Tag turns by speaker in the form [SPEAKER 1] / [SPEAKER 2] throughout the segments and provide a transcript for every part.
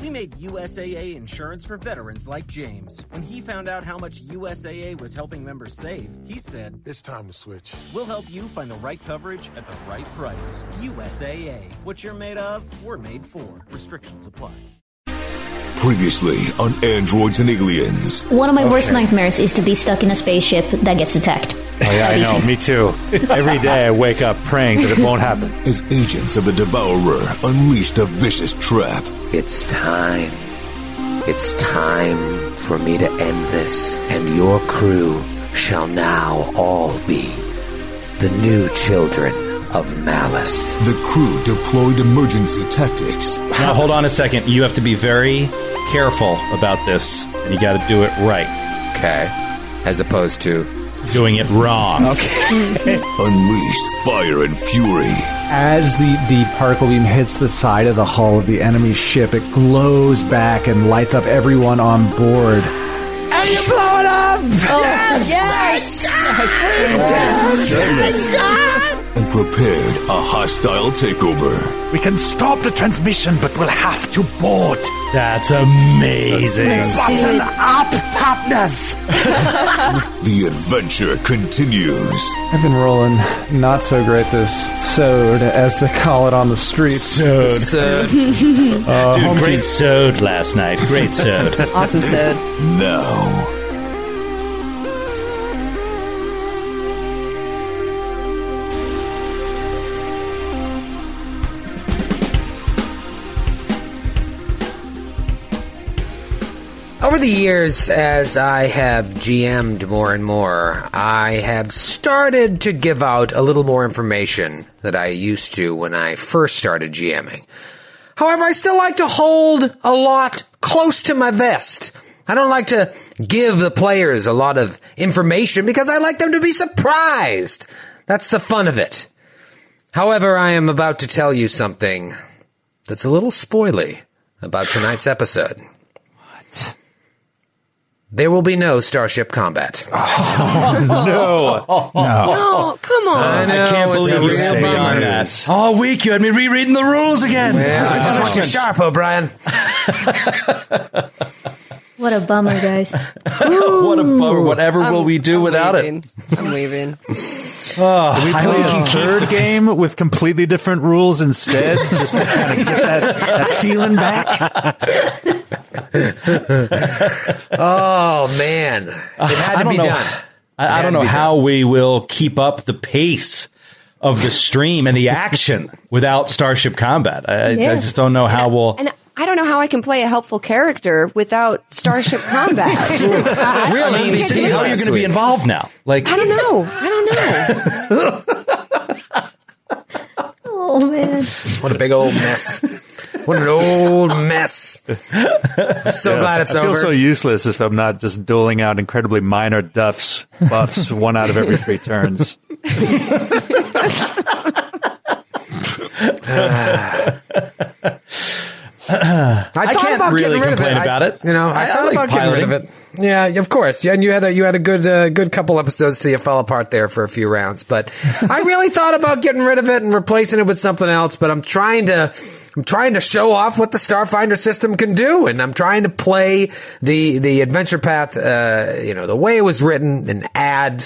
[SPEAKER 1] We made USAA insurance for veterans like James. When he found out how much USAA was helping members save, he said,
[SPEAKER 2] It's time to switch.
[SPEAKER 1] We'll help you find the right coverage at the right price. USAA. What you're made of, we're made for. Restrictions apply.
[SPEAKER 3] Previously on Androids and Aliens.
[SPEAKER 4] One of my worst
[SPEAKER 5] Okay.
[SPEAKER 4] nightmares is to be stuck in a spaceship that gets attacked.
[SPEAKER 5] Oh, yeah, I know. Me too. Every day I wake up praying that it won't happen.
[SPEAKER 3] As agents of the Devourer unleashed a vicious trap
[SPEAKER 6] It's time. It's time for me to end this, and your crew shall now all be the new children of malice.
[SPEAKER 3] The crew deployed emergency tactics
[SPEAKER 7] Now, hold on a second. You have to be very careful about this. and You got to do it right.
[SPEAKER 6] Okay. As opposed to.
[SPEAKER 7] Doing it wrong.
[SPEAKER 3] unleashed fire and fury.
[SPEAKER 8] As the, the particle beam hits the side of the hull of the enemy ship, it glows back and lights up everyone on board.
[SPEAKER 6] And you blow it up!
[SPEAKER 3] Oh,
[SPEAKER 4] Oh, yes!
[SPEAKER 3] And prepared a hostile takeover.
[SPEAKER 9] We can stop the transmission, but we'll have to board.
[SPEAKER 5] That's amazing.
[SPEAKER 9] Button up, partners!
[SPEAKER 3] The adventure continues.
[SPEAKER 8] I've been rolling not so great this sode, as they call it on the streets.
[SPEAKER 5] Sode.
[SPEAKER 7] Oh,
[SPEAKER 8] Uh,
[SPEAKER 5] Dude,
[SPEAKER 8] home
[SPEAKER 5] great
[SPEAKER 8] team-
[SPEAKER 5] sode last night. Great sode.
[SPEAKER 10] Awesome, Sod.
[SPEAKER 3] Now,
[SPEAKER 6] Over the years, as I have GM'd more and more, I have started to give out a little more information that I used to when I first started GMing. However, I still like to hold a lot close to my vest. I don't like to give the players a lot of information because I like them to be surprised. That's the fun of it. However, I am about to tell you something that's a little spoily about tonight's episode. There will be no starship combat.
[SPEAKER 10] Oh, come
[SPEAKER 6] I
[SPEAKER 10] on.
[SPEAKER 6] know,
[SPEAKER 7] can't
[SPEAKER 6] it's a
[SPEAKER 7] believe you
[SPEAKER 6] real
[SPEAKER 7] stayed
[SPEAKER 6] bummer.
[SPEAKER 7] on that.
[SPEAKER 9] All week you had me rereading the rules again.
[SPEAKER 6] Yeah, I just watched a sharp, O'Brien.
[SPEAKER 4] What a bummer, guys.
[SPEAKER 7] What a bummer. Whatever will we do without it?
[SPEAKER 10] it? I'm leaving.
[SPEAKER 9] we play a third game with completely different rules instead, just to kind of get that, that feeling back.
[SPEAKER 6] Oh man, it had
[SPEAKER 7] I
[SPEAKER 6] to
[SPEAKER 7] don't
[SPEAKER 6] be
[SPEAKER 7] know.
[SPEAKER 6] done.
[SPEAKER 7] I, I don't know how we will keep up the pace of the stream and the action without Starship Combat. I, I- I just don't know how we'll.
[SPEAKER 10] And I don't know how I can play a helpful character without Starship Combat. I- I
[SPEAKER 7] Really,
[SPEAKER 10] can't do
[SPEAKER 7] how are you
[SPEAKER 10] it.
[SPEAKER 7] going to be involved now? Like,
[SPEAKER 10] I don't know. I don't know.
[SPEAKER 4] Oh, man.
[SPEAKER 6] What a big old mess! What an old mess! I'm so glad it's
[SPEAKER 9] I feel
[SPEAKER 6] over.
[SPEAKER 9] so useless if I'm not just doling out incredibly minor duffs, buffs, one out of every three turns.
[SPEAKER 7] I
[SPEAKER 6] thought
[SPEAKER 7] can't
[SPEAKER 6] about
[SPEAKER 7] really
[SPEAKER 6] getting rid
[SPEAKER 7] complain
[SPEAKER 6] of it.
[SPEAKER 7] about
[SPEAKER 6] I,
[SPEAKER 7] it.
[SPEAKER 6] You know, I,
[SPEAKER 7] I- I
[SPEAKER 6] thought
[SPEAKER 7] like
[SPEAKER 6] about getting rid of
[SPEAKER 7] piloting.
[SPEAKER 6] it. Yeah, of course. Yeah, and you had a you had a good uh, good couple episodes till you fell apart there for a few rounds. But I really thought about getting rid of it and replacing it with something else. But I'm trying to I'm trying to show off what the Starfinder system can do, and I'm trying to play the the adventure path. Uh, you know, the way it was written and add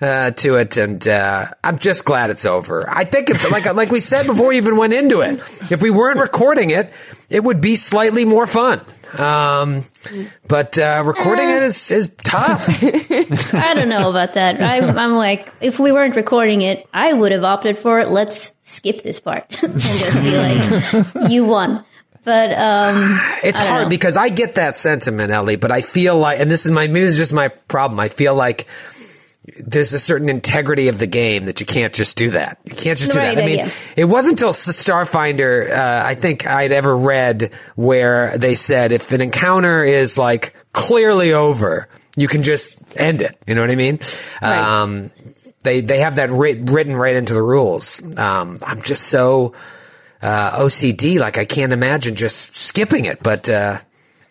[SPEAKER 6] uh, to it, and uh, I'm just glad it's over. I think if, like like we said before, we even went into it. If we weren't recording it, it would be slightly more fun. Um, but uh, recording it is is tough.
[SPEAKER 4] I don't know about that. I'm, I'm like, if we weren't recording it, I would have opted for it. Let's skip this part and just be like, you won. But, um,
[SPEAKER 6] It's hard because I get that sentiment, Ellie, but I feel like, and this is my, maybe this is just my problem. I feel like there's a certain integrity of the game that you can't just do that. You can't just
[SPEAKER 4] Right,
[SPEAKER 6] do that. I
[SPEAKER 4] uh,
[SPEAKER 6] mean,
[SPEAKER 4] yeah.
[SPEAKER 6] it wasn't until S- Starfinder, uh, I think I'd ever read where they said if an encounter is like clearly over, you can just end it. You know what I mean? Um, they, they have that writ- written right into the rules. Um, I'm just so, uh, OCD, like I can't imagine just skipping it, but, uh,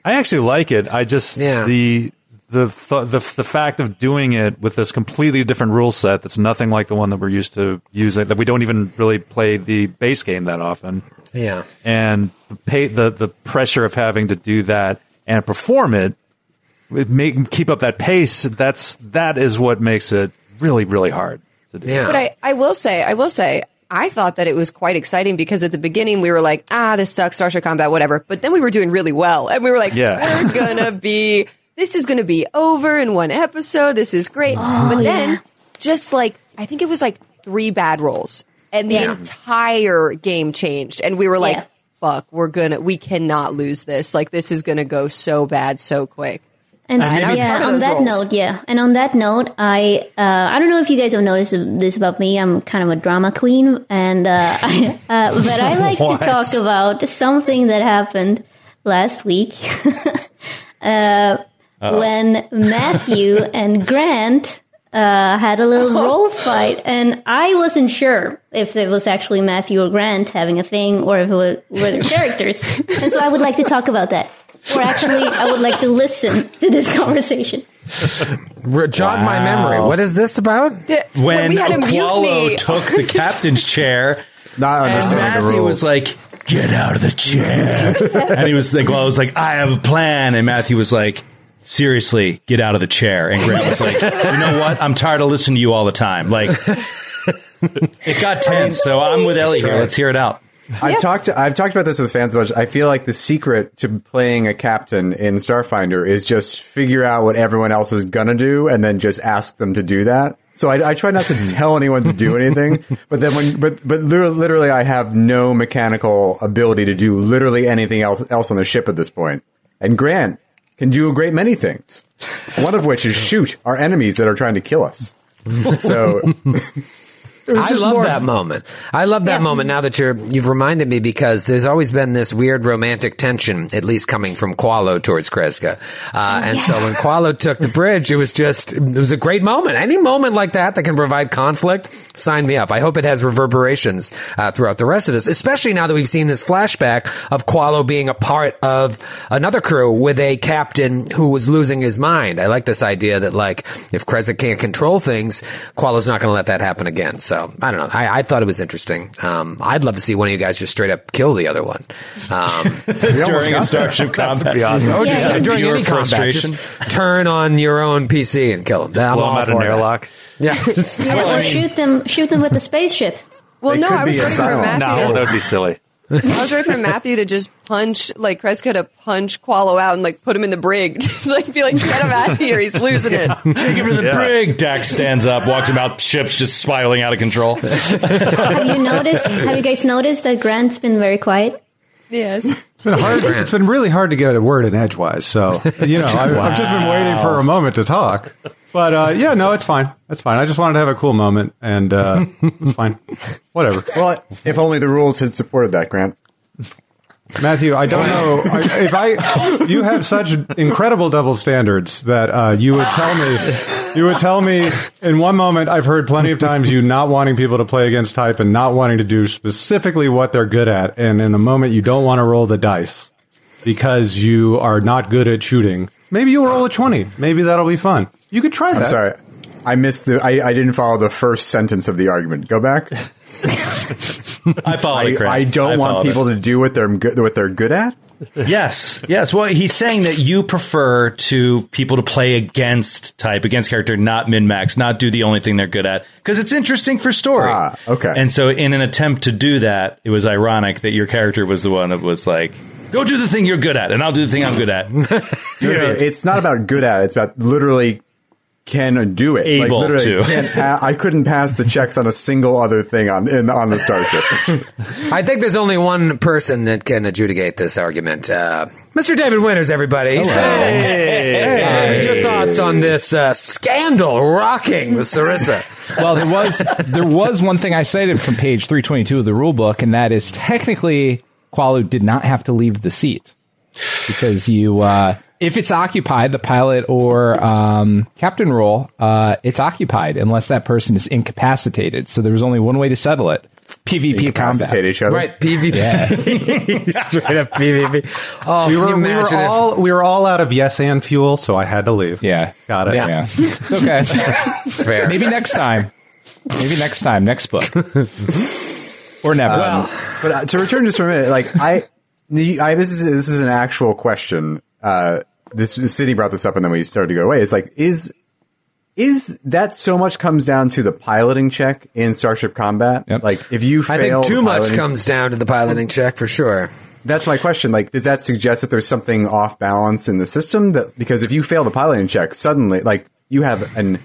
[SPEAKER 9] I actually like it. I just
[SPEAKER 6] Yeah.
[SPEAKER 9] the the th- the the fact of doing it with this completely different rule set that's nothing like the one that we're used to using that we don't even really play the base game that often.
[SPEAKER 6] Yeah.
[SPEAKER 9] and the pay the the pressure of having to do that and perform it, it make keep up that pace. That's that is what makes it really really hard to do.
[SPEAKER 6] Yeah.
[SPEAKER 10] But I, I will say, I will say, I thought that it was quite exciting because at the beginning we were like, ah, this sucks, Starship Combat, whatever. But then we were doing really well. And we were like,
[SPEAKER 9] Yeah.
[SPEAKER 10] we're going to be, this is going to be over in one episode. This is great.
[SPEAKER 4] Oh,
[SPEAKER 10] but then just like, I think it was like three bad rolls and the
[SPEAKER 4] Yeah.
[SPEAKER 10] entire game changed. And we were like,
[SPEAKER 4] Yeah.
[SPEAKER 10] fuck, we're going to, we cannot lose this. Like, this is going to go so bad so quick.
[SPEAKER 4] And
[SPEAKER 10] I was part
[SPEAKER 4] yeah,
[SPEAKER 10] of
[SPEAKER 4] on
[SPEAKER 10] those
[SPEAKER 4] that
[SPEAKER 10] roles.
[SPEAKER 4] note, yeah, and on that note, I uh, I don't know if you guys have noticed this about me. I'm kind of a drama queen, and uh, I, uh, but I like to
[SPEAKER 9] What?
[SPEAKER 4] talk about something that happened last week uh, when Matthew and Grant uh, had a little role fight, and I wasn't sure if it was actually Matthew or Grant having a thing, or if it was, were their characters. and so I would like to talk about that. Or actually, I would like to listen to this conversation.
[SPEAKER 6] Re- jog my memory. What is this about?
[SPEAKER 7] when
[SPEAKER 10] we had a
[SPEAKER 7] Aqualo
[SPEAKER 10] mutiny.
[SPEAKER 7] took the captain's chair,
[SPEAKER 8] Not
[SPEAKER 7] and
[SPEAKER 8] understanding the
[SPEAKER 7] Matthew
[SPEAKER 8] rules.
[SPEAKER 7] was like, "Get out of the chair," and he was like, "Well, I was like, I have a plan," and Matthew was like. Seriously, get out of the chair. And Grant was like, you know what? I'm tired of listening to you all the time. Like, it got tense. So I'm with Ellie here. Let's hear it out.
[SPEAKER 8] I've talked I've talked about this with fans a bunch. I feel like the secret to playing a captain in Starfinder is just figure out what everyone else is gonna do and then just ask them to do that. So I, I try not to tell anyone to do anything, but then when but but lir- literally I have no mechanical ability to do literally anything else else on the ship at this point. And Grant can do a great many things, one of which is shoot our enemies that are trying to kill us. So
[SPEAKER 6] I love that moment. I love that moment now that you're you've reminded me because there's always been this weird romantic tension, at least coming from Qualo towards Kreska. Uh, and so when Qualo took the bridge, it was just it was a great moment. Any moment like that that can provide conflict, sign me up. I hope it has reverberations uh, throughout the rest of this, especially now that we've seen this flashback of Qualo being a part of another crew with a captain who was losing his mind. I like this idea that like if Krezza can't control things, Qualo's not going to let that happen again. So I don't know. I, I thought it was interesting. Um, I'd love to see one of you guys just straight up kill the other one. Um,
[SPEAKER 7] During a Starship Combat.
[SPEAKER 6] or just
[SPEAKER 4] Yeah.
[SPEAKER 6] during
[SPEAKER 7] Pure
[SPEAKER 6] any combat, just
[SPEAKER 7] frustration.
[SPEAKER 6] turn on your own PC and kill him. I'm
[SPEAKER 9] blow
[SPEAKER 6] all
[SPEAKER 9] him out
[SPEAKER 6] for
[SPEAKER 9] an
[SPEAKER 6] that.
[SPEAKER 9] airlock.
[SPEAKER 6] Yeah.
[SPEAKER 4] Or shoot them, shoot them with the spaceship.
[SPEAKER 10] Well,
[SPEAKER 8] It
[SPEAKER 10] no,
[SPEAKER 8] could
[SPEAKER 10] I was
[SPEAKER 8] be a
[SPEAKER 10] ready for
[SPEAKER 8] silent-
[SPEAKER 10] Matthew.
[SPEAKER 9] No,
[SPEAKER 10] to-
[SPEAKER 9] that would be silly.
[SPEAKER 10] I was ready for Matthew to just punch, like Kreska to punch Qualo out and like put him in the brig. Just like be like, get him out of here. He's losing it.
[SPEAKER 7] Take him to the
[SPEAKER 9] Yeah.
[SPEAKER 7] brig. Dax stands up, walks him out. Ship's just spiraling out of control.
[SPEAKER 4] Have you noticed? Have you guys noticed that Grant's been very quiet?
[SPEAKER 10] Yes.
[SPEAKER 8] It's been hard. It's been really hard to get a word in edgewise. So you know, I, I've just been waiting for a moment to talk. But uh, yeah, no, it's fine. It's fine. I just wanted to have a cool moment, and uh, it's fine. Whatever. Well, if only the rules had supported that, Grant. Matthew, I don't know I, if I. You have such incredible double standards that uh, you would tell me. You would tell me in one moment. I've heard plenty of times you not wanting people to play against type and not wanting to do specifically what they're good at, and in the moment you don't want to roll the dice because you are not good at shooting. Maybe you'll roll a twenty. Maybe that'll be fun. You could try that.
[SPEAKER 2] I'm sorry. I missed the. I, I didn't follow the first sentence of the argument. Go back.
[SPEAKER 7] I follow
[SPEAKER 2] I,
[SPEAKER 7] it, Grant.
[SPEAKER 2] I don't
[SPEAKER 7] follow
[SPEAKER 2] want
[SPEAKER 7] it.
[SPEAKER 2] people to do what they're good, what they're good at.
[SPEAKER 7] Yes, yes. Well, he's saying that you prefer to people to play against type, against character, not min max, not do the only thing they're good at, because it's interesting for story.
[SPEAKER 2] Ah, okay.
[SPEAKER 7] And so, in an attempt to do that, it was ironic that your character was the one that was like, "Go do the thing you're good at, and I'll do the thing I'm good at."
[SPEAKER 2] No, no, it's not about good at. It's about literally can do it.
[SPEAKER 7] Able
[SPEAKER 2] like, literally
[SPEAKER 7] to.
[SPEAKER 2] Can't pa- I couldn't pass the checks on a single other thing on in, on the starship.
[SPEAKER 6] I think there's only one person that can adjudicate this argument. Uh, Mr. David Winters, everybody. He's back. David, your thoughts on this uh, scandal rocking with Sarissa?
[SPEAKER 11] well, there was there was one thing I cited from page 322 of the rule book, and that is technically Qualu did not have to leave the seat because you, uh, if it's occupied, the pilot or um, captain role, uh, it's occupied unless that person is incapacitated. So there was only one way to settle it, PvP combat.
[SPEAKER 2] Incapacitate each other.
[SPEAKER 6] Right, PvP. Straight up PvP. Oh,
[SPEAKER 8] we were,
[SPEAKER 6] can you
[SPEAKER 8] we were
[SPEAKER 6] imagine if-
[SPEAKER 8] all we were all out of yes and fuel, so I had to leave.
[SPEAKER 11] Yeah.
[SPEAKER 8] Got it.
[SPEAKER 11] Yeah. It's okay. Fair. Maybe next time. Maybe next time, next book. or never.
[SPEAKER 2] But uh, to return just for a minute, like I, the- I this is this is an actual question. Uh, this Sydney brought this up, and then we started to go away. It's like is is that so much comes down to the piloting check in Starship Combat?
[SPEAKER 11] Yep.
[SPEAKER 2] Like if you fail,
[SPEAKER 6] I think
[SPEAKER 2] the
[SPEAKER 6] too much
[SPEAKER 2] piloting-
[SPEAKER 6] comes down to the piloting check for sure.
[SPEAKER 2] That's my question. Like, does that suggest that there's something off balance in the system? That because if you fail the piloting check, suddenly, like you have an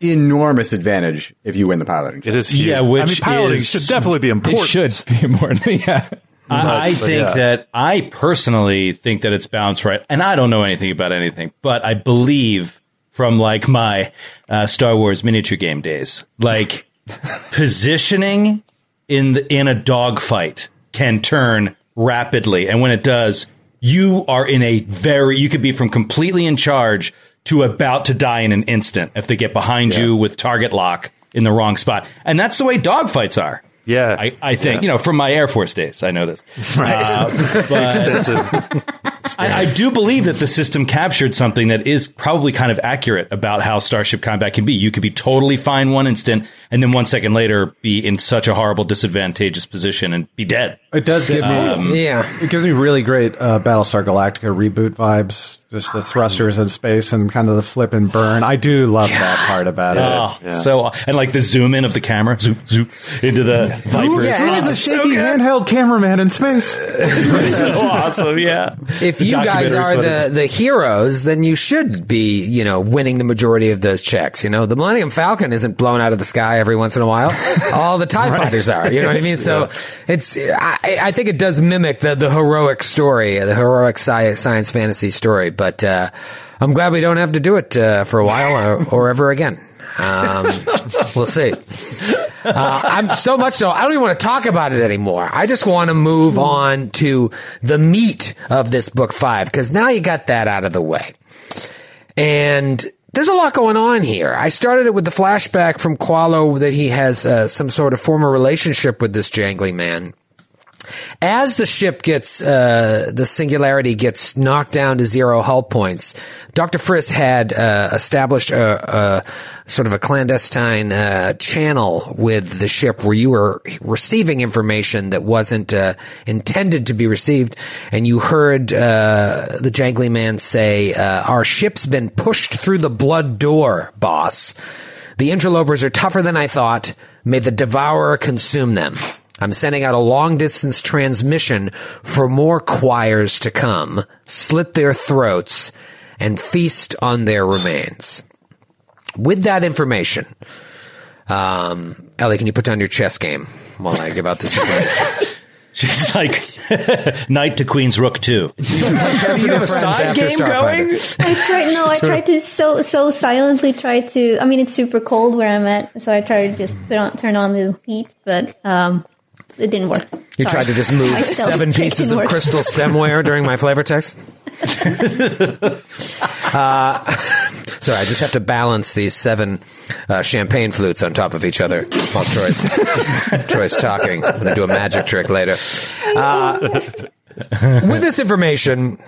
[SPEAKER 2] enormous advantage if you win the piloting check.
[SPEAKER 9] It is huge.
[SPEAKER 7] Yeah, which
[SPEAKER 9] I mean, piloting
[SPEAKER 7] is-
[SPEAKER 9] should definitely be
[SPEAKER 11] it
[SPEAKER 9] important.
[SPEAKER 11] should be more than yeah.
[SPEAKER 7] I, I
[SPEAKER 9] but
[SPEAKER 7] think
[SPEAKER 9] yeah.
[SPEAKER 7] that I personally think that it's balanced right, and I don't know anything about anything, but I believe from like my uh, Star Wars miniature game days, like positioning in the, in a dogfight can turn rapidly, and when it does, you are in a very you could be from completely in charge to about to die in an instant if they get behind you with target lock in the wrong spot, and that's the way dogfights are.
[SPEAKER 9] Yeah.
[SPEAKER 7] I, I think
[SPEAKER 9] Yeah.
[SPEAKER 7] you know from my Air Force days. I know this. Right.
[SPEAKER 9] Uh, extensive.
[SPEAKER 7] I, I do believe that the system captured something that is probably kind of accurate about how Starship Combat can be. You could be totally fine one instant, and then one second later be in such a horrible, disadvantageous position and be dead. Um,
[SPEAKER 8] It does give me
[SPEAKER 6] Yeah.
[SPEAKER 8] it gives me really great uh, Battlestar Galactica reboot vibes. Just the thrusters in space and kind of the flip and burn. I do love that part about it.
[SPEAKER 7] Oh, so and like the zoom in of the camera, zoop zoop into the Vipers.
[SPEAKER 6] yeah,
[SPEAKER 8] Who
[SPEAKER 6] and
[SPEAKER 8] was
[SPEAKER 6] it's
[SPEAKER 8] a shaky handheld cameraman in space?
[SPEAKER 7] so awesome, yeah.
[SPEAKER 6] If you guys
[SPEAKER 7] documentary
[SPEAKER 6] are
[SPEAKER 7] footage.
[SPEAKER 6] the, the heroes, then you should be, you know, winning the majority of those checks. You know, the Millennium Falcon isn't blown out of the sky every once in a while. All the TIE fighters are. You know what I mean? So it's, I, I think it does mimic the, the heroic story, the heroic sci- science fantasy story. But, uh, I'm glad we don't have to do it, uh, for a while or, or ever again. Um, we'll see. Uh, I'm so much so I don't even want to talk about it anymore. I just want to move on to the meat of this book five because now you got that out of the way, and there's a lot going on here. I started it with the flashback from Qualo that he has uh, some sort of former relationship with this jangly man. As the ship gets, uh, the singularity gets knocked down to zero hull points, Dr. Friss had uh, established a, a sort of a clandestine uh, channel with the ship where you were receiving information that wasn't uh, intended to be received, and you heard uh, the jangly man say, uh, Our ship's been pushed through the blood door, boss. The interlopers are tougher than I thought. May the devourer consume them. I'm sending out a long distance transmission for more choirs to come, slit their throats, and feast on their remains. With that information, um, Ellie, can you put down your chess game while I give out this information?
[SPEAKER 7] She's like knight to queen's rook two.
[SPEAKER 6] Chess with your friends after Starfighter.
[SPEAKER 4] I tried. No, I tried to so so silently try to. I mean, it's super cold where I'm at, so I tried to just put on, turn on the heat, but um, it didn't work.
[SPEAKER 6] You
[SPEAKER 4] Sorry.
[SPEAKER 6] tried to just move
[SPEAKER 4] I still-
[SPEAKER 6] seven
[SPEAKER 4] it didn't
[SPEAKER 6] pieces of
[SPEAKER 4] work.
[SPEAKER 6] crystal stemware during my flavor text. uh, sorry, I just have to balance these seven uh, champagne flutes on top of each other while Troy's, Troy's talking. I'm going to do a magic trick later.
[SPEAKER 2] Um,
[SPEAKER 6] Uh, with this information,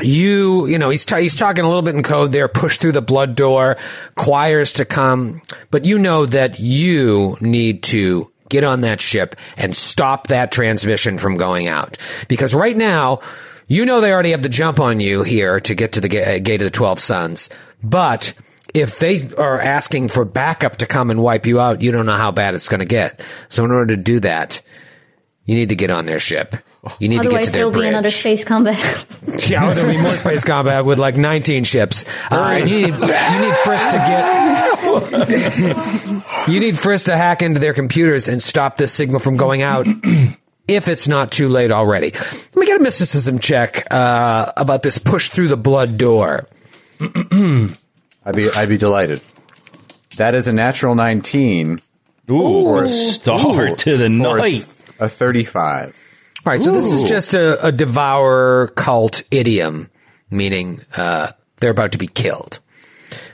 [SPEAKER 6] you you know he's ta he's talking a little bit in code there push through the blood door choirs to come but you know that you need to get on that ship and stop that transmission from going out because right now you know they already have the jump on you here to get to the ga- gate of the 12 suns but if they are asking for backup to come and wipe you out you don't know how bad it's going to get so in order to do that you need to get on their ship you need to get
[SPEAKER 4] Otherwise,
[SPEAKER 6] to their
[SPEAKER 4] there'll be
[SPEAKER 6] bridge.
[SPEAKER 4] another space combat.
[SPEAKER 6] Yeah, there'll be more space combat with like 19 ships. Uh, and you need, you need Frisk to get. you need Frisk to hack into their computers and stop this signal from going out if it's not too late already. Let me get a mysticism check uh, about this push through the blood door.
[SPEAKER 2] I'd be I'd be delighted. That is a natural nineteen
[SPEAKER 7] Ooh, star to the
[SPEAKER 2] or a-
[SPEAKER 7] night.
[SPEAKER 2] a thirty-five.
[SPEAKER 6] All right, so this is just a, a devourer cult idiom, meaning uh, they're about to be killed.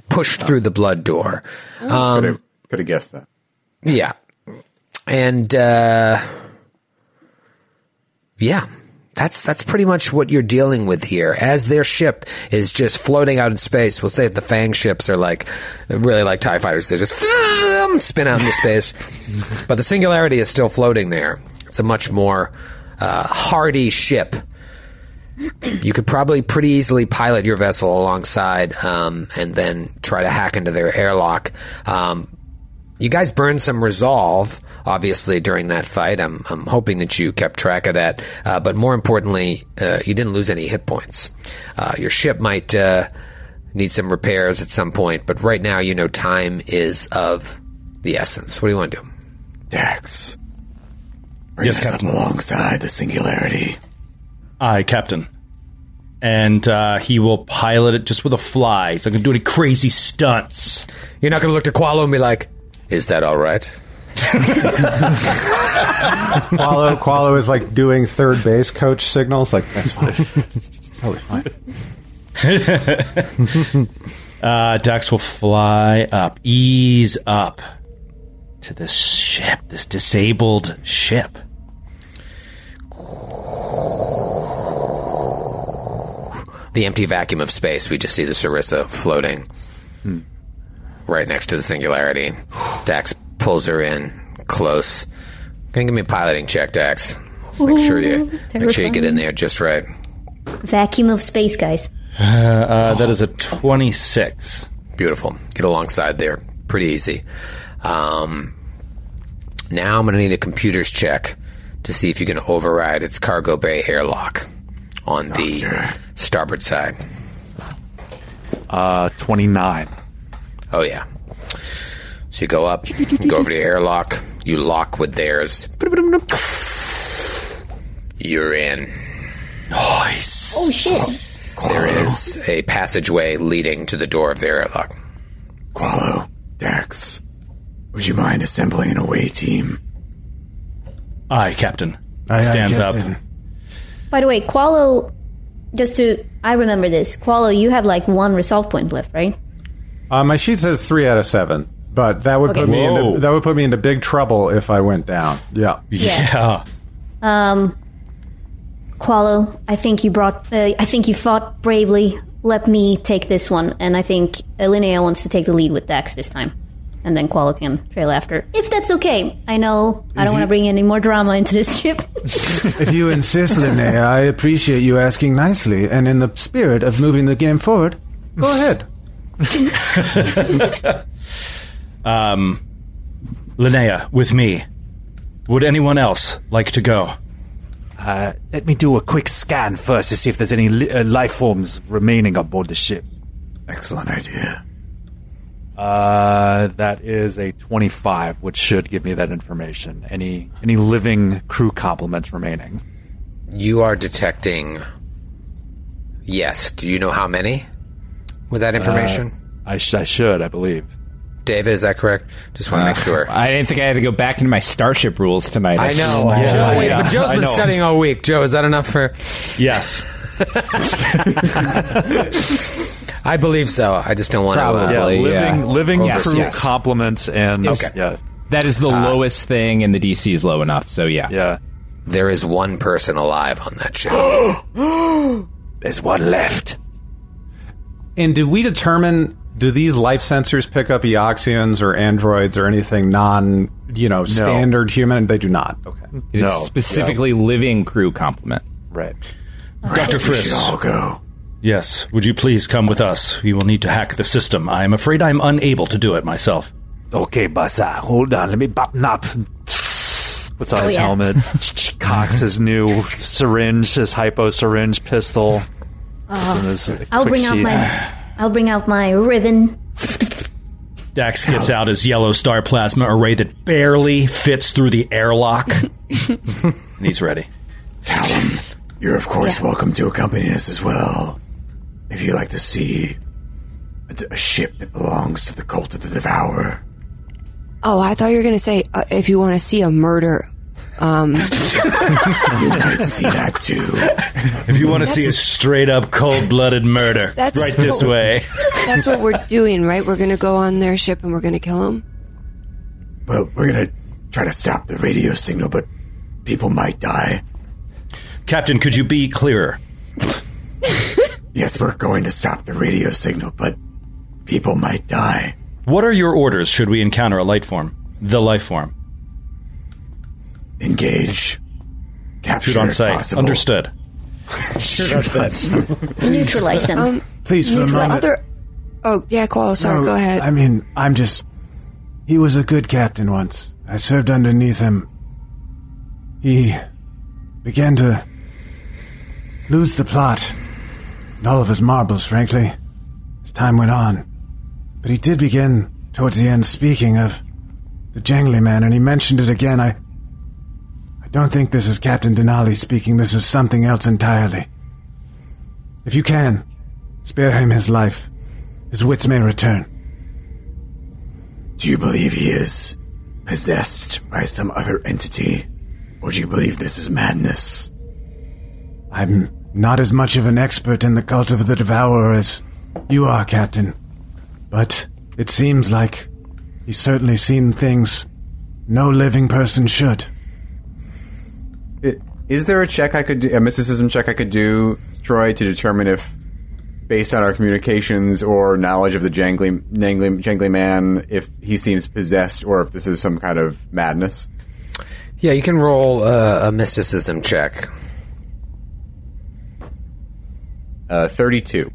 [SPEAKER 6] Pushed through the blood door. Um,
[SPEAKER 2] Could have guessed that.
[SPEAKER 6] Yeah. and uh, yeah, that's that's pretty much what you're dealing with here. As their ship is just floating out in space, we'll say that the Fang ships are like really like Tie fighters. They just spin out into space, but the Singularity is still floating there. It's a much more uh, hardy ship. You could probably pretty easily pilot your vessel alongside um, and then try to hack into their airlock. Um, you guys burned some resolve, obviously, during that fight. I'm, I'm hoping that you kept track of that. Uh, but more importantly, uh, you didn't lose any hit points. Uh, your ship might uh, need some repairs at some point, but right now, you know, time is of the essence. What do you want to do?
[SPEAKER 2] Dax. Bring yes, us Captain. up alongside the singularity.
[SPEAKER 7] I, Captain. And uh, he will pilot it just with a fly. He's not going to do any crazy stunts.
[SPEAKER 6] You're not going to look to Qualo and be like, is that all right?
[SPEAKER 8] Qualo, Qualo is like doing third base coach signals. Like that's fine. Totally fine.
[SPEAKER 7] Uh, Dax will fly up, ease up to this ship, this disabled ship.
[SPEAKER 6] The empty vacuum of space, we just see the Sarissa floating right next to the singularity. Dax pulls her in close. Gonna give me a piloting check, Dax. Let's make sure you
[SPEAKER 4] Ooh,
[SPEAKER 6] make sure you get
[SPEAKER 4] terrifying.
[SPEAKER 6] in there just right.
[SPEAKER 4] Vacuum of space, guys.
[SPEAKER 7] Uh, uh, that is a 26.
[SPEAKER 6] Beautiful. Get alongside there. Pretty easy. Um, now I'm going to need a computer's check to see if you can override its cargo bay airlock on the starboard side.
[SPEAKER 9] Uh, 29.
[SPEAKER 6] Oh, yeah. So you go up, go over to your airlock, you lock with theirs. You're in. Nice.
[SPEAKER 4] Oh shit!
[SPEAKER 6] There is a passageway leading to the door of their airlock.
[SPEAKER 2] Qualo, Dax, would you mind assembling an away team?
[SPEAKER 7] I, Captain.
[SPEAKER 2] Aye, aye,
[SPEAKER 7] stands
[SPEAKER 2] Captain.
[SPEAKER 7] up.
[SPEAKER 4] By the way, Qualo, just to I remember this. Qualo, you have like one resolve point left, right?
[SPEAKER 8] Uh, my sheet says three out of seven, but that would
[SPEAKER 4] Okay.
[SPEAKER 8] put me
[SPEAKER 4] Whoa.
[SPEAKER 8] into, that would put me into big trouble if I went down. Yeah.
[SPEAKER 7] Yeah.
[SPEAKER 4] Um, Qualo, I think you brought. Uh, I think you fought bravely. Let me take this one, and I think uh, Linnea wants to take the lead with Dax this time, and then Qualo can trail after, if that's okay. I know I don't want to bring any more drama into this ship.
[SPEAKER 12] If you insist, Linnea, I appreciate you asking nicely, and in the spirit of moving the game forward, go ahead.
[SPEAKER 7] Um, Linnea, with me. Would anyone else like to go?
[SPEAKER 9] Uh, let me do a quick scan first to see if there's any li- uh, life forms remaining aboard the ship.
[SPEAKER 2] Excellent idea.
[SPEAKER 9] Uh, that is a 25, which should give me that information. Any any living crew complements remaining?
[SPEAKER 6] You are detecting. Yes. Do you know how many? With that information,
[SPEAKER 11] Uh,
[SPEAKER 9] I, sh- I should, I believe. Uh,
[SPEAKER 6] David, is that correct? Just want to make sure.
[SPEAKER 11] I didn't think I had to go back into my starship rules tonight.
[SPEAKER 6] I know.
[SPEAKER 11] Yeah,
[SPEAKER 6] Joe, wait,
[SPEAKER 11] yeah.
[SPEAKER 6] but Joe's
[SPEAKER 11] I
[SPEAKER 6] been
[SPEAKER 11] know.
[SPEAKER 6] studying all week. Joe, is that enough for?
[SPEAKER 7] Yes.
[SPEAKER 6] I believe so. I just don't want
[SPEAKER 11] Probably,
[SPEAKER 6] to. Uh,
[SPEAKER 11] yeah.
[SPEAKER 9] living living
[SPEAKER 11] Yes,
[SPEAKER 9] crew
[SPEAKER 11] yes.
[SPEAKER 9] complements and
[SPEAKER 11] Yes.
[SPEAKER 9] yeah,
[SPEAKER 11] That is the
[SPEAKER 6] Uh,
[SPEAKER 11] lowest thing, and the DC is low enough. So yeah,
[SPEAKER 9] yeah.
[SPEAKER 6] There is one person alive on that show.
[SPEAKER 9] There's one left.
[SPEAKER 8] And do we determine do these life sensors pick up Eoxians or androids or anything non you know standard human? They do not. Okay.
[SPEAKER 11] It is specifically living crew complement.
[SPEAKER 9] Right.
[SPEAKER 7] Dr. Frisk.
[SPEAKER 2] go.
[SPEAKER 7] Yes. Would you please come with us? We will need to hack the system. I am afraid I am unable to do it myself.
[SPEAKER 9] Okay, Basa, hold on. Let me button up. Puts on
[SPEAKER 4] Oh,
[SPEAKER 9] his
[SPEAKER 4] yeah.
[SPEAKER 9] helmet, cocks his new syringe, his hypo syringe pistol. Puts in his
[SPEAKER 4] Oh. I'll
[SPEAKER 9] quick
[SPEAKER 4] bring out
[SPEAKER 9] sheath.
[SPEAKER 4] my. I'll bring out my ribbon.
[SPEAKER 7] Dax gets out his yellow star plasma array that barely fits through the airlock. and he's ready.
[SPEAKER 2] You're, of course, welcome to accompany us as well. If you like to see a, d- a ship that belongs to the cult of the devourer.
[SPEAKER 10] Oh, I thought you were going to say uh, if you want to see a murder. Um,
[SPEAKER 2] You might see that too.
[SPEAKER 7] If you want to see a straight up cold blooded murder,
[SPEAKER 10] That's
[SPEAKER 7] right this
[SPEAKER 10] what-
[SPEAKER 7] way.
[SPEAKER 10] that's what we're doing, right? We're going to go on their ship and we're going to kill them.
[SPEAKER 2] Well, we're gonna try to stop the radio signal, but people might die.
[SPEAKER 7] Captain, could you be clearer?
[SPEAKER 2] yes, we're going to stop the radio signal, but people might die.
[SPEAKER 7] What are your orders should we encounter a life form? The life form.
[SPEAKER 2] Engage. Capture
[SPEAKER 7] Shoot on
[SPEAKER 2] if
[SPEAKER 7] sight.
[SPEAKER 2] possible.
[SPEAKER 7] Understood.
[SPEAKER 2] Shoot on sight.
[SPEAKER 4] Neutralize them.
[SPEAKER 10] Um,
[SPEAKER 12] Please, for a
[SPEAKER 10] neutral-
[SPEAKER 12] moment.
[SPEAKER 10] Other, oh yeah, Qualo. Sorry,
[SPEAKER 12] No,
[SPEAKER 10] go ahead.
[SPEAKER 12] I mean, I'm just. He was a good captain once. I served underneath him. He began to lose the plot, and all of his marbles, frankly, as time went on. But he did begin, towards the end, speaking of the jangly man, and he mentioned it again. I. I don't think this is Captain Denali speaking. This is something else entirely. If you can, spare him his life. His wits may return.
[SPEAKER 2] Do you believe he is possessed by some other entity? Or do you believe this is madness?
[SPEAKER 12] I'm not as much of an expert in the cult of the devourer as you are, Captain. But it seems like he's certainly seen things no living person should.
[SPEAKER 2] It, is there a check I could do, a mysticism check I could do, Troy, to determine if, based on our communications or knowledge of the jangly, jangly, jangly man, if he seems possessed or if this is some kind of madness?
[SPEAKER 6] Yeah, you can roll uh, a mysticism check.
[SPEAKER 2] Uh, 32.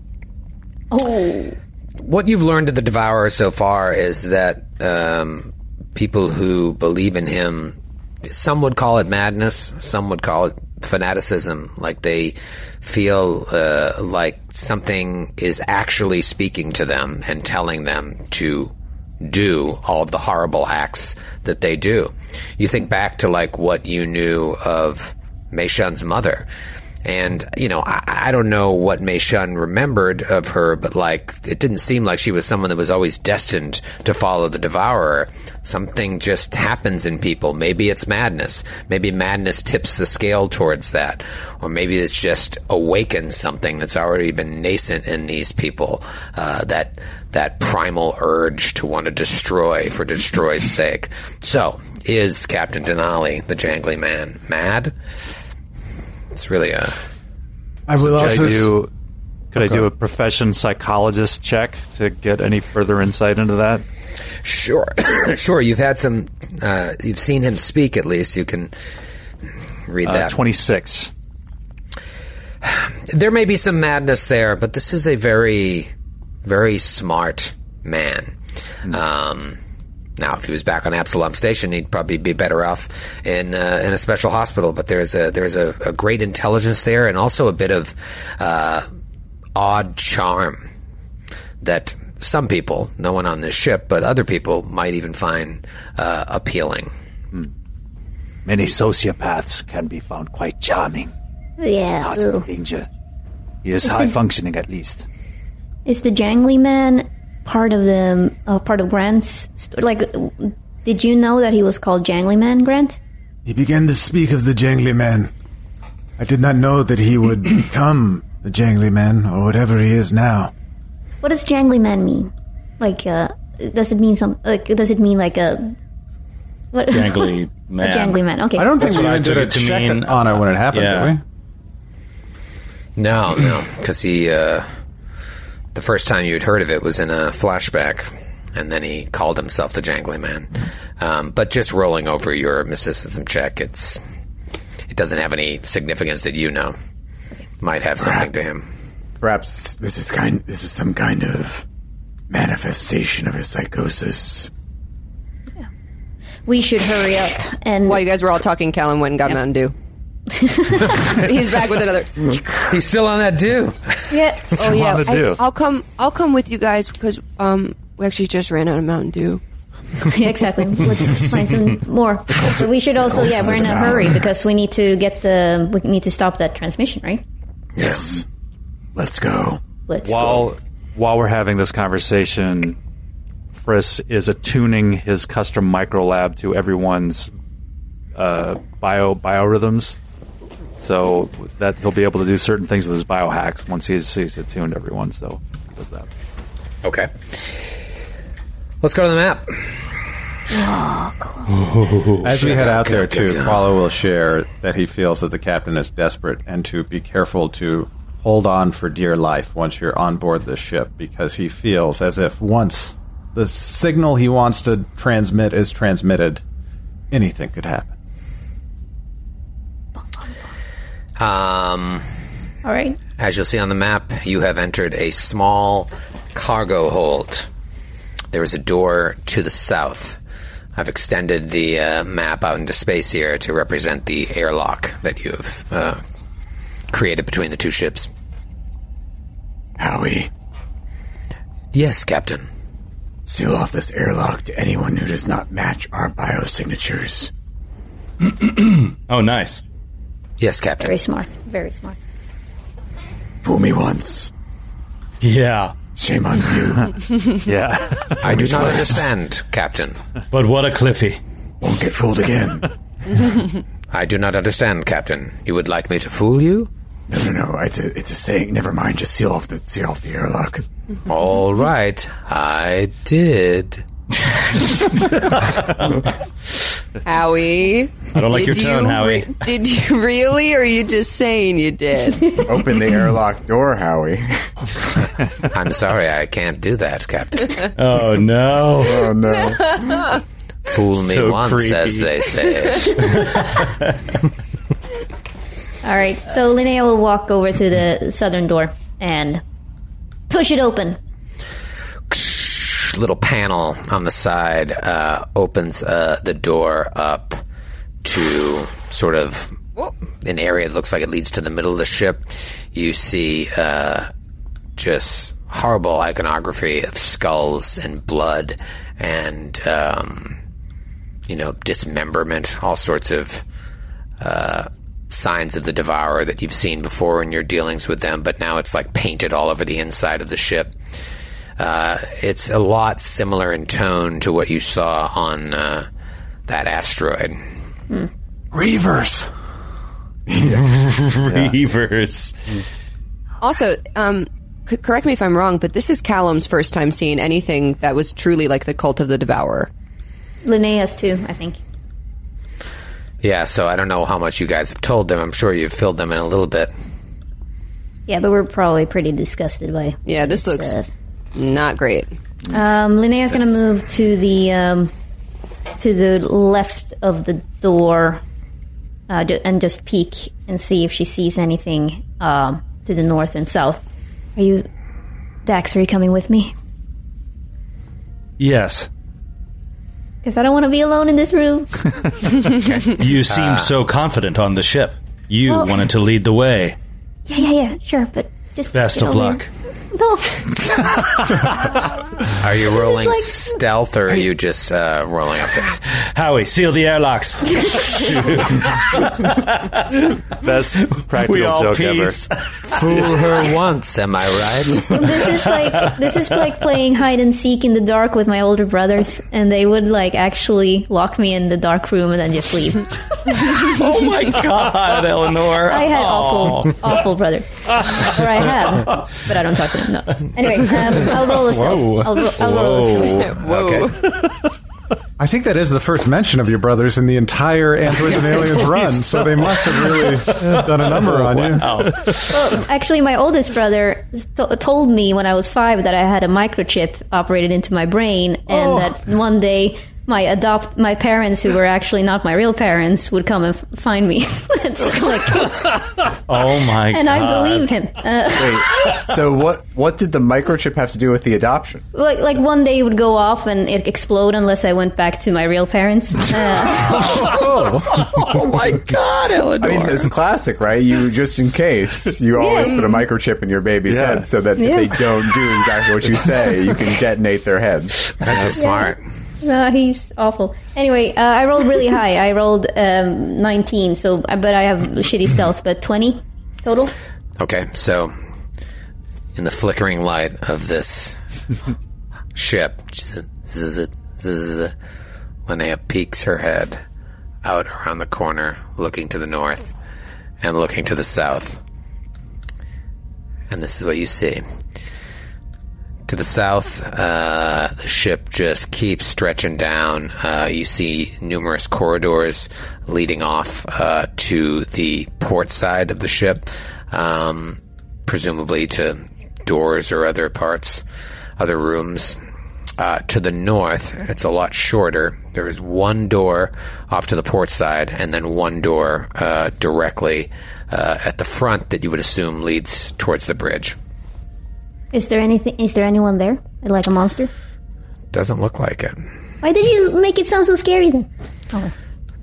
[SPEAKER 4] Oh.
[SPEAKER 6] What you've learned of the Devourer so far is that um, people who believe in him, some would call it madness, some would call it fanaticism. Like they feel uh, like something is actually speaking to them and telling them to do all of the horrible acts that they do. You think back to like what you knew of Mei Shun's mother. And, you know, I, I don't know what Mei Shun remembered of her, but like, it didn't seem like she was someone that was always destined to follow the devourer. Something just happens in people. Maybe it's madness. Maybe madness tips the scale towards that. Or maybe it's just awakens something that's already been nascent in these people. Uh, that, that primal urge to want to destroy for destroy's sake. So, is Captain Denali, the jangly man, mad? It's really a.
[SPEAKER 12] I will
[SPEAKER 9] could
[SPEAKER 12] also-
[SPEAKER 9] I do, could I
[SPEAKER 12] Okay.
[SPEAKER 9] do a profession psychologist check to get any further insight into that?
[SPEAKER 6] Sure, sure. You've had some. Uh, you've seen him speak. At least you can read
[SPEAKER 9] Uh,
[SPEAKER 6] that. Twenty
[SPEAKER 9] six.
[SPEAKER 6] There may be some madness there, but this is a very, very smart man. Um, now, if he was back on Absalom Station, he'd probably be better off in uh, in a special hospital. But there's a there's a, a great intelligence there, and also a bit of uh, odd charm that some people, no one on this ship, but other people might even find uh, appealing.
[SPEAKER 9] Hmm. Many sociopaths can be found quite charming.
[SPEAKER 4] Yeah.
[SPEAKER 9] Part of the
[SPEAKER 4] ooh.
[SPEAKER 9] danger. He is
[SPEAKER 4] Is
[SPEAKER 9] high
[SPEAKER 4] the-
[SPEAKER 9] functioning at least.
[SPEAKER 4] Is the jangly man part of the uh, part of Grant's story? Like, uh, did you know that he was called Jangly Man, Grant?
[SPEAKER 12] He began to speak of the jangly man. I did not know that he would become the jangly man, or whatever he is now.
[SPEAKER 4] What does Jangly Man mean? Like, uh, does it mean some? Like, does it mean like a what?
[SPEAKER 7] Jangly man.
[SPEAKER 4] A jangly man. Okay.
[SPEAKER 8] I don't think
[SPEAKER 4] that's
[SPEAKER 8] we
[SPEAKER 4] fine.
[SPEAKER 8] even did a
[SPEAKER 7] took it to
[SPEAKER 8] check
[SPEAKER 7] mean.
[SPEAKER 8] on it when it happened,
[SPEAKER 7] Yeah.
[SPEAKER 8] did we?
[SPEAKER 6] No, no, because he uh, the first time you'd heard of it was in a flashback, and then he called himself the Jangly Man. Um, but just rolling over your mysticism check, it's it doesn't have any significance that you know. Might have something to him.
[SPEAKER 2] Perhaps this is kind. This is some kind of manifestation of his psychosis.
[SPEAKER 4] We should hurry up. And
[SPEAKER 10] while you guys were all talking, Callum went and got Mountain Dew. He's back with another.
[SPEAKER 6] He's still on that do.
[SPEAKER 10] Yeah.
[SPEAKER 6] What's
[SPEAKER 10] oh
[SPEAKER 6] he
[SPEAKER 10] yeah.
[SPEAKER 6] wanna do?
[SPEAKER 10] I, will come. I'll come with you guys because um we actually just ran out of Mountain Dew.
[SPEAKER 4] Yeah, exactly. Let's find some more. But we should also, yeah, we're in a hurry because we need to get the, we need to stop that transmission, right?
[SPEAKER 2] Yes. Um, Let's go.
[SPEAKER 4] Let's
[SPEAKER 9] while while we're having this conversation, Friss is attuning his custom microlab to everyone's uh, bio biorhythms, so that he'll be able to do certain things with his biohacks once he's, he's attuned everyone. So he does that.
[SPEAKER 6] Okay. Let's go to the map.
[SPEAKER 8] As we head out there, too,
[SPEAKER 13] Shaka.
[SPEAKER 8] Qualo will share that he feels that the captain is desperate and to be careful to hold on for dear life once you're on board the ship because he feels as if once the signal he wants to transmit is transmitted, anything could happen.
[SPEAKER 6] Um,
[SPEAKER 4] All right.
[SPEAKER 6] As you'll see on the map, you have entered a small cargo hold. There is a door to the south. I've extended the uh, map out into space here to represent the airlock that you have uh, created between the two ships.
[SPEAKER 14] Howie.
[SPEAKER 6] Yes, Captain.
[SPEAKER 14] Seal off this airlock to anyone who does not match our biosignatures.
[SPEAKER 7] oh, nice.
[SPEAKER 6] Yes, Captain.
[SPEAKER 4] Very smart. Very smart.
[SPEAKER 14] Fool me once.
[SPEAKER 7] Yeah.
[SPEAKER 14] Shame on you.
[SPEAKER 9] yeah.
[SPEAKER 6] I do
[SPEAKER 14] Which
[SPEAKER 6] not
[SPEAKER 14] was-
[SPEAKER 6] understand, Captain.
[SPEAKER 7] But what a Cliffy.
[SPEAKER 14] Won't get fooled again.
[SPEAKER 6] I do not understand, Captain. You would like me to fool you?
[SPEAKER 14] No, no, no. It's a, it's a saying. Never mind. Just seal off the seal off the airlock.
[SPEAKER 6] All right, I did.
[SPEAKER 10] Howie.
[SPEAKER 14] I don't like
[SPEAKER 10] did
[SPEAKER 14] your tone,
[SPEAKER 10] you
[SPEAKER 14] Howie.
[SPEAKER 10] did you really, or are you just saying you did?
[SPEAKER 2] Open the airlock door, Howie.
[SPEAKER 6] I'm sorry, I can't do that, Captain.
[SPEAKER 7] Oh no!
[SPEAKER 2] Oh no!
[SPEAKER 6] Fool me
[SPEAKER 7] So
[SPEAKER 6] once,
[SPEAKER 7] creepy.
[SPEAKER 6] as they say.
[SPEAKER 4] All right. So Linnea will walk over to the southern door and push it open.
[SPEAKER 6] Little panel on the side uh, opens uh, the door up to sort of an area that looks like it leads to the middle of the ship. You see uh, just horrible iconography of skulls and blood and, um, you know, dismemberment, all sorts of uh, signs of the devourer that you've seen before in your dealings with them, but now it's like painted all over the inside of the ship. Uh, it's a lot similar in tone to what you saw on uh, that asteroid.
[SPEAKER 12] Reavers.
[SPEAKER 7] Reavers.
[SPEAKER 10] also, um, c- correct me if I'm wrong, but this is Callum's first time seeing anything that was truly like the cult of the devourer.
[SPEAKER 4] Linnea's too, I think.
[SPEAKER 6] Yeah, so I don't know how much you guys have told them. I'm sure you've filled them in a little bit.
[SPEAKER 4] Yeah, but we're probably pretty disgusted by.
[SPEAKER 10] Yeah, this looks not great.
[SPEAKER 4] Um, Linnea's going to move to the um, to the left of the door uh, ju- and just peek and see if she sees anything um, to the north and south. Are you, Dax? Are you coming with me?
[SPEAKER 7] Yes.
[SPEAKER 4] Because I don't want to be alone in this room.
[SPEAKER 7] You seemed
[SPEAKER 4] Uh,
[SPEAKER 7] so confident on the ship. You
[SPEAKER 4] Well-
[SPEAKER 7] wanted to lead the way.
[SPEAKER 4] Yeah, yeah, yeah. Sure, but just
[SPEAKER 7] Best
[SPEAKER 4] get
[SPEAKER 7] of
[SPEAKER 4] over
[SPEAKER 7] luck.
[SPEAKER 4] here. No.
[SPEAKER 6] Are you rolling
[SPEAKER 4] like-
[SPEAKER 6] stealth or are you just uh, rolling up there?
[SPEAKER 7] Howie, seal the airlocks.
[SPEAKER 9] Best practical
[SPEAKER 6] all
[SPEAKER 9] joke
[SPEAKER 6] peace.
[SPEAKER 9] ever.
[SPEAKER 6] Fool her once, am I right?
[SPEAKER 4] this is like this is like playing hide and seek in the dark with my older brothers, and they would like actually lock me in the dark room and then just leave.
[SPEAKER 7] oh my God, Eleanor.
[SPEAKER 4] I had
[SPEAKER 7] Aw.
[SPEAKER 4] awful, awful brother, or I have, but I don't talk to them. No. Anyway, um, I'll roll a stealth.
[SPEAKER 8] Whoa.
[SPEAKER 4] I'll, ro- I'll roll a stealth.
[SPEAKER 6] Okay.
[SPEAKER 8] I think that is the first mention of your brothers in the entire Androids and Aliens run, so they must have really done a number on you.
[SPEAKER 4] Well, actually, my oldest brother t- told me when I was five that I had a microchip operated into my brain, and
[SPEAKER 15] Oh.
[SPEAKER 4] that one day my adopt my parents, who were actually not my real parents, would come and f- find me. it's like,
[SPEAKER 7] Oh my
[SPEAKER 4] and I believed him. Uh,
[SPEAKER 2] so what? What did the microchip have to do with the adoption?
[SPEAKER 4] like, like one day it would go off and it explode unless I went back to my real parents. Uh,
[SPEAKER 2] Oh, my God, Eleanor! I mean, it's classic, right? You just in case you always put a microchip in your baby's
[SPEAKER 9] Yeah.
[SPEAKER 2] head so that
[SPEAKER 4] Yeah.
[SPEAKER 2] if they don't do exactly what you say, you can detonate their heads.
[SPEAKER 6] That's so smart.
[SPEAKER 4] no, he's awful. Anyway, uh, I rolled really high. I rolled um, 19, so but I have shitty stealth, but 20 total.
[SPEAKER 6] Okay, so in the flickering light of this ship, Linnea peeks her head out around the corner, looking to the north and looking to the south. And this is what you see. To to the south, uh, the ship just keeps stretching down. Uh, you see numerous corridors leading off uh, to the port side of the ship, um, presumably to doors or other parts, other rooms. Uh, to the north, it's a lot shorter. There is one door off to the port side, and then one door uh, directly uh, at the front that you would assume leads towards the bridge.
[SPEAKER 4] Is there anything? Is there anyone there? Like a monster?
[SPEAKER 6] Doesn't look like it.
[SPEAKER 4] Why did you make it sound so scary then? Oh,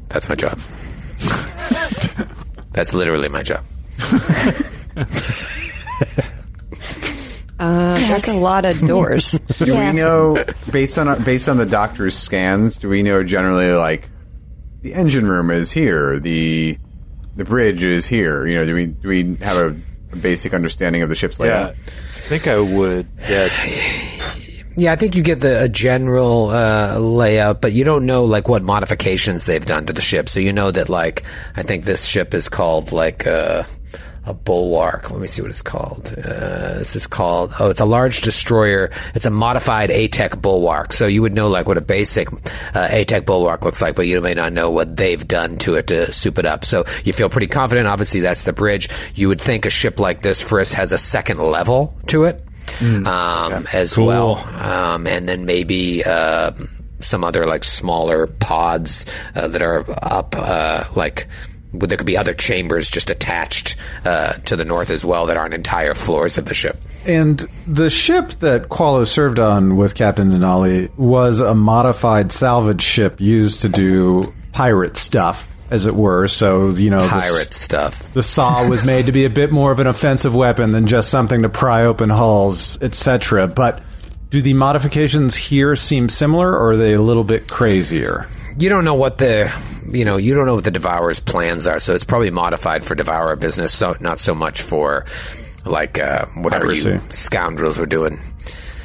[SPEAKER 6] That's my job. That's literally my job.
[SPEAKER 10] Uh, there's a lot of doors.
[SPEAKER 2] do we know based on our, based on the doctor's scans? Do we know generally like the engine room is here, the the bridge is here? You know, do we do we have a, a basic understanding of the ship's layout?
[SPEAKER 9] I think I would. Yeah.
[SPEAKER 6] Yeah, I think you get the a general uh, layout, but you don't know like what modifications they've done to the ship. So you know that like I think this ship is called like uh, a bulwark. Let me see what it's called. Uh, this is called oh, it's a large destroyer. It's a modified ATEC bulwark. So you would know like what a basic uh, ATEC bulwark looks like, but you may not know what they've done to it to soup it up. So you feel pretty confident. Obviously, that's the bridge. You would think a ship like this, Frisk, has a second level to it
[SPEAKER 8] Mm.
[SPEAKER 6] um, as well, um, and then maybe uh, some other like smaller pods uh, that are up, uh, like. well, There could be other chambers just attached uh, to the north as well that aren't entire floors of the ship.
[SPEAKER 8] And the ship that Qualo served on with Captain Denali was a modified salvage ship used to do pirate stuff, as it were. So, you know, the s-
[SPEAKER 6] Pirate stuff.
[SPEAKER 8] The saw was made to be a bit more of an offensive weapon than just something to pry open hulls, etc. But do the modifications here seem similar, or are they a little bit crazier?
[SPEAKER 6] you don't know what the you know you don't know what the devourer's plans are so it's probably modified for devourer business so not so much for like uh, whatever you
[SPEAKER 8] Piracy.
[SPEAKER 6] scoundrels were doing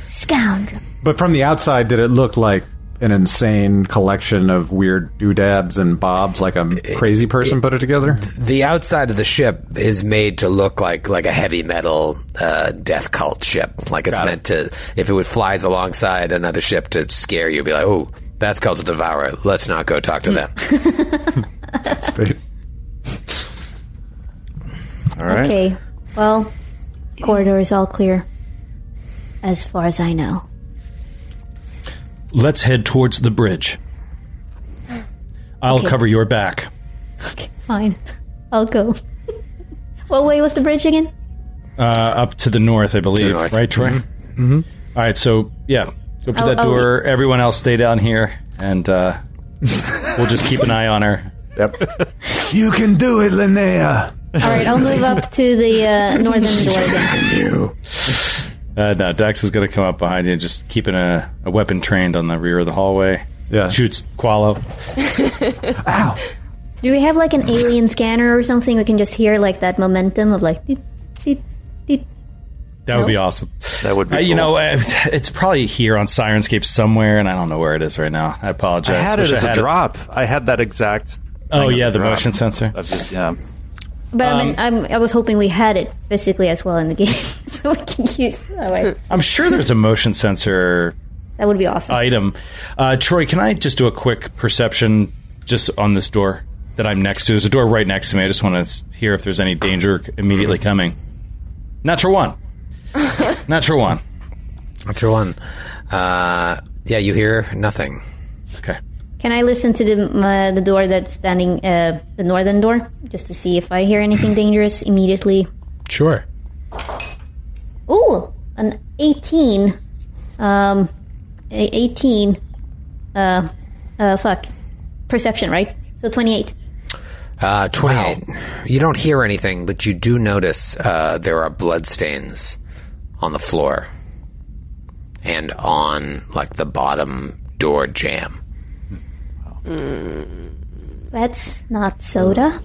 [SPEAKER 4] scoundrel.
[SPEAKER 8] But from the outside, did it look like an insane collection of weird doodabs and bobs, like a crazy person put it together?
[SPEAKER 6] the outside of the ship is made to look like like a heavy metal uh, death cult ship like it's
[SPEAKER 8] Got it.
[SPEAKER 6] meant to if it would flies alongside another ship to scare you be like oh that's called the devourer let's not go talk to them
[SPEAKER 8] all
[SPEAKER 4] Okay. Well, corridor is all clear, as far as I know.
[SPEAKER 7] Let's head towards the bridge. I'll
[SPEAKER 4] Okay.
[SPEAKER 7] cover your back.
[SPEAKER 4] Fine, I'll go. what way was the bridge again?
[SPEAKER 7] Uh, up to the north, I believe.
[SPEAKER 6] north.
[SPEAKER 7] Right, Troy?
[SPEAKER 6] Mhm.
[SPEAKER 7] Mm-hmm. right, so, yeah. Go to
[SPEAKER 4] I'll-
[SPEAKER 7] that
[SPEAKER 4] I'll
[SPEAKER 7] door. Everyone else stay down here, and uh, we'll just keep an eye on her.
[SPEAKER 2] Yep.
[SPEAKER 12] You can do it, Linnea.
[SPEAKER 4] All right, I'll move up to the uh, northern door again.
[SPEAKER 7] Uh, no, Dax is going to come up behind you, just keeping a, a weapon trained on the rear of the hallway. Yeah. Shoots Qualo.
[SPEAKER 4] Do we have like an alien scanner or something? We can just hear like that momentum of like. Deep, deep, deep.
[SPEAKER 7] That would be awesome. That would
[SPEAKER 9] be
[SPEAKER 7] You know, uh, it's probably here on Sirenscape somewhere, and I don't know where it is right now. I apologize.
[SPEAKER 9] I had
[SPEAKER 7] Wish
[SPEAKER 9] it as
[SPEAKER 7] I
[SPEAKER 9] a drop. I had that exact.
[SPEAKER 7] Oh,
[SPEAKER 9] thing as
[SPEAKER 7] yeah,
[SPEAKER 9] a
[SPEAKER 7] the
[SPEAKER 9] drop.
[SPEAKER 7] motion sensor.
[SPEAKER 9] I've just, yeah.
[SPEAKER 4] But I mean, I'm, I was hoping we had it physically as well in the game, so we can use. All right,
[SPEAKER 7] I'm sure there's a motion sensor
[SPEAKER 4] that would be awesome.
[SPEAKER 7] item. Uh, Troy, can I just do a quick perception just on this door that I'm next to? There's a door right next to me. I just want to hear if there's any danger immediately coming. Natural one. Natural one.
[SPEAKER 6] Natural one. Uh, yeah you hear nothing
[SPEAKER 7] okay
[SPEAKER 4] Can I listen to the uh, the door that's standing, uh, the northern door, just to see if I hear anything dangerous immediately?
[SPEAKER 6] sure
[SPEAKER 4] Ooh, an eighteen, um, a- eighteen, uh, uh, fuck, perception, right? So twenty-eight.
[SPEAKER 6] Uh, 28. You don't hear anything, but you do notice uh, there are bloodstains on the floor and on like the bottom door jam. Mm.
[SPEAKER 4] That's not soda.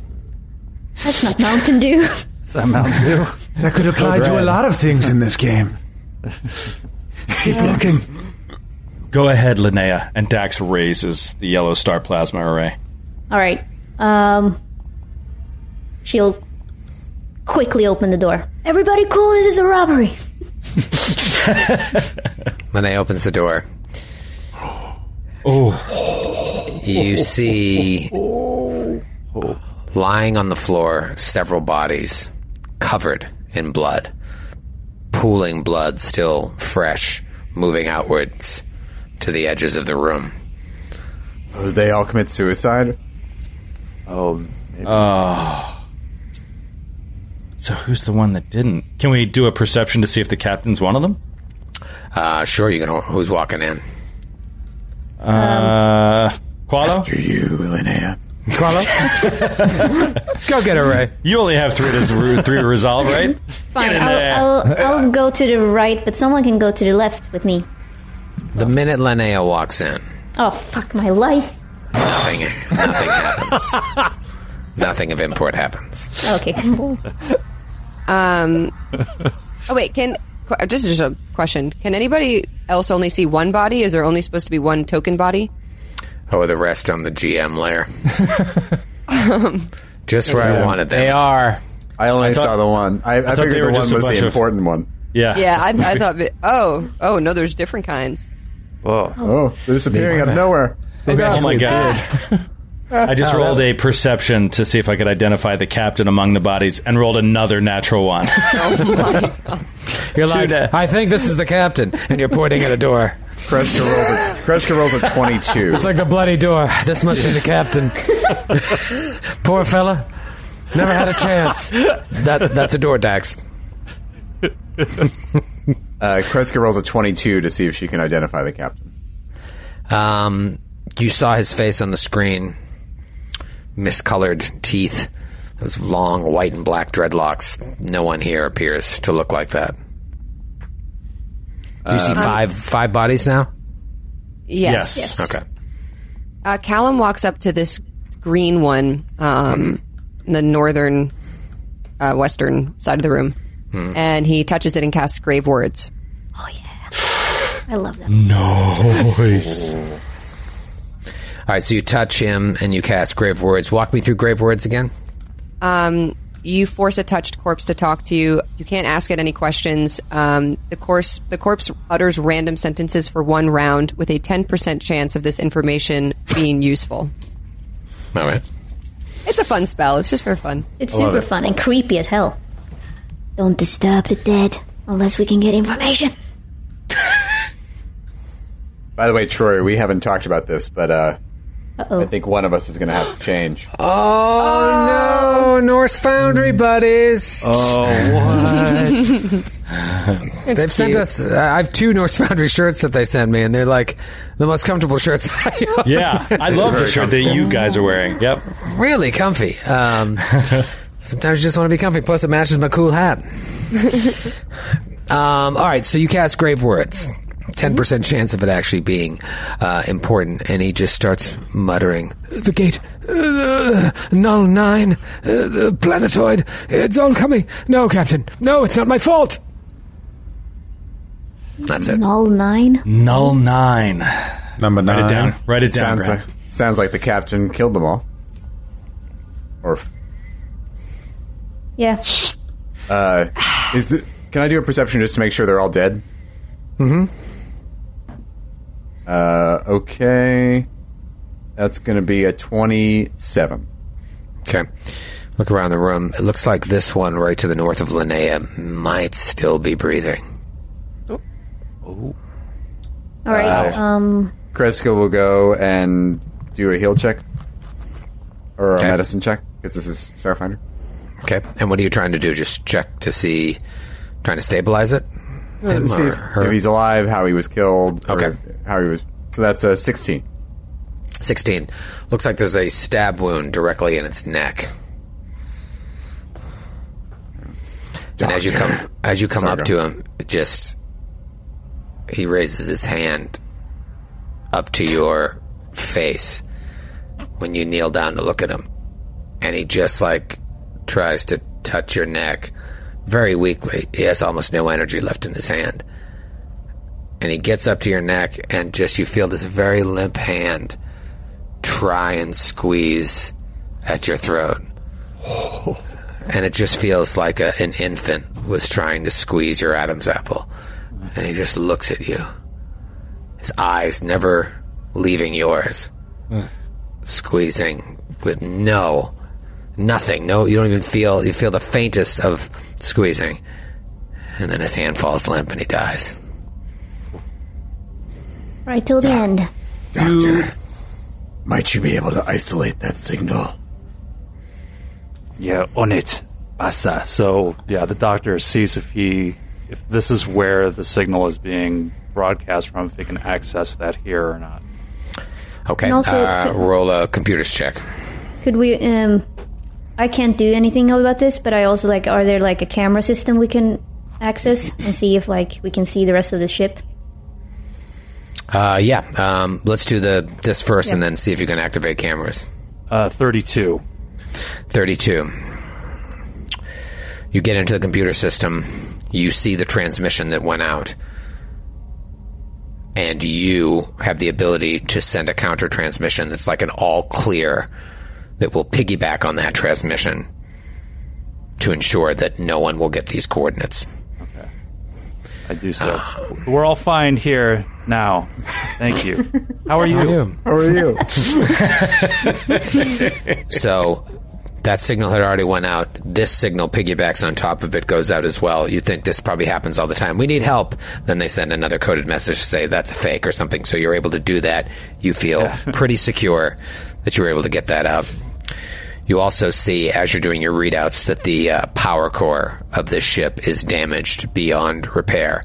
[SPEAKER 4] That's not Mountain Dew.
[SPEAKER 12] That could apply
[SPEAKER 4] Code
[SPEAKER 12] to a
[SPEAKER 4] red.
[SPEAKER 12] lot of things in this game. Keep looking.
[SPEAKER 7] Go ahead, Linnea. And Dax raises the yellow star plasma array.
[SPEAKER 4] All right. Um, she'll quickly open the door. Everybody, cool! This is a robbery.
[SPEAKER 6] Monet opens the door. Oh. You see lying on the floor several bodies covered in blood, pooling blood still fresh, moving outwards to the edges of the room.
[SPEAKER 2] Did Oh, they all commit suicide?
[SPEAKER 9] Oh,
[SPEAKER 6] Uh,
[SPEAKER 7] Oh. So who's the one that didn't? Can we do a perception to see if the captain's one of them?
[SPEAKER 6] Uh, sure, you can. Who's walking in?
[SPEAKER 7] Uh, Qualo? After
[SPEAKER 2] you, Linnea.
[SPEAKER 7] Qualo?
[SPEAKER 6] Go get her, Ray.
[SPEAKER 7] You only have three, to, three to resolve, right?
[SPEAKER 4] Fine,
[SPEAKER 7] Get in there.
[SPEAKER 4] I'll, I'll, I'll go to the right, but someone can go to the left with me.
[SPEAKER 6] The minute Linnea walks in,
[SPEAKER 4] Oh, fuck my life.
[SPEAKER 6] nothing, nothing happens. nothing of import happens.
[SPEAKER 4] Okay.
[SPEAKER 10] um. Oh wait, can qu- just just a question? Can anybody else only see one body? Is there only supposed to be one token body?
[SPEAKER 6] Oh, the rest on the GM layer. Just where I
[SPEAKER 2] Yeah.
[SPEAKER 6] wanted them.
[SPEAKER 2] They
[SPEAKER 11] are.
[SPEAKER 2] I only
[SPEAKER 6] I thought-
[SPEAKER 2] saw the one. I,
[SPEAKER 6] I
[SPEAKER 2] I,
[SPEAKER 6] thought they
[SPEAKER 2] figured
[SPEAKER 6] were
[SPEAKER 2] the one was
[SPEAKER 6] just a bunch
[SPEAKER 2] the
[SPEAKER 6] of-
[SPEAKER 2] important one.
[SPEAKER 7] Yeah.
[SPEAKER 10] Yeah, I, I thought. that- Oh, oh no, there's different kinds.
[SPEAKER 9] Whoa.
[SPEAKER 2] Oh, they're disappearing out of nowhere.
[SPEAKER 7] They
[SPEAKER 2] God.
[SPEAKER 7] magically Oh my God. I just rolled a perception to see if I could identify the captain among the bodies and rolled another natural one.
[SPEAKER 6] Oh You're like, I think this is the captain, and you're pointing at a door.
[SPEAKER 2] Kreska rolls a, Kreska rolls a 22.
[SPEAKER 6] It's like the bloody door. This must be the captain. Poor fella. Never had a chance. That that's a door, Dax.
[SPEAKER 2] Uh, Kreska rolls a 22 to see if she can identify the captain.
[SPEAKER 6] Um, you saw his face on the screen. Miscolored teeth, those long white and black dreadlocks. No one here appears to look like that. Do you see
[SPEAKER 10] Um,
[SPEAKER 6] five five bodies now?
[SPEAKER 10] Yes.
[SPEAKER 6] Okay.
[SPEAKER 10] Uh, Callum walks up to this green one, um, in the northern, uh, western side of the room,
[SPEAKER 6] Hmm.
[SPEAKER 10] and he touches it and casts grave words. Oh,
[SPEAKER 4] I love that.
[SPEAKER 6] Nice. All right, so you touch him and you cast grave words. Walk me through grave words again.
[SPEAKER 10] Um, you force a touched corpse to talk to you. You can't ask it any questions. Um, the corpse the corpse utters random sentences for one round with a ten percent chance of this information being useful.
[SPEAKER 6] All right.
[SPEAKER 10] It's a fun spell. It's just for fun.
[SPEAKER 4] It's super fun and creepy as hell. Don't disturb the dead unless we can get information.
[SPEAKER 2] By the way, Troy, we haven't talked about this, but uh, I think one of us is going to have to change.
[SPEAKER 6] Oh, no, Norse Foundry buddies.
[SPEAKER 2] Oh, what?
[SPEAKER 6] They've sent us. I have two Norse Foundry shirts that they sent me, and they're like the most comfortable shirts. I own.
[SPEAKER 7] yeah, I love the shirt that you guys are wearing. Yep.
[SPEAKER 6] Really comfy. Um, sometimes you just want to be comfy. Plus, it matches my cool hat. Um, all right, so you cast grave words.
[SPEAKER 7] Mm-hmm.
[SPEAKER 6] Ten percent chance of it actually being uh, important, and he just starts muttering, "The gate, uh, null nine, uh, the planetoid. It's all coming. No, Captain. No, it's not my fault." That's it.
[SPEAKER 4] Null nine.
[SPEAKER 7] Null nine.
[SPEAKER 2] Number
[SPEAKER 7] Write it nine. down. Write it down,
[SPEAKER 2] Sounds
[SPEAKER 7] Graham.
[SPEAKER 2] like, sounds like the captain killed them all. Or
[SPEAKER 4] Yeah.
[SPEAKER 2] uh, is th- can I do a perception just to make sure they're all dead?
[SPEAKER 6] Mm-hmm.
[SPEAKER 2] Uh, okay, that's going to be a twenty-seven.
[SPEAKER 6] Okay. Look around the room. It looks like this one right to the north of Linnea might still be breathing.
[SPEAKER 4] All right.
[SPEAKER 2] Uh,
[SPEAKER 4] um.
[SPEAKER 2] Kreska will go and do a heal check or a medicine check because this is Starfinder.
[SPEAKER 6] Okay. And what are you trying to do? Just check to see, trying to stabilize it? Him
[SPEAKER 2] Uh, see
[SPEAKER 6] or
[SPEAKER 2] if,
[SPEAKER 6] her?
[SPEAKER 2] if he's alive, how he was killed,
[SPEAKER 6] Okay.
[SPEAKER 2] or how he was. So that's a sixteen.
[SPEAKER 6] 16. Looks like there's a stab wound directly in its neck. And as you come as you come up to him, it just he raises his hand up to your face when you kneel down to look at him. And he just like tries to touch your neck very weakly. He has almost no energy left in his hand and he gets up to your neck and just you feel this very limp hand try and squeeze at your throat and it just feels like a, an infant was trying to squeeze your adam's apple And he just looks at you. His eyes never leaving yours.
[SPEAKER 3] Mm.
[SPEAKER 6] Squeezing with no nothing. No you don't even feel you feel the faintest of squeezing. And then his hand falls limp and he dies.
[SPEAKER 4] Right till the end.
[SPEAKER 14] Doctor, might you be able to isolate that signal?
[SPEAKER 9] Yeah, on it, Basa. So yeah, the doctor sees if he if this is where the signal is being broadcast from, if he can access that here or not.
[SPEAKER 6] Okay.
[SPEAKER 4] And also-
[SPEAKER 6] uh, roll a computers check.
[SPEAKER 4] Could we? Um, I can't do anything about this, but I also like. Are there like a camera system we can access and see if like we can see the rest of the ship?
[SPEAKER 6] Uh, yeah. Um, let's do the this first, and
[SPEAKER 4] Yeah.
[SPEAKER 6] then see if you can activate cameras. Uh, thirty-two. Thirty-two. You get into the computer system. You see the transmission that went out, and you have the ability to send a counter transmission that's like an all clear that will piggyback on that transmission to ensure that no one will get these coordinates. Um,
[SPEAKER 9] I do so. We're all fine here now. Thank you. How are you?
[SPEAKER 11] How are you?
[SPEAKER 6] so that signal had already went out. This signal piggybacks on top of it, goes out as well. You think this probably happens all the time. We need help. Then they send another coded message to say that's a fake or something. So you're able to do that. You feel pretty secure that you were able to get that out. You also see, as you're doing your readouts, that the uh, power core of this ship is damaged beyond repair,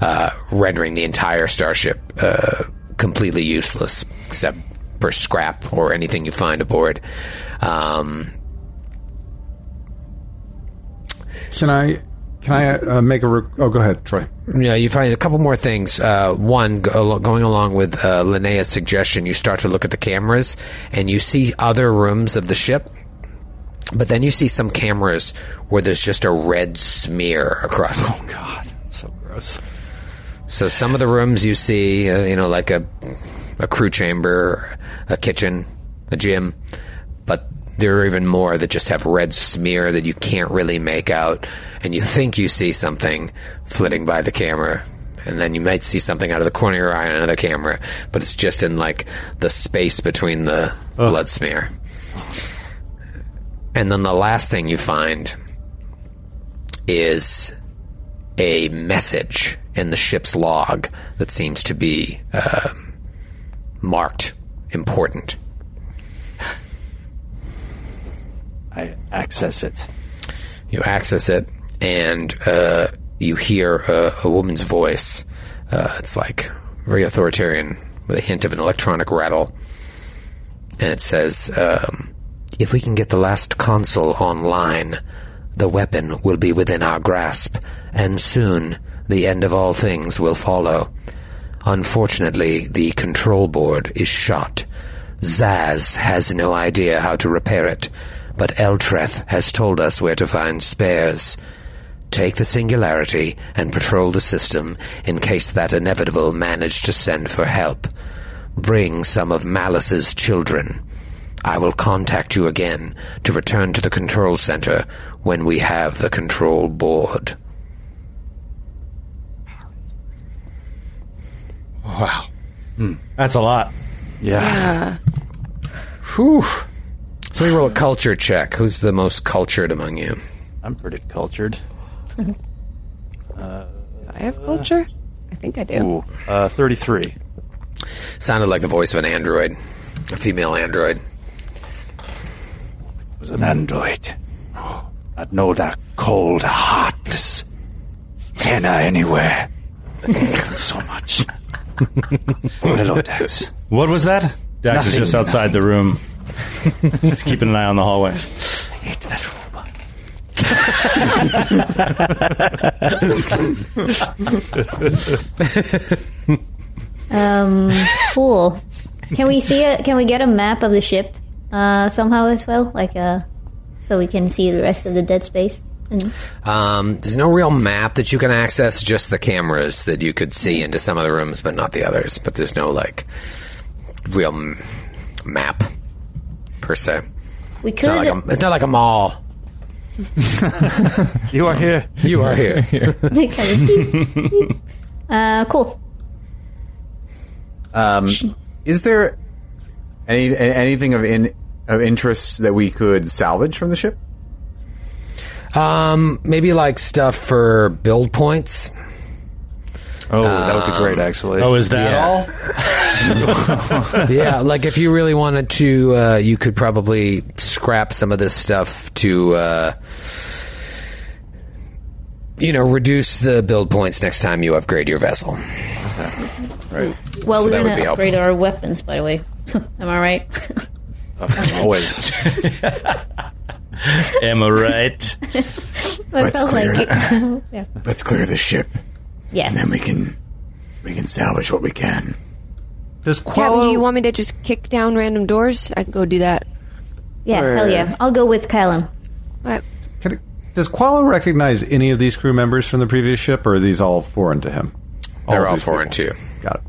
[SPEAKER 6] uh, rendering the entire starship uh, completely useless, except for scrap or anything you find aboard. Um,
[SPEAKER 8] Can I? Can I uh, make a? Re- oh, go ahead, Troy.
[SPEAKER 6] Yeah, you find a couple more things. Uh, one, go, al- going along with uh, Linnea's suggestion, you start to look at the cameras and you see other rooms of the ship, but then you see some cameras where there's just a red smear across. Oh God, so gross. So some of the rooms you see, uh, you know, like a a crew chamber, a kitchen, a gym, but there are even more that just have red smear that you can't really make out, and you think you see something flitting by the camera, and then you might see something out of the corner of your eye on another camera, but it's just in like the space between the blood smear. And then the last thing you find is a message in the ship's log that seems to be uh, marked important. I access it. You access it, and uh, you hear uh, a woman's voice. Uh, it's like very authoritarian, with a hint of an electronic rattle. And it says, um, If we can get the last console online, the weapon will be within our grasp, and soon the end of all things will follow. Unfortunately, the control board is shot. Zaz has no idea how to repair it, but Eltreth has told us where to find spares. Take the singularity and patrol the system in case that inevitable managed to send for help. Bring some of Malice's children. I will contact you again to return to the control center when we have the control board.
[SPEAKER 7] Wow.
[SPEAKER 6] Hmm.
[SPEAKER 7] That's a lot.
[SPEAKER 10] Yeah.
[SPEAKER 6] Whew. So we roll a culture check. Who's the most cultured among you? I'm pretty cultured.
[SPEAKER 9] Uh,
[SPEAKER 10] I have culture. I think I do.
[SPEAKER 6] Ooh, uh, 33. Sounded like the voice of an android, a female android.
[SPEAKER 9] It was an android. I'd know that cold heartless Kenna anywhere. so much. Hello, Dax.
[SPEAKER 7] What was that? Dax is
[SPEAKER 9] Nothing,
[SPEAKER 7] just outside the room. He's keeping an eye on the hallway.
[SPEAKER 4] Um, cool. Can we see it? Can we get a map of the ship uh, somehow as well? Like uh so we can see the rest of the dead space. And
[SPEAKER 6] Um, there's no real map that you can access, just the cameras that you could see into some of the rooms, but not the others. But there's no, like, real m- map, per se.
[SPEAKER 4] we
[SPEAKER 6] It's not,
[SPEAKER 4] could.
[SPEAKER 6] like a, it's not like a mall. you are here. You are here.
[SPEAKER 4] Kind of- Uh, cool.
[SPEAKER 2] Um, is there any anything of in of interest that we could salvage from the ship?
[SPEAKER 6] Um, maybe like stuff for build points. Um,
[SPEAKER 9] Oh, that would be great, actually. Oh, is that
[SPEAKER 6] all? yeah, like if you really wanted to, uh, you could probably scrap some of this stuff to, uh, you know, reduce the build points next time you upgrade your vessel. Right.
[SPEAKER 4] Well,
[SPEAKER 6] So
[SPEAKER 4] we're
[SPEAKER 6] that would
[SPEAKER 4] gonna
[SPEAKER 6] be helpful.
[SPEAKER 4] upgrade our weapons, by the way. Am I right?
[SPEAKER 9] Always.
[SPEAKER 7] Am I right?
[SPEAKER 4] That sounds like it. yeah.
[SPEAKER 14] Let's clear the ship.
[SPEAKER 4] Yeah.
[SPEAKER 14] And then we can we can salvage what we can.
[SPEAKER 8] Does
[SPEAKER 10] Captain, do you want me to just kick down random doors? I can go do that.
[SPEAKER 4] Yeah, hell yeah. I'll go with Kylan.
[SPEAKER 8] Does Qualo recognize any of these crew members from the previous ship, or are these all foreign to him?
[SPEAKER 6] They're all
[SPEAKER 8] these
[SPEAKER 6] foreign
[SPEAKER 8] people. Got it.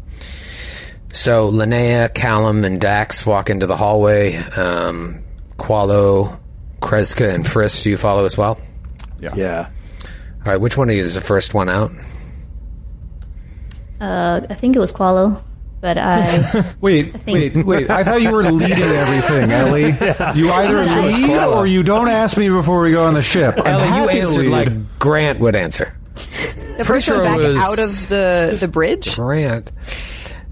[SPEAKER 6] So Linnea, Callum, and Dax walk into the hallway. Um, Qualo, Kreska, and Frisk, do you follow as well?
[SPEAKER 2] Yeah.
[SPEAKER 9] Yeah.
[SPEAKER 6] All right, which one of you is the first one out?
[SPEAKER 4] Uh, I think it was Qualo, but I.
[SPEAKER 8] Wait,
[SPEAKER 4] think-
[SPEAKER 8] wait, wait. I thought you were leading everything, Ellie. You either
[SPEAKER 4] I was
[SPEAKER 8] lead
[SPEAKER 4] Qualo.
[SPEAKER 8] or you don't ask me before we go on the ship. I'm happy to lead.
[SPEAKER 6] Grant would answer.
[SPEAKER 10] The first
[SPEAKER 6] sure
[SPEAKER 10] one back
[SPEAKER 6] it was-
[SPEAKER 10] out of the, the bridge?
[SPEAKER 6] Grant.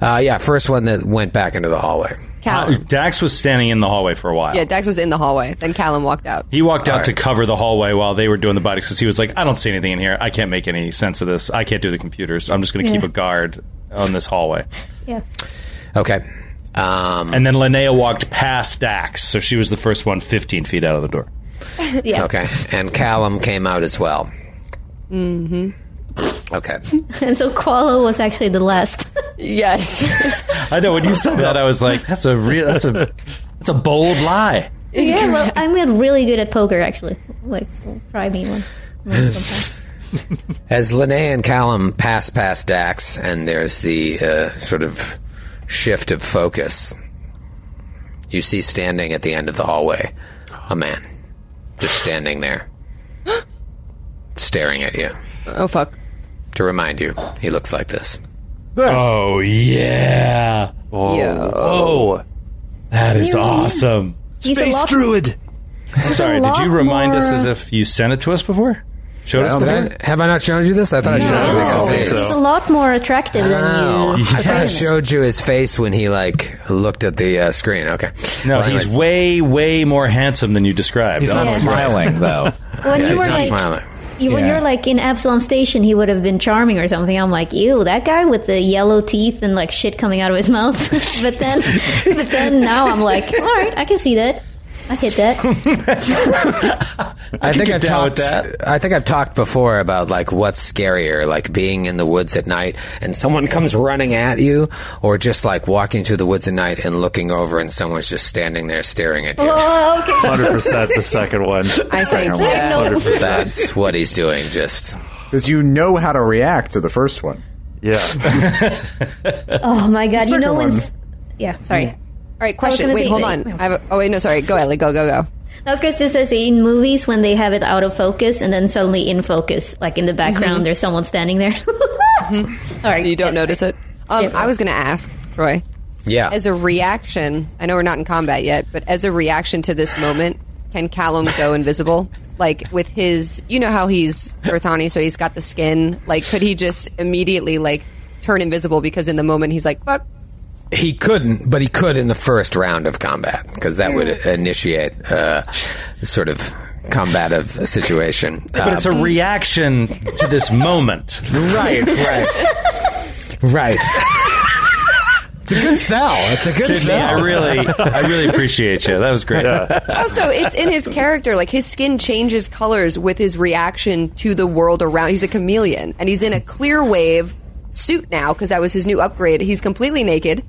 [SPEAKER 6] Uh, yeah, first one that went back into the hallway.
[SPEAKER 10] Callum.
[SPEAKER 7] Dax was standing in the hallway for a while.
[SPEAKER 10] Yeah, Dax was in the hallway. Then Callum walked out.
[SPEAKER 7] He walked out
[SPEAKER 10] All
[SPEAKER 7] to cover the hallway while they were doing the body because he was like, I don't see anything in here. I can't make any sense of this. I can't do the computers. I'm just going to keep
[SPEAKER 4] Yeah.
[SPEAKER 7] a guard on this hallway.
[SPEAKER 4] yeah.
[SPEAKER 6] Okay. Um,
[SPEAKER 7] and then Linnea walked past Dax, so she was the first one 15 feet out of the door.
[SPEAKER 4] yeah.
[SPEAKER 6] Okay, and Callum came out as well.
[SPEAKER 4] hmm
[SPEAKER 6] Okay.
[SPEAKER 4] And so Qualo was actually the last.
[SPEAKER 10] yes.
[SPEAKER 7] I know when you said that, I was like, that's a real, that's a, that's a bold lie.
[SPEAKER 4] yeah, well, I'm get really good at poker, actually. Like, try me one.
[SPEAKER 6] As Linnea and Callum pass past Dax, and there's the uh, sort of shift of focus, you see standing at the end of the hallway a man just standing there, staring at you.
[SPEAKER 10] Oh, fuck.
[SPEAKER 6] To remind you, he looks like this.
[SPEAKER 7] Oh, yeah. Oh,
[SPEAKER 6] Yo.
[SPEAKER 7] whoa. Oh, that is
[SPEAKER 6] Yo.
[SPEAKER 7] awesome.
[SPEAKER 6] He's a Space lot- druid.
[SPEAKER 7] I'm sorry,
[SPEAKER 6] a
[SPEAKER 7] did
[SPEAKER 6] lot
[SPEAKER 7] you remind us
[SPEAKER 6] more-
[SPEAKER 7] as if you sent it to us before? Showed us
[SPEAKER 6] Have
[SPEAKER 7] before?
[SPEAKER 6] I, have I not shown you this? I thought I showed you his face.
[SPEAKER 4] He's a lot more attractive
[SPEAKER 6] Oh,
[SPEAKER 4] than you.
[SPEAKER 6] I thought I showed you his face when he like looked at the uh, screen. Okay.
[SPEAKER 7] No,
[SPEAKER 6] Well,
[SPEAKER 7] he's
[SPEAKER 6] anyways.
[SPEAKER 7] way, way more handsome than you described.
[SPEAKER 6] He's not Yeah. smiling,
[SPEAKER 7] though.
[SPEAKER 4] When you
[SPEAKER 6] he's
[SPEAKER 4] were
[SPEAKER 6] not
[SPEAKER 4] like-
[SPEAKER 6] smiling.
[SPEAKER 4] You, When
[SPEAKER 7] Yeah.
[SPEAKER 4] you're like in Absalom Station, he would have been charming or something. I'm like, ew, that guy with the yellow teeth and like shit coming out of his mouth. but then, but then now I'm like, all right, I can see that. I hit that.
[SPEAKER 6] I, think I've
[SPEAKER 7] down
[SPEAKER 6] talked. I think I've talked before about like what's scarier, like being in the woods at night and someone comes running at you, or just like walking through the woods at night and looking over and someone's just standing there staring at you.
[SPEAKER 10] Oh, okay.
[SPEAKER 6] Hundred percent, the second one.
[SPEAKER 10] I say,
[SPEAKER 6] Second
[SPEAKER 10] yeah.
[SPEAKER 6] one.
[SPEAKER 10] No.
[SPEAKER 6] 100%. That's what he's doing. Just
[SPEAKER 2] Because you know how to react to the first one.
[SPEAKER 9] Yeah.
[SPEAKER 4] oh my god, you know when?
[SPEAKER 2] one.
[SPEAKER 4] Yeah, sorry.
[SPEAKER 10] All right, question.
[SPEAKER 4] gonna
[SPEAKER 10] Wait,
[SPEAKER 4] say-
[SPEAKER 10] hold on. I have a, oh, wait, no, sorry. Go, Ellie. Go, go, go.
[SPEAKER 4] That was because just as in movies when they have it out of focus and then suddenly in focus, like in the background,
[SPEAKER 10] Mhm.
[SPEAKER 4] there's someone standing there. All right,
[SPEAKER 10] Mm-hmm. you don't notice it. Um, I was going to ask Troy.
[SPEAKER 6] Yeah.
[SPEAKER 10] As a reaction, I know we're not in combat yet, but as a reaction to this moment, can Callum go invisible? Like with his, you know how he's Earthani, so he's got the skin. Like, could he just immediately like turn invisible because in the moment he's like, "Fuck."
[SPEAKER 6] he couldn't, but he could in the first round of combat because that would initiate uh, sort of combative situation.
[SPEAKER 7] But it's a
[SPEAKER 6] Um,
[SPEAKER 7] reaction to this moment.
[SPEAKER 6] Right, right. right. It's a good sell. It's a good
[SPEAKER 7] Sydney,
[SPEAKER 6] sell.
[SPEAKER 7] I really, I really appreciate you. That was great.
[SPEAKER 10] Also, it's in his character. Like his skin changes colors with his reaction to the world around. He's a chameleon, and he's in a clear wave suit now because that was his new upgrade. He's completely naked,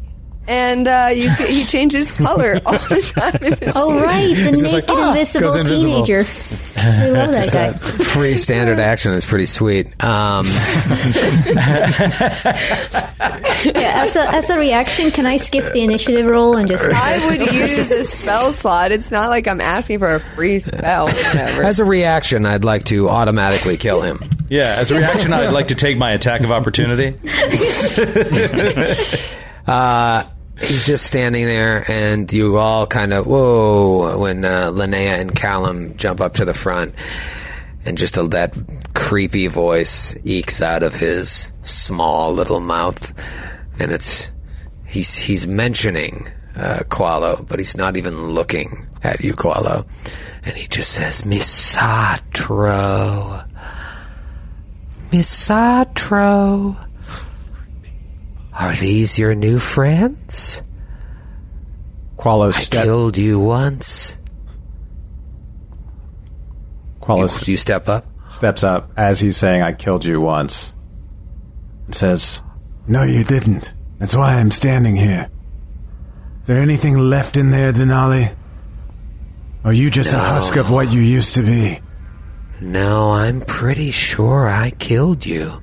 [SPEAKER 10] and uh, you, he changes color all the time. In his
[SPEAKER 4] Oh
[SPEAKER 10] suit.
[SPEAKER 4] right, the
[SPEAKER 6] It's
[SPEAKER 4] naked
[SPEAKER 6] just like, "Ah,"
[SPEAKER 4] invisible,
[SPEAKER 6] goes invisible.
[SPEAKER 4] teenager. I love that
[SPEAKER 6] Just
[SPEAKER 4] guy.
[SPEAKER 6] that free standard action is pretty sweet. Um,
[SPEAKER 4] Yeah, as a as a reaction, can I skip the initiative roll and just?
[SPEAKER 10] I would use a spell slot. It's not like I'm asking for a free spell. Whatever.
[SPEAKER 6] as a reaction, I'd like to automatically kill him.
[SPEAKER 7] Yeah, as a reaction, I'd like to take my attack of opportunity.
[SPEAKER 6] Uh, he's just standing there, and you all kind of whoa when uh, Linnea and Callum jump up to the front, and just a, that creepy voice ekes out of his small little mouth, and it's he's he's mentioning uh, Qualo, but he's not even looking at you, Qualo, and he just says Misatro. Misatro. Are these your new friends?
[SPEAKER 8] Qualo
[SPEAKER 6] I killed you once.
[SPEAKER 8] Qualis
[SPEAKER 6] you, step up?
[SPEAKER 8] Steps up as he's saying, I killed you once. And says,
[SPEAKER 12] No, you didn't. That's why I'm standing here. Is there anything left in there, Denali? Or are you just a
[SPEAKER 6] No.
[SPEAKER 12] husk of what you used to be?
[SPEAKER 6] No, I'm pretty sure I killed you.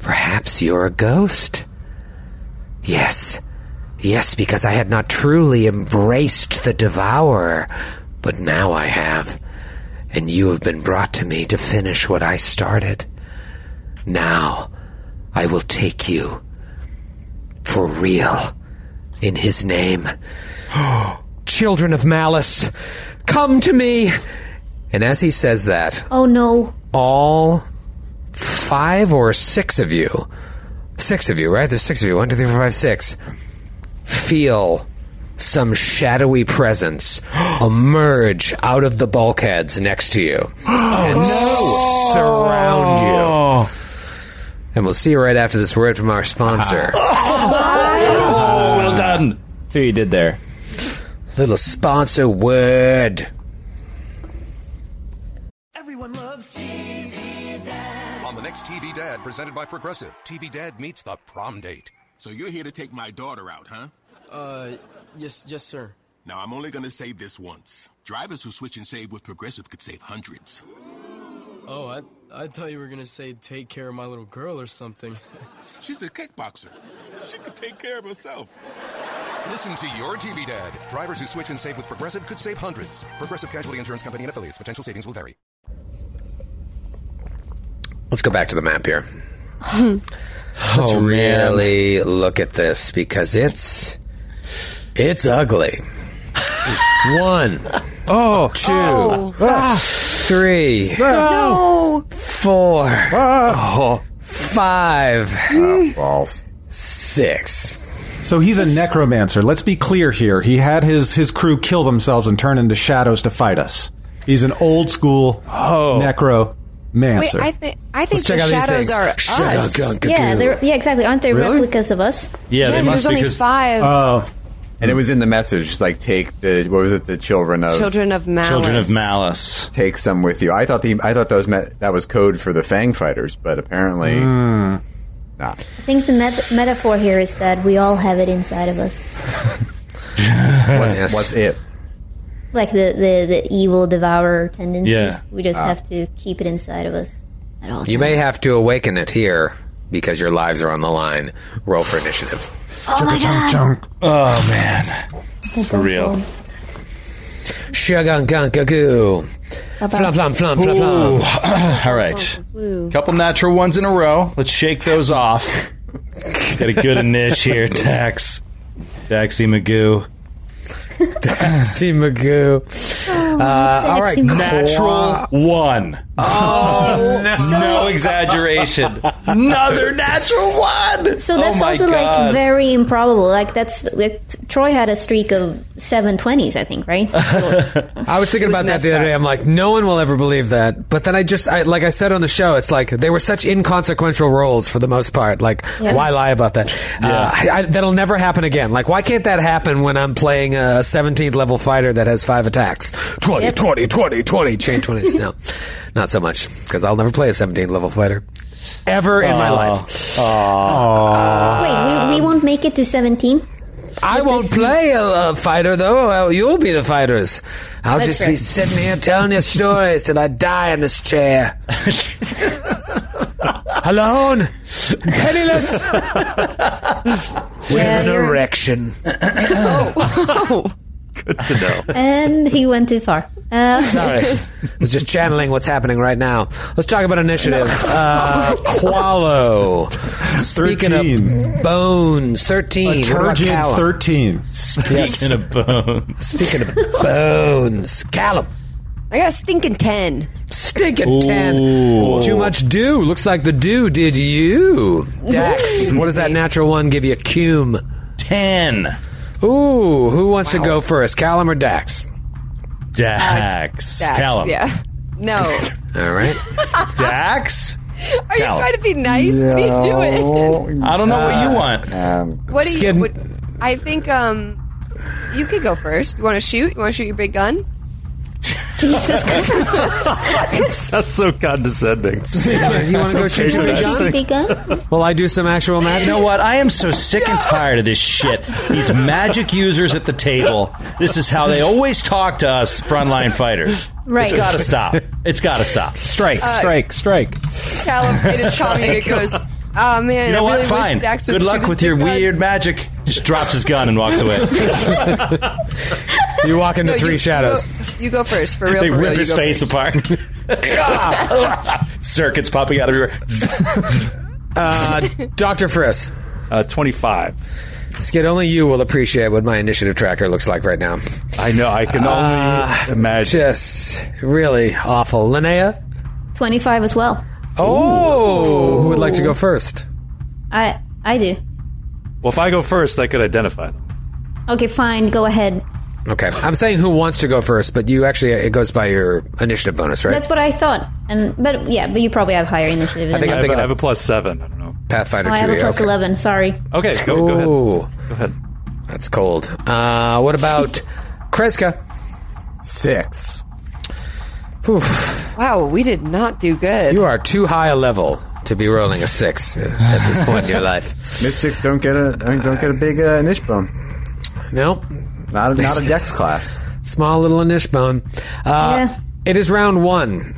[SPEAKER 6] Perhaps you're a ghost? Yes. Yes, because I had not truly embraced the devourer, but now I have. And you have been brought to me to finish what I started. Now, I will take you. For real. In his name. Children of malice, come to me! And as he says that,
[SPEAKER 4] Oh no.
[SPEAKER 6] all five or six of you, six of you, right? There's six of you. One, two, three, four, five, six. Feel some shadowy presence emerge out of the bulkheads next to you and surround you. And we'll see you right after this word from our sponsor.
[SPEAKER 16] Oh, well done.
[SPEAKER 6] Ah. Uh, See what you did there. Little sponsor word.
[SPEAKER 3] On the next TV Dad, presented by Progressive, TV Dad meets the prom date.
[SPEAKER 17] So you're here to take my daughter out, huh?
[SPEAKER 18] Uh, yes, yes, sir.
[SPEAKER 17] Now I'm only gonna say this once. Drivers who switch and save with Progressive could save hundreds.
[SPEAKER 18] Oh, I I thought you were gonna say take care of my little girl or something.
[SPEAKER 17] She's a kickboxer. She could take care of herself.
[SPEAKER 3] Listen to your TV Dad. Drivers who switch and save with Progressive could save hundreds. Progressive Casualty Insurance Company and affiliates. Potential savings will vary.
[SPEAKER 6] Let's go back to the map here. Let's really look at this because it's it's ugly. One, oh, two,
[SPEAKER 10] Oh.
[SPEAKER 6] ah, three,
[SPEAKER 10] No.
[SPEAKER 6] four, oh, Ah, five,
[SPEAKER 2] balls.
[SPEAKER 6] six.
[SPEAKER 8] So he's a necromancer. Let's be clear here. He had his, his crew kill themselves and turn into shadows to fight us. He's an old school
[SPEAKER 11] Oh.
[SPEAKER 10] Wait,
[SPEAKER 8] necromancer.
[SPEAKER 10] I think I think
[SPEAKER 8] Let's check
[SPEAKER 10] the
[SPEAKER 8] out
[SPEAKER 10] shadows
[SPEAKER 8] these things.
[SPEAKER 10] are
[SPEAKER 8] Shadow
[SPEAKER 10] us.
[SPEAKER 8] gun.
[SPEAKER 4] Yeah, they're, yeah, exactly. Aren't they
[SPEAKER 2] Really?
[SPEAKER 4] replicas of us?
[SPEAKER 10] Yeah, there's only five
[SPEAKER 8] Uh,
[SPEAKER 2] Oh. And it was in the message, like take the what was it, the children of
[SPEAKER 10] children of malice.
[SPEAKER 2] malice. Take some with you. I thought the I thought those met, that was code for the Fang fighters, but apparently
[SPEAKER 11] Hmm.
[SPEAKER 2] not.
[SPEAKER 4] I think the met- metaphor here is that we all have it inside of us.
[SPEAKER 2] What's,
[SPEAKER 4] Yes.
[SPEAKER 2] what's it?
[SPEAKER 4] Like the, the, the evil devourer tendencies.
[SPEAKER 6] Yeah.
[SPEAKER 4] We just
[SPEAKER 6] Ah.
[SPEAKER 4] have to keep it inside of us.
[SPEAKER 6] You may have to awaken it here because your lives are on the line. Roll for initiative.
[SPEAKER 4] Oh my god.
[SPEAKER 6] Oh man,
[SPEAKER 4] It's
[SPEAKER 6] for real. Shagun gun gagoo. Flum flum flum flum flum.
[SPEAKER 7] All right. Couple natural ones in a row. Let's shake those off. Got a good initiative here, Tax. Taxi Magoo.
[SPEAKER 6] Taxi Magoo.
[SPEAKER 4] Oh,
[SPEAKER 7] Uh, all right.
[SPEAKER 6] Taxi Magoo.
[SPEAKER 7] Natural one.
[SPEAKER 6] Oh,
[SPEAKER 7] No exaggeration.
[SPEAKER 6] Another natural one.
[SPEAKER 4] So that's
[SPEAKER 7] Oh my
[SPEAKER 4] also like
[SPEAKER 7] God.
[SPEAKER 4] very improbable. Like that's like Troy had a streak of seven twenties, I think, right?
[SPEAKER 14] I was thinking about that the other day. I'm like, no one will ever believe that. But then I just, I, like I said on the show, it's like they were such inconsequential roles for the most part. Like,
[SPEAKER 6] Yeah.
[SPEAKER 14] why lie about that? Uh, I, I, that'll never happen again. Like, why can't that happen when I'm playing a 17th level fighter that has five attacks? 20, 20, 20, 20, chain 20s. No, not so much because I'll never play a 17th level fighter ever in my
[SPEAKER 6] Aw.
[SPEAKER 14] life.
[SPEAKER 4] Wait, we, we won't make it to seventeen.
[SPEAKER 14] I won't play a, a fighter though. Well, you'll be the fighters. I'll
[SPEAKER 4] That's
[SPEAKER 14] just
[SPEAKER 4] fair.
[SPEAKER 14] be sitting here telling you stories till I die in this chair. Alone, penniless, with an erection.
[SPEAKER 9] Good to know.
[SPEAKER 4] and he went too far. Uh,
[SPEAKER 6] Sorry. I was just channeling what's happening right now. Let's talk about initiative. Uh, Qualo. Speaking of bones, 13. What about
[SPEAKER 8] Turgid
[SPEAKER 6] Callum?
[SPEAKER 8] 13.
[SPEAKER 6] Speaking Yes.
[SPEAKER 7] of bones.
[SPEAKER 6] Speaking of bones, Callum.
[SPEAKER 10] I got a stinking Uh, 10.
[SPEAKER 6] Stinking 10. Too much dew. Looks like the dew did you. Dax, what does that natural one give you? Cume.
[SPEAKER 7] 10.
[SPEAKER 6] Ooh, who wants to go first, Callum or Dax?
[SPEAKER 7] Dax.
[SPEAKER 6] Uh,
[SPEAKER 10] Dax, Yeah. No.
[SPEAKER 6] All right.
[SPEAKER 7] Dax?
[SPEAKER 10] Are you
[SPEAKER 7] Callum.
[SPEAKER 10] trying to be nice? What are you doing?
[SPEAKER 7] I don't know what you want.
[SPEAKER 6] Uh,
[SPEAKER 10] What do you? What, I think um, you could go first. You want to shoot? You want to shoot your big gun? Jesus
[SPEAKER 9] That's so condescending.
[SPEAKER 6] you want to go shoot your big gun? Well, I do some actual magic.
[SPEAKER 7] You know what? I am so sick and tired of this shit. These magic users at the table. This is how they always talk to us frontline fighters.
[SPEAKER 10] Right.
[SPEAKER 7] It's got to stop. It's got to stop. Strike,
[SPEAKER 10] Uh, strike,
[SPEAKER 7] strike.
[SPEAKER 10] Callum, it is Callum, and it goes. Oh man,
[SPEAKER 7] You know
[SPEAKER 10] I really
[SPEAKER 7] what? Fine.
[SPEAKER 10] wish Dax would
[SPEAKER 7] Good
[SPEAKER 10] shoot
[SPEAKER 7] luck
[SPEAKER 10] his
[SPEAKER 7] with your
[SPEAKER 10] big gun.
[SPEAKER 7] weird magic. Just drops his gun and walks away.
[SPEAKER 6] you walk
[SPEAKER 10] No, you- you go- You go, first, for real.
[SPEAKER 7] they
[SPEAKER 10] for
[SPEAKER 7] rip
[SPEAKER 10] real,
[SPEAKER 7] his
[SPEAKER 10] you go
[SPEAKER 7] face apart. Circuits popping out everywhere.
[SPEAKER 6] Uh, Dr. Friss.
[SPEAKER 9] Uh, 25.
[SPEAKER 6] Skid, only you will appreciate what my initiative tracker looks like right now.
[SPEAKER 9] I know. I can
[SPEAKER 6] only imagine. Just really awful. Linnea?
[SPEAKER 4] 25 as well.
[SPEAKER 6] Oh, who would like to go first?
[SPEAKER 4] I I do.
[SPEAKER 9] Well, if I go first, I could identify them.
[SPEAKER 4] Okay, fine. Go ahead.
[SPEAKER 6] Okay. I'm saying who wants to go first, but you actually, it goes by your initiative bonus, right?
[SPEAKER 4] That's what I thought. And but yeah, but you probably have higher initiative. Than
[SPEAKER 6] think
[SPEAKER 9] I
[SPEAKER 6] I'm
[SPEAKER 9] have,
[SPEAKER 6] thinking
[SPEAKER 9] I
[SPEAKER 6] of-
[SPEAKER 9] have a plus seven. I don't know.
[SPEAKER 6] Pathfinder
[SPEAKER 4] Oh, I have
[SPEAKER 6] 2.
[SPEAKER 4] a plus
[SPEAKER 6] okay.
[SPEAKER 4] eleven. Sorry.
[SPEAKER 9] Okay,
[SPEAKER 6] go, ahead. Go ahead. That's cold. Uh, what about Kreska?
[SPEAKER 2] Six.
[SPEAKER 10] first. Wow, we did not do good.
[SPEAKER 6] You are too high a level to be rolling a six uh, at this point in your life.
[SPEAKER 2] Mystics don't get a I mean, don't get a big uh, niche bone.
[SPEAKER 6] No,
[SPEAKER 2] not a, not a dex class.
[SPEAKER 6] Small little niche bone. Uh, It is round one.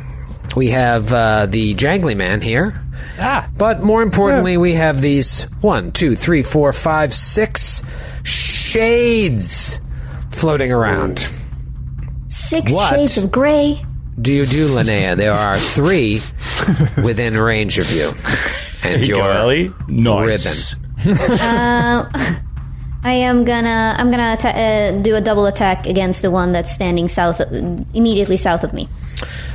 [SPEAKER 6] We have uh, the jangly man here. Ah. But more importantly, we have these one, two, three, four, five, six shades floating around.
[SPEAKER 4] Six
[SPEAKER 6] What?
[SPEAKER 4] shades of gray.
[SPEAKER 6] Do you do, Linnea? There are three within range of you. And
[SPEAKER 7] Hey,
[SPEAKER 6] your
[SPEAKER 7] Carly. Nice.
[SPEAKER 6] ribbon.
[SPEAKER 4] uh, I am gonna I'm gonna atta- uh, do a double attack against the one that's standing south of, immediately south of me.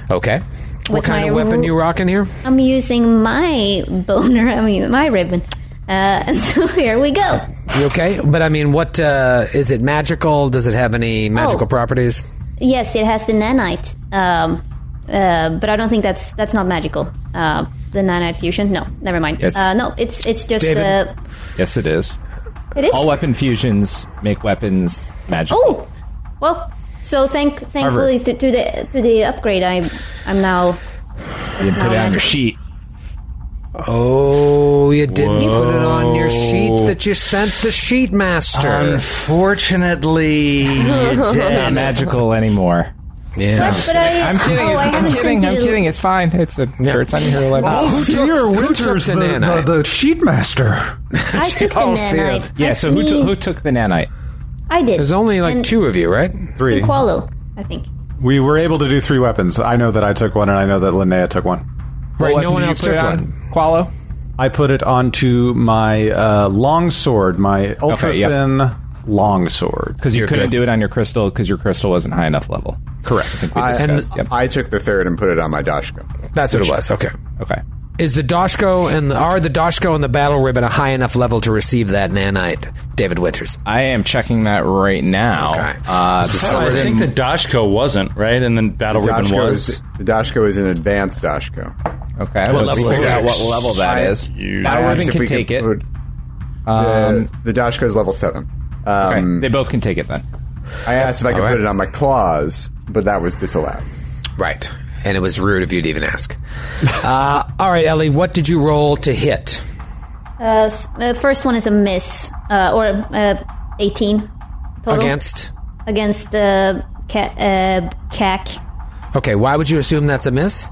[SPEAKER 6] Okay. what
[SPEAKER 4] With
[SPEAKER 6] kind of
[SPEAKER 4] my
[SPEAKER 6] weapon
[SPEAKER 4] ru-
[SPEAKER 6] you rocking here?
[SPEAKER 4] I'm using my boner. I mean my ribbon. Uh, and so here we go.
[SPEAKER 6] You okay? But I mean, what uh, is it magical? Does it have any magical
[SPEAKER 4] Oh.
[SPEAKER 6] properties?
[SPEAKER 4] Yes, it has the nanite. Um, uh, but I don't think that's that's not magical. Uh, the nanite fusion. No, never mind.
[SPEAKER 11] Yes.
[SPEAKER 4] Uh, no, it's it's just
[SPEAKER 11] David.
[SPEAKER 4] uh,
[SPEAKER 11] Yes, it is.
[SPEAKER 4] It is?
[SPEAKER 11] All weapon fusions make weapons magic.
[SPEAKER 4] oh well. So thank thankfully th- to the to the upgrade, I I'm now.
[SPEAKER 11] you didn't put it on
[SPEAKER 4] magic.
[SPEAKER 11] your sheet.
[SPEAKER 6] Oh, you didn't put it on your sheet that you sent the sheet master.
[SPEAKER 7] Unfortunately,
[SPEAKER 11] you
[SPEAKER 7] did.
[SPEAKER 11] not magical anymore.
[SPEAKER 6] Yeah,
[SPEAKER 4] But- but I-
[SPEAKER 11] am kidding.
[SPEAKER 4] oh, I
[SPEAKER 11] I'm
[SPEAKER 4] haven't
[SPEAKER 11] kidding.
[SPEAKER 4] sent
[SPEAKER 11] I'm
[SPEAKER 4] you-
[SPEAKER 11] kidding. It's fine. It's a hurts on your hero level.
[SPEAKER 8] Oh, dear Winters, the,
[SPEAKER 11] took the
[SPEAKER 8] the,
[SPEAKER 11] nanite?
[SPEAKER 8] the sheet master.
[SPEAKER 4] I took the
[SPEAKER 11] Oh,
[SPEAKER 4] nanite.
[SPEAKER 11] fair. Yeah. So who,
[SPEAKER 4] That's
[SPEAKER 11] took
[SPEAKER 4] me.
[SPEAKER 11] who took the nanite?
[SPEAKER 4] I did. And-
[SPEAKER 6] of you, right?
[SPEAKER 8] Three.
[SPEAKER 4] and Qualo, I think.
[SPEAKER 8] We were able to do three weapons. I know that I took one, and I know that Linnea took one.
[SPEAKER 11] Right,
[SPEAKER 8] What
[SPEAKER 11] no
[SPEAKER 8] did
[SPEAKER 11] one
[SPEAKER 8] you
[SPEAKER 11] else
[SPEAKER 8] put
[SPEAKER 11] took
[SPEAKER 8] it on?
[SPEAKER 11] one. Qualo.
[SPEAKER 8] I put it onto my uh, long sword, my ultra
[SPEAKER 11] yep.
[SPEAKER 8] thin long sword.
[SPEAKER 11] Because you couldn't do it on your crystal because your crystal wasn't high enough level.
[SPEAKER 2] Correct. I,
[SPEAKER 11] we
[SPEAKER 2] and
[SPEAKER 11] discussed, yep.
[SPEAKER 2] I took the third and put it on my dashka.
[SPEAKER 6] That's what it was. Okay.
[SPEAKER 11] Okay.
[SPEAKER 6] Is the Doshko and the, are the Doshko and the Battle Ribbon a high enough level to receive that nanite, David Winters?
[SPEAKER 11] I am checking that right now. Okay. Uh,
[SPEAKER 7] Oh, I think the Dashko wasn't right, and then Battle Ribbon
[SPEAKER 2] Dashko
[SPEAKER 7] was.
[SPEAKER 2] is the Dashko is an advanced Dashko.
[SPEAKER 11] Okay, What let's level is figure that? out what level that is. Battle Ribbon can take it. Um,
[SPEAKER 2] The, uh, the Dashko is level seven. Um,
[SPEAKER 11] They both can take it then.
[SPEAKER 2] I asked if I could
[SPEAKER 6] All right.
[SPEAKER 2] put it on my claws, but that was disallowed.
[SPEAKER 6] Right. And it was rude of you to even ask. uh, all right, Ellie, what did you roll to hit?
[SPEAKER 4] Uh, s- uh, first one is a miss, uh, or uh, 18 total.
[SPEAKER 6] Against?
[SPEAKER 4] Against the ca- uh, CAC.
[SPEAKER 6] Okay, why would you assume that's a miss?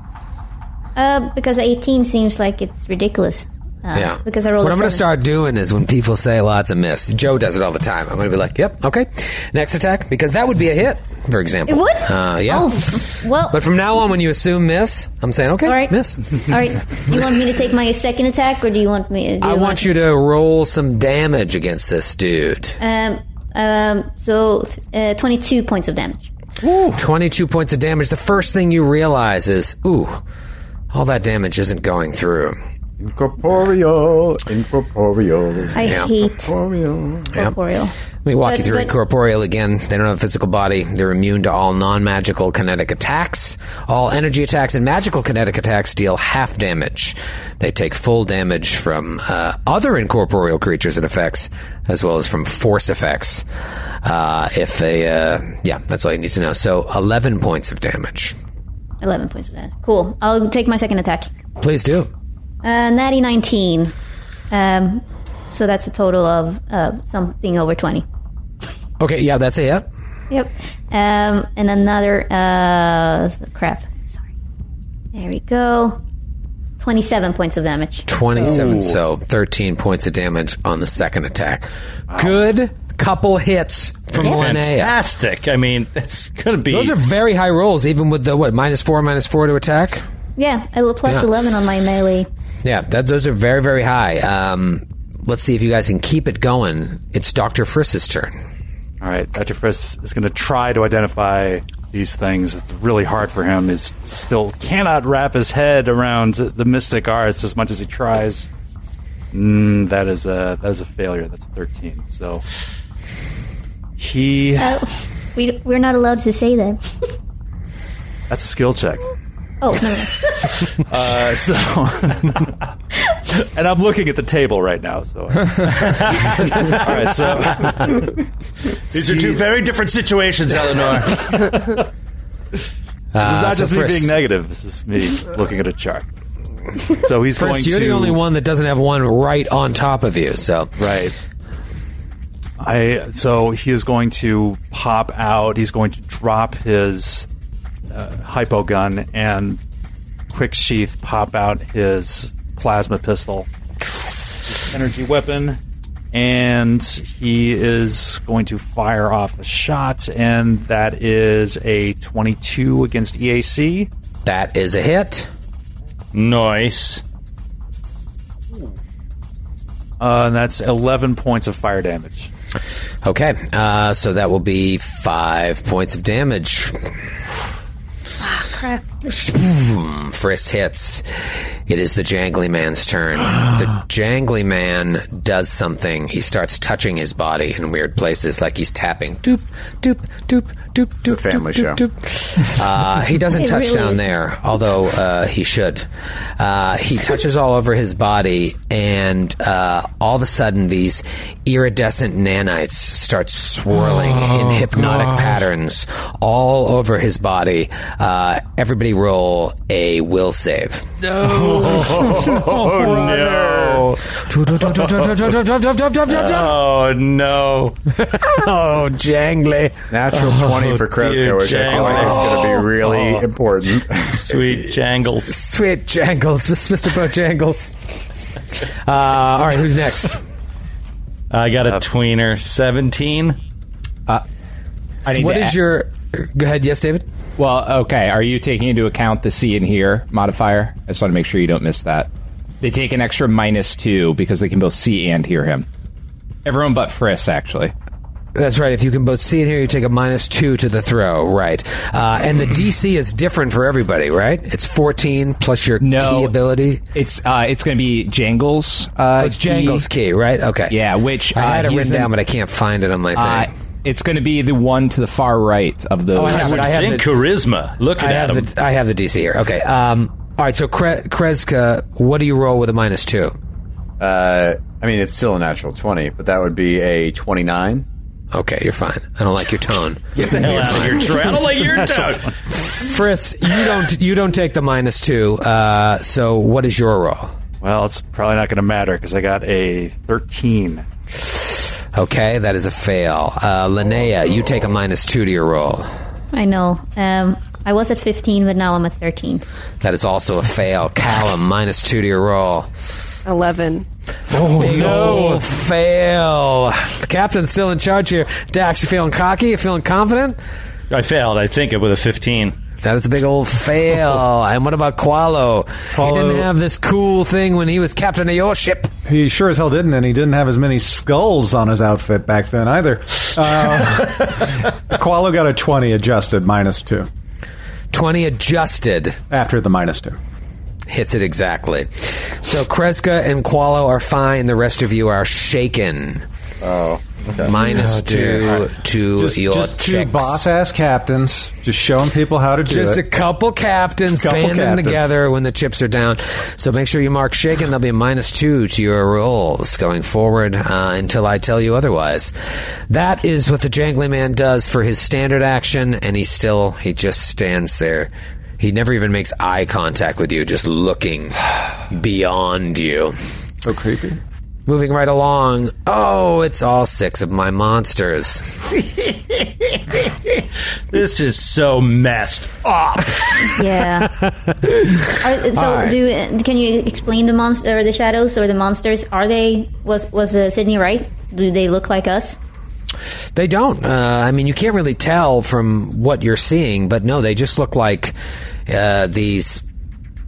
[SPEAKER 4] Uh, because 18 seems like it's ridiculous. Uh,
[SPEAKER 6] yeah.
[SPEAKER 4] Because I rolled
[SPEAKER 6] what
[SPEAKER 4] a
[SPEAKER 6] I'm going to
[SPEAKER 4] seven.
[SPEAKER 6] start doing is when people say lots of miss, Joe does it all the time. I'm going to be like, yep, okay. Next attack, because that would be a hit, for example.
[SPEAKER 4] It would?
[SPEAKER 6] Uh, yeah.
[SPEAKER 4] Oh, f- well,
[SPEAKER 6] But from now on, when you assume miss, I'm saying, okay, miss.
[SPEAKER 4] all right. Do you want me to take my second attack, or do you want me? Do
[SPEAKER 6] I
[SPEAKER 4] you
[SPEAKER 6] want you to roll some damage against this dude.
[SPEAKER 4] Um, um, so uh, 22 points of damage.
[SPEAKER 6] 22 points of damage. The first thing you realize is, ooh, all that damage isn't going through.
[SPEAKER 2] Incorporeal, incorporeal.
[SPEAKER 4] I hate corporeal.
[SPEAKER 6] Let me walk you
[SPEAKER 4] But-
[SPEAKER 6] through
[SPEAKER 4] but-
[SPEAKER 6] incorporeal again. They don't have a physical body. They're immune to all non magical kinetic attacks. All energy attacks and magical kinetic attacks deal half damage. They take full damage from uh, other incorporeal creatures and effects, as well as from force effects. Uh, if they, uh, yeah, that's all you need to know. So 11 points of damage.
[SPEAKER 4] 11 points of damage. Cool. I'll take my second attack.
[SPEAKER 6] Please do.
[SPEAKER 4] Uh, natty 19. Um, so that's a total of uh, something over 20.
[SPEAKER 6] Okay, yeah, that's it. Yeah.
[SPEAKER 4] Yep. Um, and another. Uh, crap. Sorry. There we go. 27 points of damage.
[SPEAKER 6] 27 so 13 points of damage on the second attack good couple hits from
[SPEAKER 7] Yeah.
[SPEAKER 6] Linnea.
[SPEAKER 7] fantastic i mean it's gonna be
[SPEAKER 6] those are very high rolls even with the what minus 4 minus 4 to attack
[SPEAKER 4] Yeah, I will plus
[SPEAKER 6] Yeah.
[SPEAKER 4] 11 on my melee.
[SPEAKER 6] yeah that, those are very very high um, let's see if you guys can keep it going it's dr friss's turn
[SPEAKER 9] All right, Dr. Friss is going to try to identify these things. It's really hard for him. He's still cannot wrap his head around the mystic arts as much as he tries. Mm, that is a that is a failure. That's a thirteen. So he
[SPEAKER 4] Oh, we, we're not allowed to say that.
[SPEAKER 9] that's a skill check.
[SPEAKER 4] Oh, no, no.
[SPEAKER 9] Uh, so and I'm looking at the table right now. So all right, so
[SPEAKER 7] these are two very different situations eleanor
[SPEAKER 9] This is not
[SPEAKER 6] so
[SPEAKER 9] just me
[SPEAKER 6] Frisk-
[SPEAKER 9] being negative. This is me looking at a chart. So he's
[SPEAKER 6] Frisk,
[SPEAKER 9] going
[SPEAKER 6] you're
[SPEAKER 9] to.
[SPEAKER 6] the only one that doesn't have one right on top of you so
[SPEAKER 9] right I so he is going to pop out. He's going to drop his uh, hypo gun and quick sheath pop out his plasma pistol, His energy weapon, and he is going to fire off a shot, and that is a twenty-two against E EAC.
[SPEAKER 6] That is a hit.
[SPEAKER 9] Nice. Uh, and that's eleven points of fire damage.
[SPEAKER 6] okay uh, so that will be 5 points of damage
[SPEAKER 4] crap.
[SPEAKER 6] Boom. Frisk hits. It is the jangly man's turn. the jangly man does something. He starts touching his body in weird places, like he's tapping. Doop, doop, doop, doop, doop. It's
[SPEAKER 2] family
[SPEAKER 6] doop,
[SPEAKER 2] show.
[SPEAKER 6] doop. Uh, he doesn't
[SPEAKER 2] It
[SPEAKER 6] touch
[SPEAKER 2] really
[SPEAKER 6] down
[SPEAKER 2] is.
[SPEAKER 6] there, although uh, he should. Uh, he touches all over his body, and uh, all of a sudden, these iridescent nanites start swirling
[SPEAKER 11] Oh,
[SPEAKER 6] in hypnotic
[SPEAKER 19] God.
[SPEAKER 6] patterns all over his body. Uh, everybody roll a will save.
[SPEAKER 19] No.
[SPEAKER 7] no.
[SPEAKER 6] Oh
[SPEAKER 7] no!
[SPEAKER 6] oh, jangly!
[SPEAKER 2] Natural
[SPEAKER 7] Oh,
[SPEAKER 2] twenty for
[SPEAKER 7] dear
[SPEAKER 2] Kresko, which I feel like is going to
[SPEAKER 7] Jangles.
[SPEAKER 2] be
[SPEAKER 6] Oh.
[SPEAKER 2] really important.
[SPEAKER 7] Sweet jangles.
[SPEAKER 6] Sweet jangles, Mr. Bojangles. Uh, all right, who's next?
[SPEAKER 7] I got
[SPEAKER 2] Uh,
[SPEAKER 7] a tweener, seventeen.
[SPEAKER 11] Uh,
[SPEAKER 7] I need
[SPEAKER 11] what
[SPEAKER 7] to
[SPEAKER 11] is
[SPEAKER 7] add-
[SPEAKER 11] your?
[SPEAKER 6] er, Go ahead. Yes, David.
[SPEAKER 11] Well, okay. Are you taking into account the see and hear modifier? I just want to make sure you don't miss that. They take an extra minus two because they can both see and hear him. Everyone but Friss, actually.
[SPEAKER 6] That's right. If you can both see and hear, you take a minus two to the throw, right? Uh, and the DC is different for everybody, right? It's fourteen plus your key ability.
[SPEAKER 11] It's uh, it's going to be Jangles. Uh,
[SPEAKER 6] it's Jangles key, right? Okay.
[SPEAKER 11] Yeah, which
[SPEAKER 6] I had
[SPEAKER 11] uh,
[SPEAKER 6] it
[SPEAKER 11] he is
[SPEAKER 6] written
[SPEAKER 11] in-
[SPEAKER 6] down, but I can't find it on my
[SPEAKER 11] Uh,
[SPEAKER 6] thing.
[SPEAKER 11] it's going to be the one to the far right of those.
[SPEAKER 6] Oh, I have it, I have it.
[SPEAKER 7] charisma. Look
[SPEAKER 6] I have the I have the DC here. Okay. Um, all right. So Kre- Kreska, what do you roll with a minus two?
[SPEAKER 2] Uh, I mean, it's still a natural twenty, but that would be a twenty-nine.
[SPEAKER 6] Okay, you're fine. I don't like your tone.
[SPEAKER 2] Get
[SPEAKER 6] the hell out of here, Troy. I don't like your
[SPEAKER 7] tone.
[SPEAKER 6] Frisk, you don't you don't take the minus two. Uh, so what is your roll?
[SPEAKER 9] Well, it's probably not going to matter because I got a thirteen.
[SPEAKER 6] Okay, that is a fail. Uh, Linnea, you take a minus two to your roll.
[SPEAKER 4] I know. Um, I was at 15, but now I'm at 13.
[SPEAKER 6] That is also a fail. Callum, minus two to your roll.
[SPEAKER 10] Eleven.
[SPEAKER 6] Oh
[SPEAKER 10] no.
[SPEAKER 6] Fail. The captain's still in charge here. Dax, you feeling cocky? You feeling confident?
[SPEAKER 7] I failed, I think, with a 15.
[SPEAKER 6] That is a big old fail. and what about Qualo?
[SPEAKER 8] Qualo-
[SPEAKER 6] He didn't have this cool thing when he was captain of your ship.
[SPEAKER 8] He sure as hell didn't, and he didn't have as many skulls on his outfit back then either. Uh, Qualo got a 20 adjusted, minus two.
[SPEAKER 6] 20 adjusted.
[SPEAKER 8] After the minus two.
[SPEAKER 6] Hits it exactly. So Kreska and Qualo are fine. The rest of you are shaken. Oh.
[SPEAKER 13] Oh,
[SPEAKER 6] two
[SPEAKER 13] dear.
[SPEAKER 6] to
[SPEAKER 8] Just,
[SPEAKER 6] your
[SPEAKER 8] just two
[SPEAKER 6] checks.
[SPEAKER 8] boss ass captains, just showing people how to do
[SPEAKER 6] Just
[SPEAKER 8] it.
[SPEAKER 6] a couple captains
[SPEAKER 8] Couple
[SPEAKER 6] banding
[SPEAKER 8] captains.
[SPEAKER 6] together when the chips are down. So make sure you mark shaken. There'll be a minus two to your rolls going forward uh, until I tell you otherwise. That is what the jangly man does for his standard action, and he still he just stands there. He never even makes eye contact with you, just looking beyond you.
[SPEAKER 8] So creepy.
[SPEAKER 6] Moving right along. Oh, it's all six of my monsters.
[SPEAKER 7] This is so messed up.
[SPEAKER 4] Ah. Yeah. Are, so,
[SPEAKER 7] All right.
[SPEAKER 4] do can you explain the monster, or the shadows, or the monsters? Are they was was uh, Sydney right? Do they look like us?
[SPEAKER 6] They don't. Uh, I mean, you can't really tell from what you're seeing, but no, they just look like uh, these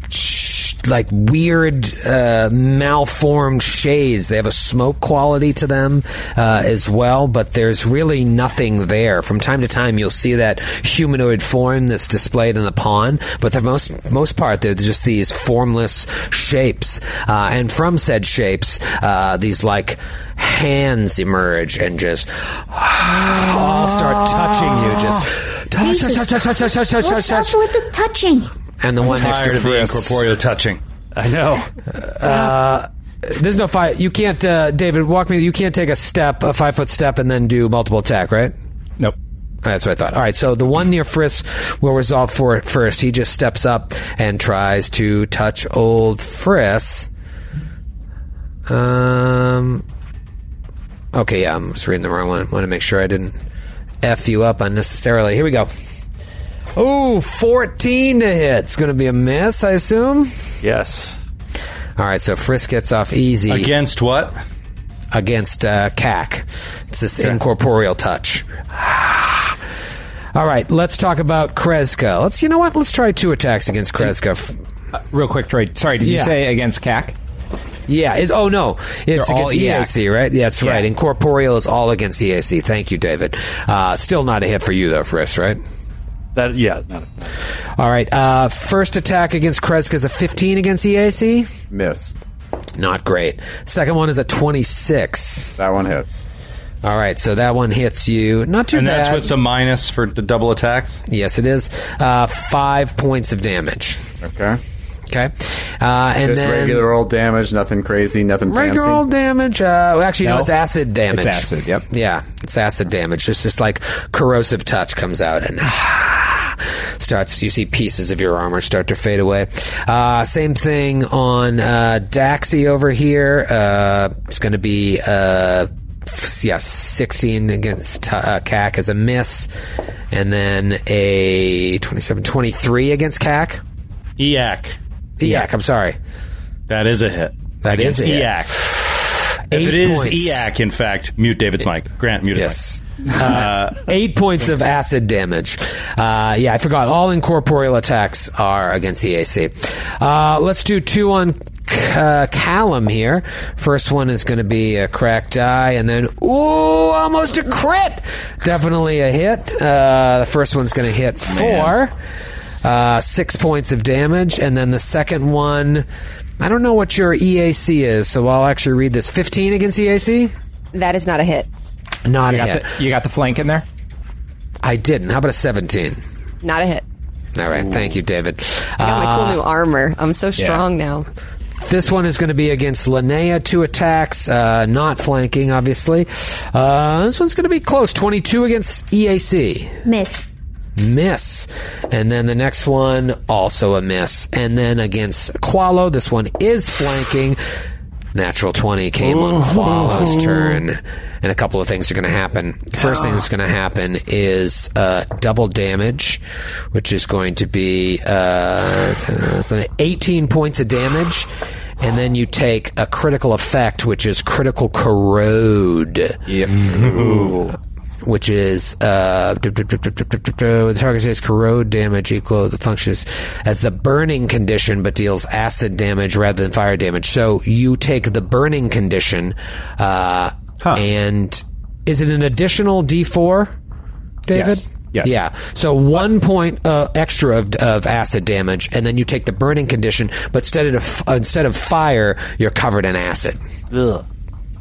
[SPEAKER 6] sh- like weird uh, malformed shades they have a smoke quality to them uh, as well but there's really nothing there from time to time you'll see that humanoid form that's displayed in the pond but for most most part they're just these formless shapes uh, and from said shapes uh, these like hands emerge and just all start touching you just touch touch touch touch touch touch touch touch
[SPEAKER 4] What's
[SPEAKER 6] touch
[SPEAKER 4] up with the touching?
[SPEAKER 6] and the
[SPEAKER 7] I'm
[SPEAKER 6] one next
[SPEAKER 7] tired
[SPEAKER 6] to
[SPEAKER 7] of the
[SPEAKER 6] Fris.
[SPEAKER 7] incorporeal
[SPEAKER 6] touching.
[SPEAKER 7] I know.
[SPEAKER 6] Uh, there's no five. You can't, uh, David. Walk me. You can't take a step, a five foot step, and then do multiple attack, right? Nope. That's what I thought. All right, so the one near Frisk will resolve for it first. He just steps up and tries to touch old Frisk. Um. Okay, yeah, I'm just reading the wrong one. Want to make sure I didn't f you up unnecessarily. Here we go. Ooh, 14 to hit. It's going to be a miss, I assume. Yes. All right, so Frisk gets off easy. Against what? Against uh, CAC. It's this incorporeal touch. Ah. All right, let's talk about Kreska. Let's, you know what? Let's try two attacks against Kreska.
[SPEAKER 11] Uh, real quick, Troy. Sorry, did you
[SPEAKER 6] Yeah.
[SPEAKER 11] say against CAC?
[SPEAKER 6] Yeah. It's, oh no,
[SPEAKER 11] They're
[SPEAKER 6] it's
[SPEAKER 11] all E
[SPEAKER 6] against E EAC, right? Yeah, that's right. Incorporeal is all against EAC. Thank you, David. Uh, still not a hit for you though, Frisk, right? That yeah, it's not. A- all right. Uh, first attack against Kreska is a 15 against EAC. Miss. Not great. Second one is a 26. That one hits. All right, so that one hits you. Not too
[SPEAKER 7] and
[SPEAKER 6] bad.
[SPEAKER 7] that's with the minus for the double attacks.
[SPEAKER 6] Yes, it is. Uh, five points of damage. Okay. Okay. Uh, and
[SPEAKER 2] Just
[SPEAKER 6] then
[SPEAKER 2] regular old damage, nothing crazy, nothing
[SPEAKER 6] regular
[SPEAKER 2] fancy.
[SPEAKER 6] old damage. Uh, well, actually, no.
[SPEAKER 2] No.
[SPEAKER 6] it's acid damage.
[SPEAKER 2] It's acid,
[SPEAKER 6] Yep. Yeah, it's acid damage. It's just like corrosive touch comes out and starts. You see pieces of your armor start to fade away. Uh, same thing on uh, Daxi over here. Uh, it's going to be. Uh, f- yeah, 16 against uh, CAC is a miss. And then a 27 23 against CAC. EAC. EAC, I'm sorry. That is a hit. That is
[SPEAKER 7] Against
[SPEAKER 6] a hit.
[SPEAKER 7] EAC.
[SPEAKER 6] Eight
[SPEAKER 7] if it is
[SPEAKER 6] points.
[SPEAKER 7] EAC, in fact, mute David's mic. Grant, mute
[SPEAKER 6] yes. Uh, eight points of acid damage. Uh, yeah, I forgot. All incorporeal attacks are against EAC. Uh, let's do two on uh, Callum here. First one is going to be a cracked die, and then ooh, almost a crit. Definitely a hit. Uh, the first one's going to hit four, uh, six points of damage, and then the second one. I don't know what your EAC is, so I'll actually read this. 15 against E EAC?
[SPEAKER 10] That is not a hit.
[SPEAKER 6] Not
[SPEAKER 11] You
[SPEAKER 6] a
[SPEAKER 11] got
[SPEAKER 6] hit. you got the flank in there? I didn't. How about a 17?
[SPEAKER 10] Not a hit.
[SPEAKER 6] All right. Thank you, David.
[SPEAKER 10] I got
[SPEAKER 7] Ah.
[SPEAKER 10] my cool
[SPEAKER 6] Uh,
[SPEAKER 10] new armor. I'm so
[SPEAKER 6] yeah.
[SPEAKER 10] strong now.
[SPEAKER 6] This one is going to be against Linnea. Two attacks, uh, not flanking, obviously. Uh, this one's going to be close 22 against E EAC.
[SPEAKER 4] Miss.
[SPEAKER 6] Miss. And then the next one, also a miss. And then against Qualo, this one is flanking. Natural 20 came on Qualo's turn. And a couple of things are going to happen. First thing that's going to happen is uh, double damage, which is going to be uh, so- so 18 points of damage. and then you take a critical effect, which is critical corrode. Which is uh, the target takes corrode damage equal to the function is- as the burning condition, but deals acid damage rather than fire damage. So you take the burning condition, uh, and is it an additional D4, David?
[SPEAKER 20] Yes. Yes.
[SPEAKER 6] Yeah. So one point uh, extra of, of acid damage, and then you take the burning condition, but instead of instead of fire, you're covered in acid. Ugh.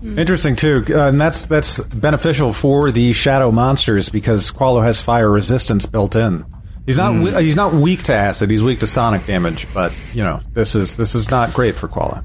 [SPEAKER 8] Interesting too, uh, and that's that's beneficial for the shadow monsters because Qualo has fire resistance built in. He's not
[SPEAKER 6] Mm.
[SPEAKER 8] we- he's not weak to acid. He's weak to sonic damage, but you know this is this is not great for Qualo.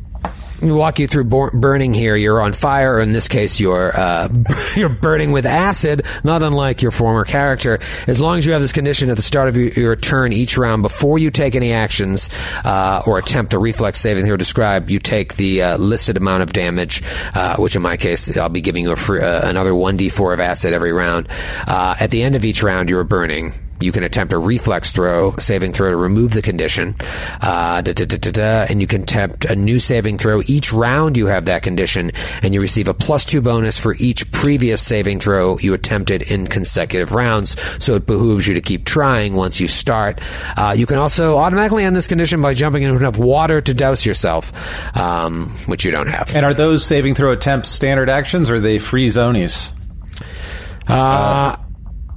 [SPEAKER 6] We walk you through bor- burning here. You're on fire, or in this case, you're uh, you're burning with acid, not unlike your former character. As long as you have this condition at the start of your, your turn each round, before you take any actions uh, or attempt a reflex saving throw described, you take the uh, listed amount of damage, uh, which in my case, I'll be giving you a free, uh, another one d4 of acid every round. Uh, at the end of each round, you're burning. You can attempt a reflex throw, saving throw to remove the condition, uh, da, da, da, da, da, and you can attempt a new saving throw. Each round you have that condition, and you receive a plus two bonus for each previous saving throw you attempted in consecutive rounds. So it behooves you to keep trying once you start. Uh, you can also automatically end this condition by jumping into enough water to douse yourself, um, which you don't have.
[SPEAKER 8] And are those saving throw attempts standard actions, or are they free zonies?
[SPEAKER 6] Uh,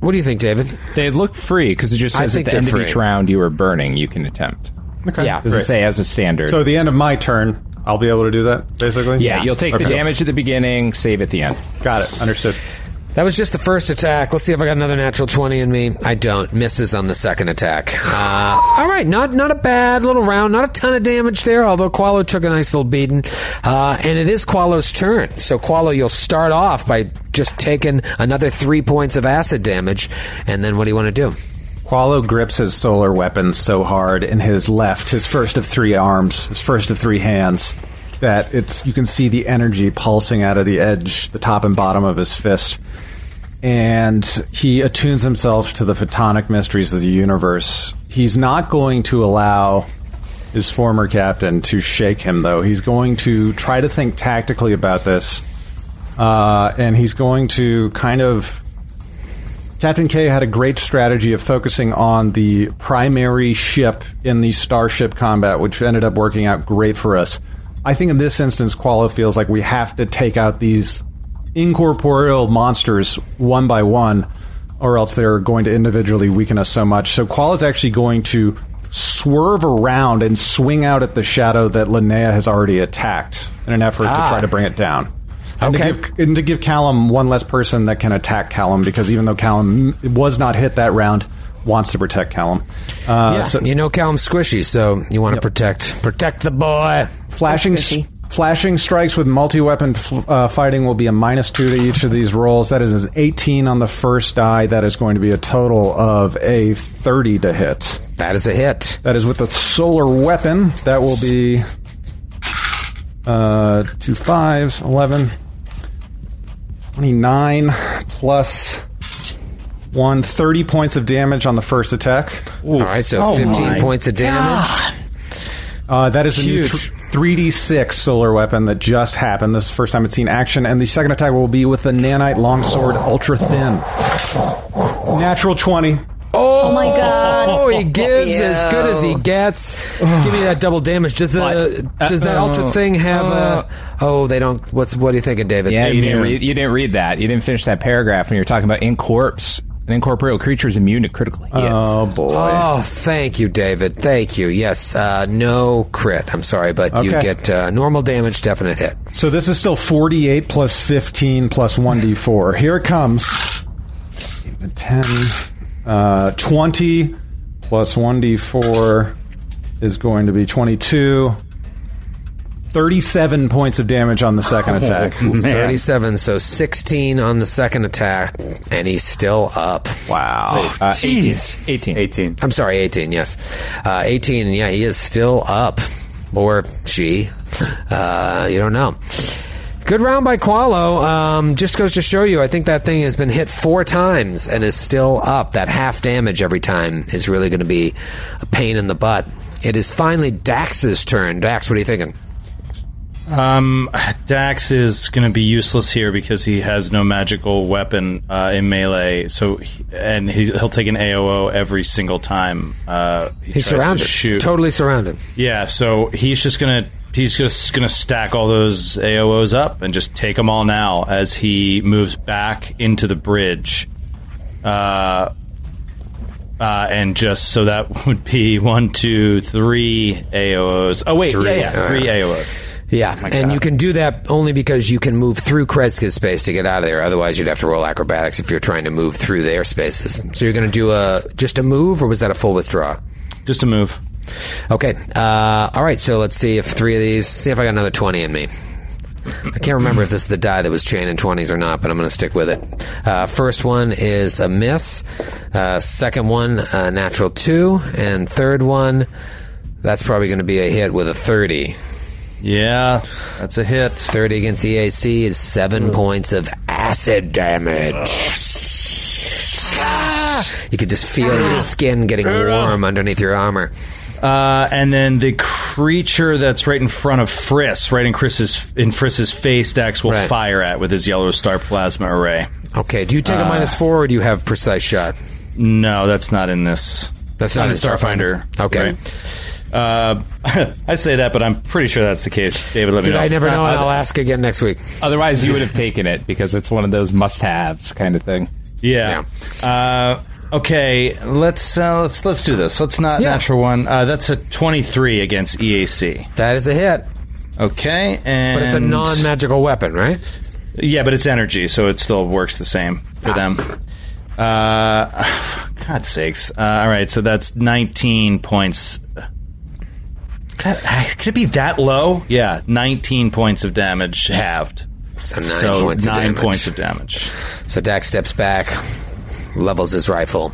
[SPEAKER 6] what do you think, David?
[SPEAKER 11] They look free because it just
[SPEAKER 8] I
[SPEAKER 11] says at
[SPEAKER 8] think
[SPEAKER 11] the
[SPEAKER 8] they're
[SPEAKER 11] end
[SPEAKER 8] free.
[SPEAKER 11] of each round you are burning. You can attempt.
[SPEAKER 8] Okay. Yeah.
[SPEAKER 11] doesn't
[SPEAKER 8] Great.
[SPEAKER 11] say as a standard.
[SPEAKER 8] So at the end of my turn, I'll be able to do that basically.
[SPEAKER 11] yeah, you'll take the
[SPEAKER 8] Okay.
[SPEAKER 11] damage at the beginning, save at the end.
[SPEAKER 8] Got it. Understood.
[SPEAKER 6] That was just the first attack. Let's see if I got another natural 20 in me. I don't. Misses on the second attack. Uh, all right, not not a bad little round. Not a ton of damage there, although Qualo took a nice little beating. Uh, and it is Qualo's turn. So, Qualo, you'll start off by just taking another three points of acid damage. And then what do you want to do?
[SPEAKER 8] Qualo grips his solar weapon so hard in his left, his first of three arms, his first of three hands, that it's you can see the energy pulsing out of the edge, the top and bottom of his fist. And he attunes himself to the photonic mysteries of the universe. He's not going to allow his former captain to shake him, though. He's going to try to think tactically about this. Uh, and he's going to kind of Captain K had a great strategy of focusing on the primary ship in the starship combat, which ended up working out great for us. I think in this instance, Qualo feels like we have to take out these incorporeal monsters one by one, or else they're going to individually weaken us so much. So Qualo's actually going to swerve around and swing out at the shadow that Linnea has already attacked in an effort
[SPEAKER 6] Ah.
[SPEAKER 8] to try to bring it down. And,
[SPEAKER 6] Okay.
[SPEAKER 8] to give, and to give Callum one less person that can attack Callum, because even though Callum was not hit that round, wants to protect Callum. Uh,
[SPEAKER 6] yeah,
[SPEAKER 8] so-
[SPEAKER 6] you know Callum's squishy, so you want to protect protect the boy.
[SPEAKER 8] flashing flashing strikes with multi weapon uh, fighting will be a minus two to each of these rolls. That is an 18 on the first die. That is going to be a total of a 30 to hit.
[SPEAKER 6] That is a hit.
[SPEAKER 8] That is with the solar weapon. That will be uh, two fives, 11, 29 plus one, 30 points of damage on the first attack.
[SPEAKER 6] All right, so Oh 15 my points of damage.
[SPEAKER 8] Uh, that is a new
[SPEAKER 6] Huge.
[SPEAKER 8] three D six solar weapon that just happened. This is the first time it's seen action, and the second attack will be with the nanite longsword, ultra thin. Natural twenty.
[SPEAKER 6] Oh,
[SPEAKER 7] my god!
[SPEAKER 6] Oh, he gives as good as he gets. Give me that double damage. Does the does that
[SPEAKER 11] Uh,
[SPEAKER 6] ultra thing have
[SPEAKER 11] uh,
[SPEAKER 6] a? Oh, they don't. What's what are you thinking, David?
[SPEAKER 11] Yeah, you didn't, read, you didn't read that. You didn't finish that paragraph when you were talking about incorpse. An incorporeal creature is immune to critical hits.
[SPEAKER 8] Oh boy!
[SPEAKER 6] Oh, thank you, David. Thank you. Yes, uh, no crit. I'm sorry, but you
[SPEAKER 8] Okay.
[SPEAKER 6] get uh, normal damage, definite hit.
[SPEAKER 8] So this is still forty eight plus fifteen plus one D four. Here it comes. Eight, Ten, uh, twenty plus one D four is going to be twenty two. 37 points of damage on the
[SPEAKER 6] Oh,
[SPEAKER 8] second attack.
[SPEAKER 6] 37, so 16 on the second attack, and he's still up.
[SPEAKER 8] Wow.
[SPEAKER 11] Uh, 18. 18.
[SPEAKER 6] 18. I'm sorry, 18, yes. Uh, 18, yeah, he is still up. Or she. Uh, you don't know. Good round by Qualo. Um, just goes to show you, I think that thing has been hit four times and is still up. That half damage every time is really going to be a pain in the butt. It is finally Dax's turn. Dax, what are you thinking?
[SPEAKER 7] Um, Dax is going to be useless here because he has no magical weapon uh, in melee. So, he- and he's, he'll take an AOO every single time. Uh,
[SPEAKER 21] He's
[SPEAKER 7] he tries to
[SPEAKER 21] surrounded.
[SPEAKER 7] Shoot.
[SPEAKER 21] Totally surrounded.
[SPEAKER 7] Yeah, so he's just gonna he's just gonna stack all those AOOs up and just take them all now as he moves back into the bridge, uh, uh, and just so that would be one, two, three AOOs. Oh wait, yeah, yeah, three AOOs.
[SPEAKER 6] Yeah,
[SPEAKER 7] Oh God.
[SPEAKER 6] and you
[SPEAKER 21] can do that only because you can move
[SPEAKER 6] through Kreska's space to get out of there. Otherwise, you'd have to roll acrobatics if you're trying to move through their spaces. So you're going to do a just a move, or was that a full withdraw?
[SPEAKER 7] Just a move.
[SPEAKER 6] Okay. Uh, all right. So let's see if three of these. See if I got another twenty in me. I can't remember if this is the die that was chain in twenties or not, but I'm going to stick with it. Uh, first one is a miss. Uh, second one, a natural two, and third one, that's probably going to be a hit with a thirty.
[SPEAKER 7] Yeah, that's a hit.
[SPEAKER 6] Thirty against EAC is seven points of acid damage. Ah! You could just feel your skin getting warm underneath your armor.
[SPEAKER 7] Ah! Uh, and then the creature that's right in front of Friss, right in Chris's in Friss's face, Dax will
[SPEAKER 6] Right.
[SPEAKER 7] fire at with his yellow star plasma array. Uh,
[SPEAKER 6] Okay, do you take a minus four, or do you have precise shot?
[SPEAKER 7] No, that's not in this.
[SPEAKER 6] That's
[SPEAKER 7] It's
[SPEAKER 6] not in
[SPEAKER 7] not in Starfinder.
[SPEAKER 6] Okay.
[SPEAKER 7] Right. Uh, I say that, but I'm pretty sure that's the case. David, Uh, let
[SPEAKER 11] Dude,
[SPEAKER 7] me know.
[SPEAKER 11] I never know, and I'll
[SPEAKER 6] ask again next week.
[SPEAKER 11] Otherwise, you would have taken it because it's one of those must-haves kind of thing.
[SPEAKER 7] Yeah. Uh, okay, let's uh, let's let's do this. Let's not natural one. Uh, that's a 23 against EAC.
[SPEAKER 6] That is a hit.
[SPEAKER 7] Okay, and
[SPEAKER 6] But it's a non-magical weapon, right?
[SPEAKER 7] Yeah, but it's energy, so it still works the same
[SPEAKER 6] Ah.
[SPEAKER 7] for them. Uh, God sakes! Uh, all right, so that's 19 points. That- could it be that low? Yeah, 19 points of damage halved.
[SPEAKER 6] So nine points of
[SPEAKER 7] nine
[SPEAKER 6] damage.
[SPEAKER 7] points of damage.
[SPEAKER 6] So Dak steps back, levels his rifle,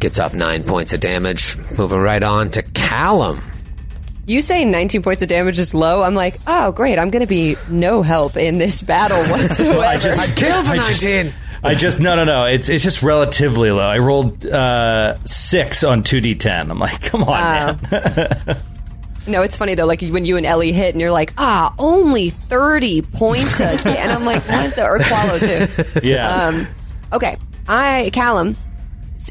[SPEAKER 6] gets off nine points of damage, moving right on to Callum.
[SPEAKER 10] You say 19 points of damage is low. I'm like, oh, great. I'm going to be no help in this battle whatsoever.
[SPEAKER 7] I just I just- I just no no no. It's it's just relatively low. I rolled uh, six on two d ten. I'm like, come on,
[SPEAKER 10] Wow.
[SPEAKER 7] man.
[SPEAKER 10] No, it's funny though. Like when you and Ellie hit, and you're like, ah, only thirty points, a day. and I'm like, what the or Qualo too.
[SPEAKER 19] Yeah.
[SPEAKER 10] Um, okay, I Callum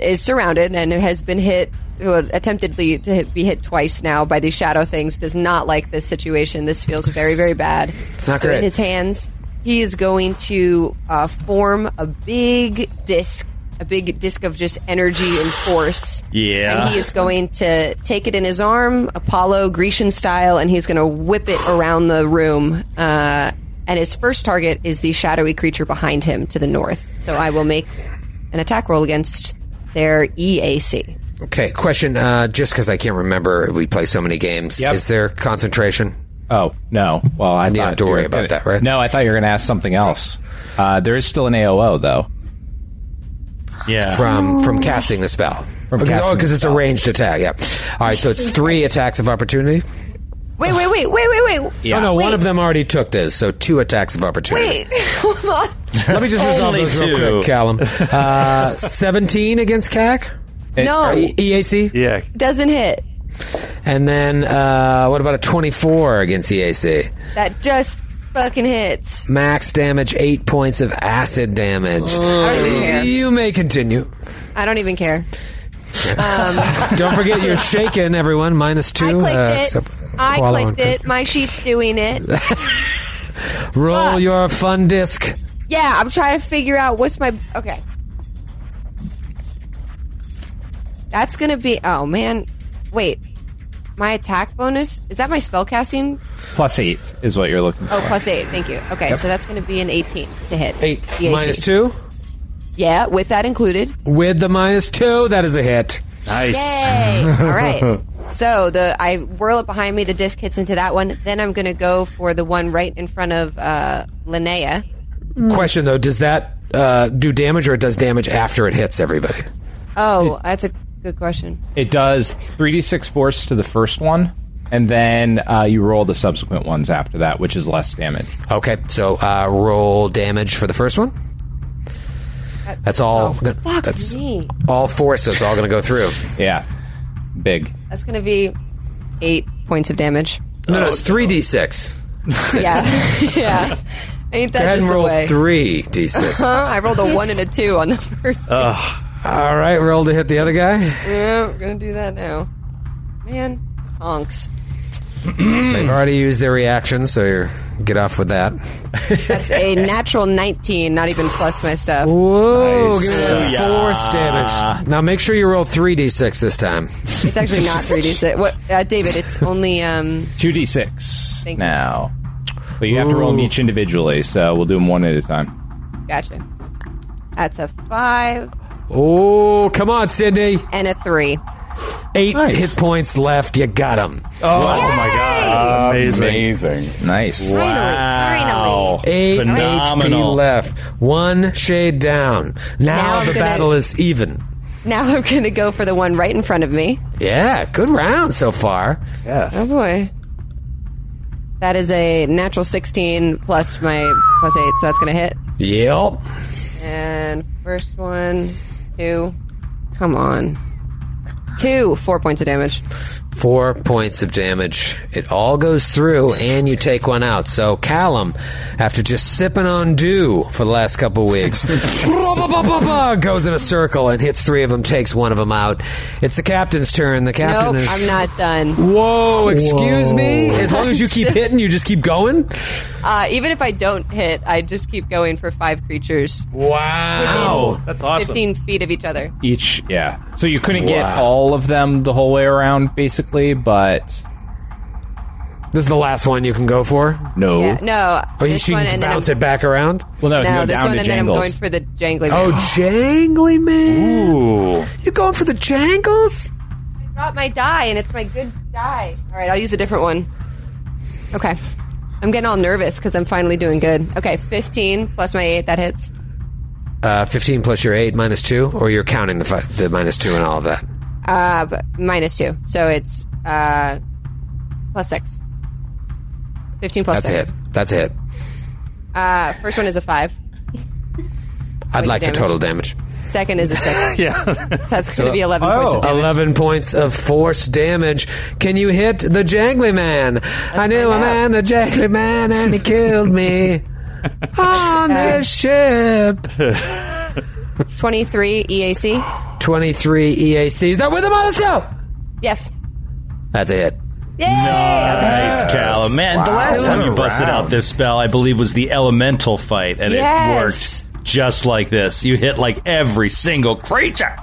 [SPEAKER 10] is surrounded and has been hit, well, attemptedly to hit, be hit twice now by these shadow things. Does not like this situation. This feels very, very bad. It's
[SPEAKER 6] not
[SPEAKER 10] so
[SPEAKER 6] great.
[SPEAKER 10] in his hands, he is going to uh, form a big disc, a big disc of just energy and force.
[SPEAKER 7] Yeah.
[SPEAKER 10] And he is going to take it in his arm, Apollo Grecian style, and he's going to whip it around the room. Uh, and his first target is the shadowy creature behind him to the north. So I will make an attack roll against their E EAC.
[SPEAKER 6] Okay, question. Uh, just because I can't remember, we play so many games. Is there concentration?
[SPEAKER 11] Oh no! Well, I
[SPEAKER 6] you don't
[SPEAKER 11] thought
[SPEAKER 6] have to
[SPEAKER 11] you
[SPEAKER 6] worry
[SPEAKER 11] were
[SPEAKER 6] about
[SPEAKER 11] gonna-
[SPEAKER 6] that, right?
[SPEAKER 11] No, I thought you were going to ask something else. Uh, there is still an AOO though.
[SPEAKER 7] Yeah.
[SPEAKER 6] From Um,
[SPEAKER 10] Oh.
[SPEAKER 6] from casting the spell.
[SPEAKER 11] From
[SPEAKER 6] Because-
[SPEAKER 11] casting
[SPEAKER 6] oh, because
[SPEAKER 11] the
[SPEAKER 6] it's a ranged attack. Yeah. All right, so it's three attacks of opportunity.
[SPEAKER 10] Wait, wait, wait, wait, wait, wait.
[SPEAKER 6] Oh no, one of them already took this, so two attacks of opportunity.
[SPEAKER 10] Wait, hold on.
[SPEAKER 6] Let me just resolve
[SPEAKER 10] Only
[SPEAKER 6] those real
[SPEAKER 10] two.
[SPEAKER 6] quick, Callum. Uh, 17 against CAC?
[SPEAKER 10] No.
[SPEAKER 6] Or E- EAC?
[SPEAKER 22] Yeah.
[SPEAKER 10] Doesn't hit.
[SPEAKER 6] And then uh, what about a 24 against E EAC?
[SPEAKER 10] That just fucking hits.
[SPEAKER 6] Max damage, 8 points of acid damage.
[SPEAKER 10] Oh. I don't even care.
[SPEAKER 6] You may continue.
[SPEAKER 10] I don't even care. Um,
[SPEAKER 6] Don't forget you're shaken, everyone. Minus 2.
[SPEAKER 10] clicked
[SPEAKER 6] uh,
[SPEAKER 10] it.
[SPEAKER 6] except
[SPEAKER 10] I
[SPEAKER 6] Koala
[SPEAKER 10] clicked
[SPEAKER 6] and
[SPEAKER 10] it. My sheet's doing it.
[SPEAKER 6] Chris. Roll your fun disc.
[SPEAKER 10] Yeah, I'm trying to figure out what's my okay. That's gonna be oh man, wait. My attack bonus is that my spell casting?
[SPEAKER 11] Plus eight is what you're looking for.
[SPEAKER 10] Oh, plus eight. Thank you. Okay,
[SPEAKER 11] Yep.
[SPEAKER 10] so that's gonna be an 18 to hit.
[SPEAKER 6] Eight
[SPEAKER 10] EAC.
[SPEAKER 6] minus 2.
[SPEAKER 10] Yeah, with that included.
[SPEAKER 6] With the minus 2, that is a hit. Nice.
[SPEAKER 10] Yay! All right. So the I whirl it behind me. The disc hits into that one. Then I'm gonna go for the one right in front of uh, Linnea. Mm.
[SPEAKER 6] Question though, does that uh, do damage or it does damage after it hits everybody?
[SPEAKER 10] Oh, that's a good question.
[SPEAKER 11] It does 3d6 force to the first one, and then uh, you roll the subsequent ones after that, which is less damage.
[SPEAKER 6] Okay, so uh, roll damage for the first one. That's all.
[SPEAKER 10] oh, Fuck
[SPEAKER 6] that's
[SPEAKER 10] me.
[SPEAKER 6] all four, so it's all going to go through.
[SPEAKER 11] yeah, big.
[SPEAKER 10] That's gonna be eight points of damage.
[SPEAKER 6] No, no, it's three d six.
[SPEAKER 10] yeah, yeah. Ain't that
[SPEAKER 13] ahead and
[SPEAKER 10] just the
[SPEAKER 13] roll
[SPEAKER 10] way?
[SPEAKER 13] three d6.
[SPEAKER 10] Huh? I rolled a one and a two on the first.
[SPEAKER 6] All right, roll to hit the other guy.
[SPEAKER 10] Yeah, I'm gonna do that now. Man, honks.
[SPEAKER 6] They've already used their reaction, so you're get off with that.
[SPEAKER 10] That's a natural 19, not even plus my stuff.
[SPEAKER 6] Whoa, give me that
[SPEAKER 10] Nice.
[SPEAKER 6] force damage. Now make sure you roll three d6 this time.
[SPEAKER 10] It's actually not 3d6. What, uh, David, it's only um,
[SPEAKER 11] 2d6
[SPEAKER 10] Thank you.
[SPEAKER 11] now. But you have to roll them each individually, so we'll do them one at a time.
[SPEAKER 10] Gotcha. That's a five
[SPEAKER 6] Oh, come on, Sydney.
[SPEAKER 10] and a three.
[SPEAKER 6] Eight hit points left. You got him.
[SPEAKER 10] Oh, Yay!
[SPEAKER 6] my god!
[SPEAKER 2] Amazing.
[SPEAKER 6] Nice.
[SPEAKER 10] Finally,
[SPEAKER 6] Wow. Eight
[SPEAKER 10] Phenomenal.
[SPEAKER 6] HP left. One shade down. Now,
[SPEAKER 10] Now I'm
[SPEAKER 6] the
[SPEAKER 10] gonna-
[SPEAKER 6] battle is even.
[SPEAKER 10] Now I'm going to go for the one right in front of me.
[SPEAKER 6] Yeah, good round so far. Yeah.
[SPEAKER 10] Oh, boy. That is a natural 16 plus my plus eight, so that's going to hit.
[SPEAKER 6] Yep.
[SPEAKER 10] And first one, two. Come on. Two, four points of damage.
[SPEAKER 13] Four points of damage. It all goes through, and you take one out. So Callum, after just sipping on dew for the last couple of weeks,
[SPEAKER 6] goes in a circle and hits three of them, takes one of them out. It's the captain's turn. The captain
[SPEAKER 10] Nope,
[SPEAKER 6] is.
[SPEAKER 10] I'm not done.
[SPEAKER 6] Whoa! Excuse me. As long as you keep hitting, you just keep going.
[SPEAKER 10] Uh, even if I don't hit, I just keep going for five creatures.
[SPEAKER 6] Wow,
[SPEAKER 10] Within 15 feet of each other.
[SPEAKER 11] Each, yeah. So you couldn't get all of them the whole way around, basically, but.
[SPEAKER 6] This is the last one you can go for?
[SPEAKER 11] No.
[SPEAKER 10] Yeah, no.
[SPEAKER 6] Oh, you
[SPEAKER 10] this
[SPEAKER 6] she
[SPEAKER 10] one
[SPEAKER 6] can
[SPEAKER 10] and then
[SPEAKER 6] bounce
[SPEAKER 10] I'm-
[SPEAKER 6] it back around?
[SPEAKER 11] Well,
[SPEAKER 10] No, this one, and then I'm going for the jangly.
[SPEAKER 6] Oh,
[SPEAKER 10] man.
[SPEAKER 6] jangly man.
[SPEAKER 11] Ooh.
[SPEAKER 6] You're going for the jangles?
[SPEAKER 10] I dropped my die, and it's my good die. All right, I'll use a different one. Okay. I'm getting all nervous because I'm finally doing good. Okay, 15 plus my 8, that hits.
[SPEAKER 13] uh, fifteen plus your eight minus two, or you're counting the fi- the minus two and all of that.
[SPEAKER 10] Uh, but minus 2. So it's uh, plus 6. 15 plus
[SPEAKER 13] That's
[SPEAKER 10] 6.
[SPEAKER 13] a hit. That's a hit.
[SPEAKER 10] Uh, first one is a 5.
[SPEAKER 13] I'd
[SPEAKER 10] Points
[SPEAKER 13] like
[SPEAKER 10] of
[SPEAKER 13] the total damage.
[SPEAKER 10] Second is a 6.
[SPEAKER 13] Yeah.
[SPEAKER 10] So that's going to be 11 points
[SPEAKER 7] oh.
[SPEAKER 10] of damage.
[SPEAKER 6] 11 points of force damage. Can you hit the jangly man? I knew a man, the jangly man, and he killed me on
[SPEAKER 10] Uh,
[SPEAKER 6] this ship.
[SPEAKER 10] 23 EAC.
[SPEAKER 6] 23
[SPEAKER 13] E
[SPEAKER 6] EACs. Is that with him on the show?
[SPEAKER 10] Yes.
[SPEAKER 13] That's a hit.
[SPEAKER 10] Yay!
[SPEAKER 7] Nice, Callum. Man, the
[SPEAKER 10] Wow.
[SPEAKER 7] last time you busted
[SPEAKER 10] Round.
[SPEAKER 7] out this spell, I believe, was the elemental fight, and
[SPEAKER 10] Yes.
[SPEAKER 7] it worked just like this. You hit like every single creature.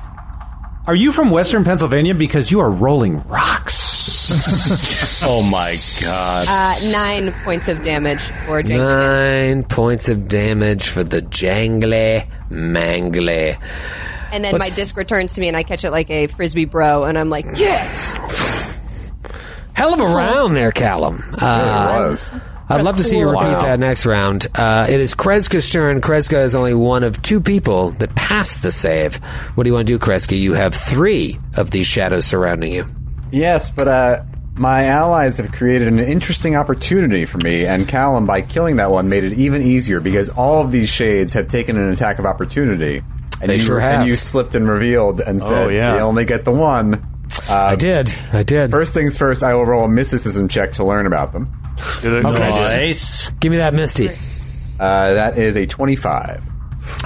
[SPEAKER 8] Are you from Western Pennsylvania? Because you are rolling rocks.
[SPEAKER 7] oh my god!
[SPEAKER 10] Uh, 9 points of damage for Jake.
[SPEAKER 13] Nine points of damage for the jangly mangly.
[SPEAKER 10] And then
[SPEAKER 13] What's-
[SPEAKER 10] my disc returns to me, and I catch it like a frisbee, bro. And I'm like, yes.
[SPEAKER 6] Hell of a round there, Callum. Uh, I'd love to see you repeat
[SPEAKER 13] Wow.
[SPEAKER 6] that next round. Uh, it is Kreska's turn. Kreska is only one of two people that passed the save. What do you want to do, Kreska? You have three of these shadows surrounding you.
[SPEAKER 2] Yes, but uh, my allies have created an interesting opportunity for me, and Callum, by killing that one, made it even easier because all of these shades have taken an attack of opportunity. And
[SPEAKER 13] They
[SPEAKER 2] you,
[SPEAKER 13] sure have.
[SPEAKER 2] And you slipped and revealed and
[SPEAKER 13] Oh,
[SPEAKER 2] said,
[SPEAKER 13] yeah.
[SPEAKER 2] you only get the one. I
[SPEAKER 6] did. I did.
[SPEAKER 2] First things first, I will roll a mysticism check to learn about them.
[SPEAKER 6] Okay.
[SPEAKER 7] Nice.
[SPEAKER 6] Give me that Misty.
[SPEAKER 2] Uh, that is a 25.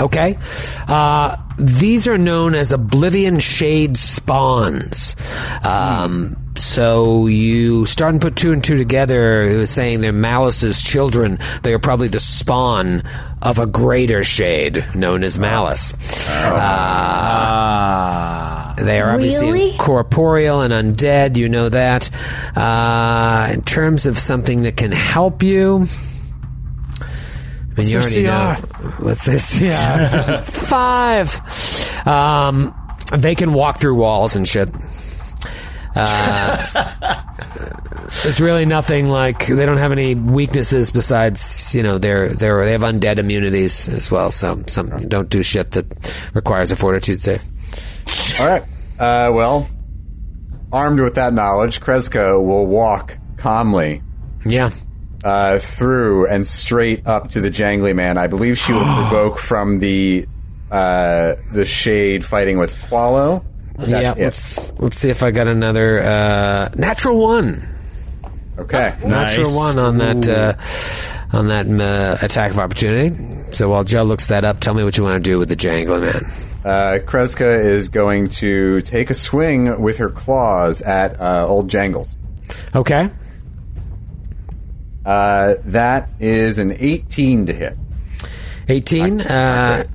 [SPEAKER 6] Okay. Uh, these are known as Oblivion Shade spawns. Um, so you start and put two and two together. It was saying they're Malice's children. They are probably the spawn of a greater shade known as Malice. Uh, they are obviously
[SPEAKER 13] Really?
[SPEAKER 6] corporeal and undead. You know that. Uh, in terms of something that can help you. I mean, you
[SPEAKER 13] What's
[SPEAKER 6] already
[SPEAKER 13] their
[SPEAKER 6] know. What's this? Yeah. Five. Um, they can walk through walls and shit. Uh, it's really nothing like they don't have any weaknesses besides you know they're they are they have undead immunities as well. So some don't do shit that requires a fortitude save.
[SPEAKER 2] All right. Uh, well, armed with that knowledge, Kreska will walk calmly.
[SPEAKER 6] Yeah.
[SPEAKER 2] Uh, through and straight up to the jangly man. I believe she will provoke from the uh, the shade fighting with Qualo. That's
[SPEAKER 6] yeah.
[SPEAKER 2] it.
[SPEAKER 6] Let's let's see if I got another uh, natural one.
[SPEAKER 2] Okay.
[SPEAKER 6] Natural one on that uh, on that uh, attack of opportunity. So while Joe looks that up, tell me what you want to do with the jangling man.
[SPEAKER 2] Uh, Kreska is going to take a swing with her claws at uh, old Jangles.
[SPEAKER 6] Okay.
[SPEAKER 2] Uh, that is an 18 to hit.
[SPEAKER 6] 18? Uh, uh,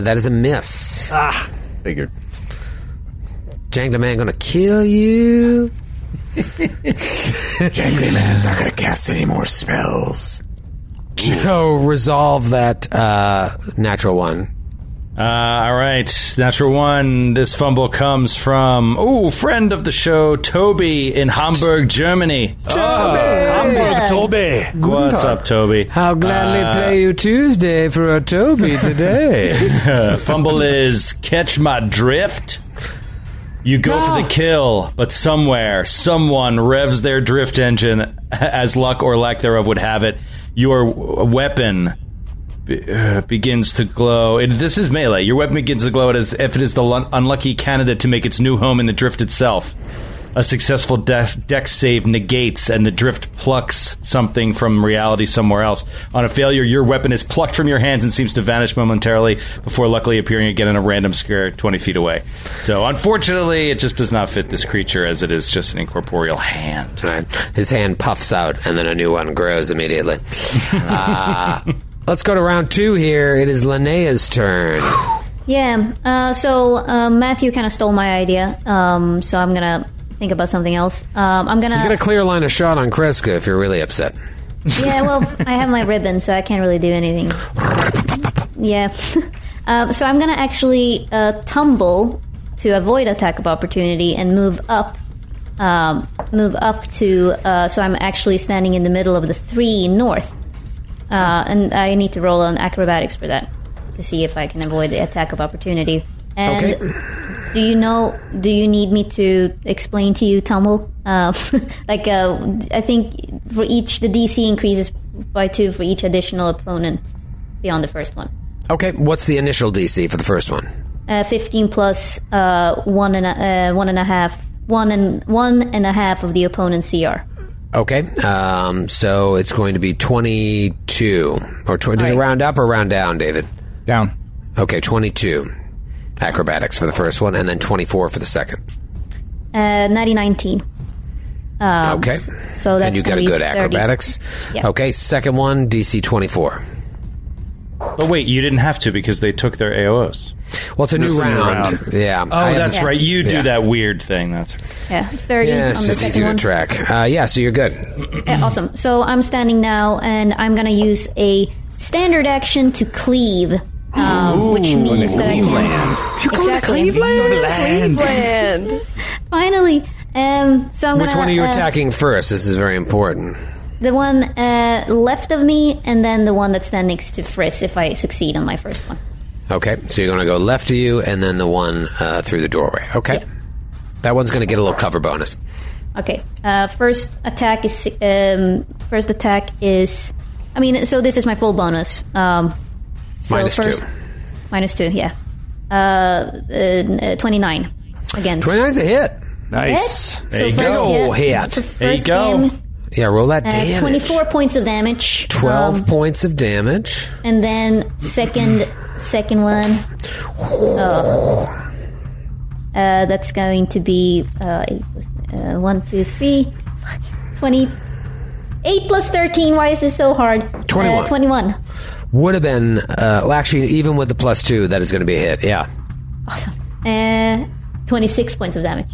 [SPEAKER 6] that is a miss.
[SPEAKER 2] Ah. Figured.
[SPEAKER 6] Jangling man gonna kill you.
[SPEAKER 14] Jangly Man's not gonna cast any more spells.
[SPEAKER 6] Joe, resolve that uh, natural one.
[SPEAKER 7] Uh, all right, natural one. This fumble comes from oh, friend of the show, Toby in Hamburg, Germany. Oh, Toby, Hamburg, Toby. What's up, Toby?
[SPEAKER 6] I'll gladly
[SPEAKER 7] Uh,
[SPEAKER 6] play you Tuesday for a Toby today.
[SPEAKER 7] Fumble is catch my drift. You go for the kill, but somewhere, someone revs their drift engine, as luck or lack therereof would have it. Your w- weapon be- uh, begins to glow. It, this is melee. Your weapon begins to glow as if it is the lun- unlucky candidate to make its new home in the drift itself. A successful dex dex save negates, and the drift plucks something from reality somewhere else. On a failure, your weapon is plucked from your hands and seems to vanish momentarily before luckily appearing again in a random square 20 feet away. So, unfortunately, it just does not fit this creature as it is just an incorporeal hand.
[SPEAKER 6] His hand puffs out, and then a new one grows immediately. Ah. let's go to round two here. It is Linnea's turn.
[SPEAKER 4] Yeah. Uh, so uh, Matthew kind of stole my idea. Um, so I'm gonna think about something else. Um, I'm
[SPEAKER 6] You
[SPEAKER 4] gonna.
[SPEAKER 6] get a clear line of shot on Kreska if you're really upset.
[SPEAKER 4] yeah. Well, I have my ribbon, so I can't really do anything. Yeah. um, so I'm gonna actually uh, tumble to avoid attack of opportunity and move up. Um, move up to. Uh, so I'm actually standing in the middle of the three north. Uh, and I need to roll on acrobatics for that to see if I can avoid the attack of opportunity. And
[SPEAKER 23] Okay.
[SPEAKER 4] do you know? Do you need me to explain to you, Tumble? Uh, like, uh, I think for each the DC increases by two for each additional opponent beyond the first one.
[SPEAKER 6] Okay, what's the initial DC for the first one?
[SPEAKER 4] Uh, Fifteen plus uh, one and a, uh, one and a half, one and one and a half of the opponent's CR.
[SPEAKER 6] Okay, um, so it's going to be 22. Or tw- does it round up or round down, David?
[SPEAKER 11] Down.
[SPEAKER 6] Okay, 22. Acrobatics for the first one, and then 24 for the second.
[SPEAKER 4] Uh, Ninety nineteen. Um,
[SPEAKER 6] okay.
[SPEAKER 4] So that's
[SPEAKER 6] and you got
[SPEAKER 4] gonna
[SPEAKER 6] a
[SPEAKER 4] be
[SPEAKER 6] good
[SPEAKER 4] 30.
[SPEAKER 6] acrobatics. Oh.
[SPEAKER 4] Yeah.
[SPEAKER 6] Okay, second one, DC 24.
[SPEAKER 7] But wait, you didn't have to because they took their AOs.
[SPEAKER 6] Well, it's a new round. Yeah.
[SPEAKER 7] Oh,
[SPEAKER 6] I haven't-
[SPEAKER 7] that's right. You do
[SPEAKER 6] Yeah.
[SPEAKER 7] that weird thing. That's right.
[SPEAKER 4] Yeah, thirty
[SPEAKER 6] Yeah,
[SPEAKER 4] on
[SPEAKER 6] it's
[SPEAKER 4] the
[SPEAKER 6] just
[SPEAKER 4] second
[SPEAKER 6] easier
[SPEAKER 4] one.
[SPEAKER 6] to track. Uh, yeah, so you're good.
[SPEAKER 4] Yeah, Eh, awesome. So I'm standing now, and I'm gonna use a standard action to cleave, um, which means that I can.
[SPEAKER 10] You're going to
[SPEAKER 4] Cleveland.
[SPEAKER 10] Cleveland.
[SPEAKER 4] Finally, um, so I'm
[SPEAKER 6] Which
[SPEAKER 4] gonna,
[SPEAKER 6] one are you
[SPEAKER 4] uh,
[SPEAKER 6] attacking first? This is very important.
[SPEAKER 4] The one uh, left of me, and then the one that stands next to Frisk. If I succeed on my first one,
[SPEAKER 6] Okay, so you're going to go left to you, and then the one uh, through the doorway. Okay. That one's going to get a little cover bonus.
[SPEAKER 4] okay. Uh, first attack is um, first attack is. I mean, so this is my full bonus. Um, so
[SPEAKER 6] Minus two.
[SPEAKER 4] first, Minus two, yeah. Uh, uh, twenty nine against.
[SPEAKER 6] 29's a hit.
[SPEAKER 4] Nice. Hit? There So you first go. hit.
[SPEAKER 6] Hit.
[SPEAKER 4] So There you first go. game.
[SPEAKER 6] Yeah, roll that
[SPEAKER 4] Uh,
[SPEAKER 6] damage.
[SPEAKER 4] twenty four points of damage.
[SPEAKER 6] 12
[SPEAKER 4] Um,
[SPEAKER 6] points of damage.
[SPEAKER 4] And then second second one. Oh. Uh, that's going to be uh, eight, uh, 1, 2, 3, fuck, 20. 8 plus 13, why is this so hard? Uh,
[SPEAKER 6] 21.
[SPEAKER 4] 21.
[SPEAKER 6] Would have been, uh, well, actually, even with the plus two, that is going to be a hit. Yeah.
[SPEAKER 4] Uh, 26 points of damage.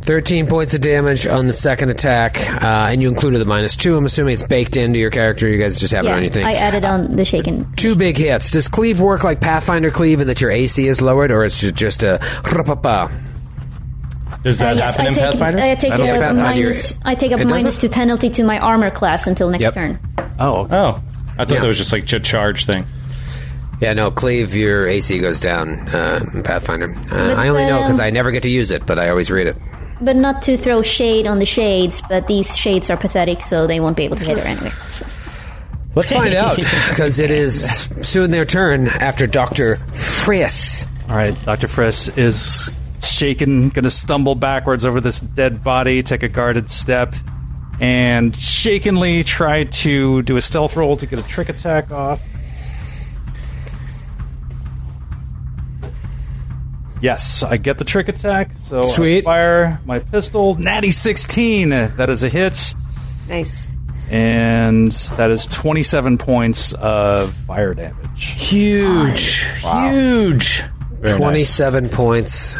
[SPEAKER 6] 13 points of damage on the second attack, uh, and you included the minus two. I'm assuming it's baked into your character. You guys just have it on your thing.
[SPEAKER 4] I added on the shaken.
[SPEAKER 6] two big hits. Does cleave work like Pathfinder cleave and that your AC is lowered, or it's ju- just a.
[SPEAKER 7] Does
[SPEAKER 4] Uh, yes, I take, I take, a minus, I take a minus 2 penalty to my armor class until next
[SPEAKER 6] Yep.
[SPEAKER 4] turn.
[SPEAKER 7] Oh, oh! I thought that was just like a charge thing.
[SPEAKER 6] Yeah, no, cleave your AC goes down uh, in Pathfinder. Uh, I only know because I never get to use it, but I always read it.
[SPEAKER 4] But not to throw shade on the shades, but these shades are pathetic, so they won't be able to hit her anyway.
[SPEAKER 6] Let's find out because it is soon their turn after Doctor Friss.
[SPEAKER 9] All right, Dr. Friss is shaken, going to stumble backwards over this dead body, take a guarded step, and shakenly try to do a stealth roll to get a trick attack off. Yes, I get the trick attack. So I
[SPEAKER 6] Sweet.
[SPEAKER 9] fire my pistol. Natty 16. That is a hit.
[SPEAKER 10] Nice.
[SPEAKER 9] And that is 27 points of fire damage.
[SPEAKER 6] Huge. Huge.
[SPEAKER 9] Very nice.
[SPEAKER 6] 27 points.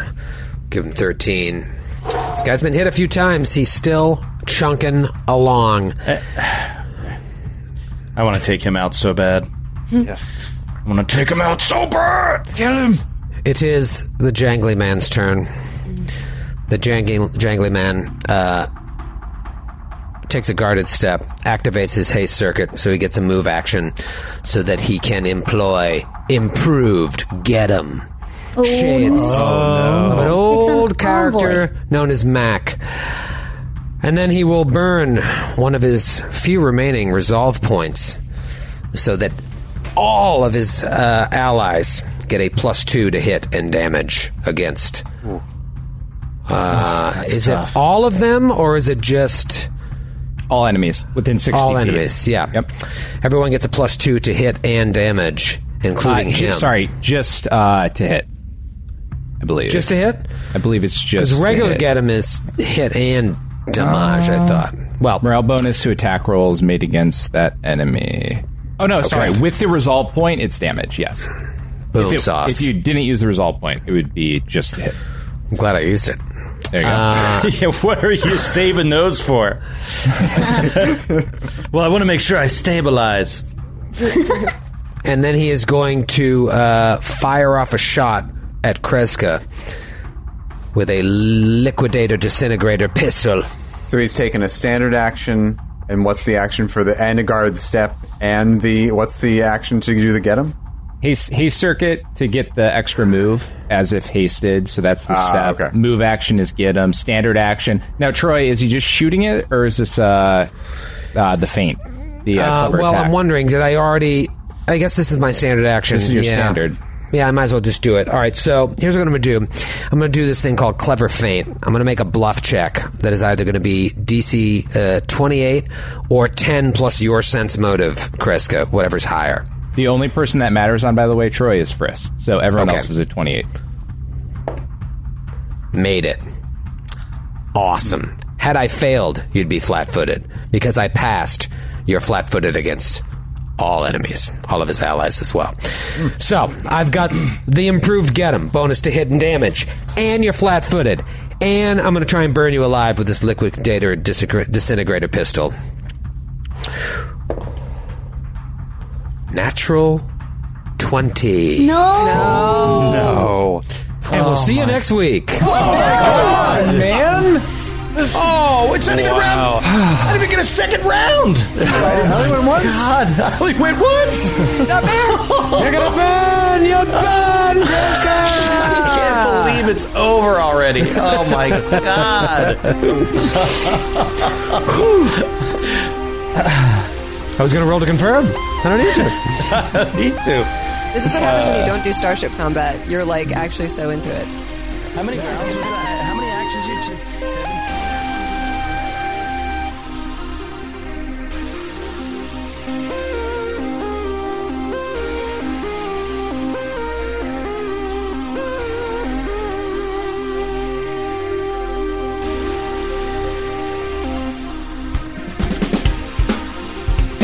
[SPEAKER 6] Give him 13. This guy's been hit a few times. He's still chunking along.
[SPEAKER 7] I want to take him out so bad.
[SPEAKER 9] Yeah.
[SPEAKER 7] I want to take him out so bad.
[SPEAKER 6] Kill him. It is the jangly man's turn. The jangly, jangly man uh, takes a guarded step, activates his haste circuit so he gets a move action so that he can employ improved get 'em
[SPEAKER 4] Oh,
[SPEAKER 6] shades
[SPEAKER 11] Oh,
[SPEAKER 6] of an old character known as Mac. And then he will burn one of his few remaining resolve points so that all of his uh, allies get a plus two to hit and damage against. Uh,
[SPEAKER 11] that's
[SPEAKER 6] is
[SPEAKER 11] tough.
[SPEAKER 6] it all of them or is it just.
[SPEAKER 11] All enemies within 60
[SPEAKER 6] All
[SPEAKER 11] feet.
[SPEAKER 6] enemies, yeah. Yep. Everyone gets a plus two to hit and damage, including
[SPEAKER 11] Uh, ju-
[SPEAKER 6] him.
[SPEAKER 11] Sorry, just uh, to hit. I believe
[SPEAKER 6] Just to hit.
[SPEAKER 11] I believe it's just
[SPEAKER 6] Because regular
[SPEAKER 11] to hit.
[SPEAKER 6] get him is hit and damage. I
[SPEAKER 11] Uh,
[SPEAKER 6] thought. Well,
[SPEAKER 11] morale bonus to attack rolls made against that enemy. Oh no, sorry.
[SPEAKER 6] Okay.
[SPEAKER 11] With the resolve point, it's damage. Yes.
[SPEAKER 6] Boom,
[SPEAKER 11] if, it-
[SPEAKER 6] sauce.
[SPEAKER 11] if you didn't use the resolve point, it would be just to hit.
[SPEAKER 6] I'm glad I used it. Uh,
[SPEAKER 11] There you go.
[SPEAKER 7] yeah, what are you saving those for? well, I want to make sure I stabilize.
[SPEAKER 6] And then he is going to uh, fire off a shot at Kreska with a liquidator disintegrator pistol.
[SPEAKER 2] So he's taken a standard action, and what's the action for the and a guard step, and the what's the action to do the get him?
[SPEAKER 11] Haste, haste circuit to get the extra move as if hasted. So that's the
[SPEAKER 2] Ah,
[SPEAKER 11] step.
[SPEAKER 2] okay.
[SPEAKER 11] Move action is get him. Standard action. Now, Troy, is he just shooting it, or is this uh, uh, the feint? The uh,
[SPEAKER 6] Uh,
[SPEAKER 11] clever
[SPEAKER 6] well,
[SPEAKER 11] attack?
[SPEAKER 6] I'm wondering, did I already? I guess this is my standard action.
[SPEAKER 11] This is your
[SPEAKER 6] Yeah.
[SPEAKER 11] standard.
[SPEAKER 6] Yeah, I might as well just do it. All right, so here's what I'm going to do. I'm going to do this thing called clever feint. I'm going to make a bluff check that is either going to be DC uh, 28 or 10 plus your sense motive, Kreska, whatever's higher.
[SPEAKER 11] The only person that matters on, by the way, Troy is Frisk. So everyone else is at 28.
[SPEAKER 6] Made it. Awesome. Had I failed, you'd be flat footed. Because I passed, you're flat footed against all enemies, all of his allies as well. So I've got the improved get him bonus to hit and damage, and you're flat footed. And I'm going to try and burn you alive with this liquidator disintegr- disintegrator pistol. Natural 20.
[SPEAKER 23] Oh.
[SPEAKER 4] No.
[SPEAKER 6] No. And we'll see you next week.
[SPEAKER 4] God,
[SPEAKER 6] man.
[SPEAKER 23] Oh, it's not even a
[SPEAKER 6] Wow.
[SPEAKER 23] round. I didn't even get a second round. I only went once. God, I only went once. Not bad.
[SPEAKER 6] You're gonna burn. You're done,
[SPEAKER 23] I can't believe it's over already. Oh my god.
[SPEAKER 6] I was going to roll to confirm. I don't need to.
[SPEAKER 7] need to.
[SPEAKER 10] This is what happens when
[SPEAKER 6] Uh,
[SPEAKER 10] you don't do starship combat. You're like actually so into it. How many rounds was that? How many actions you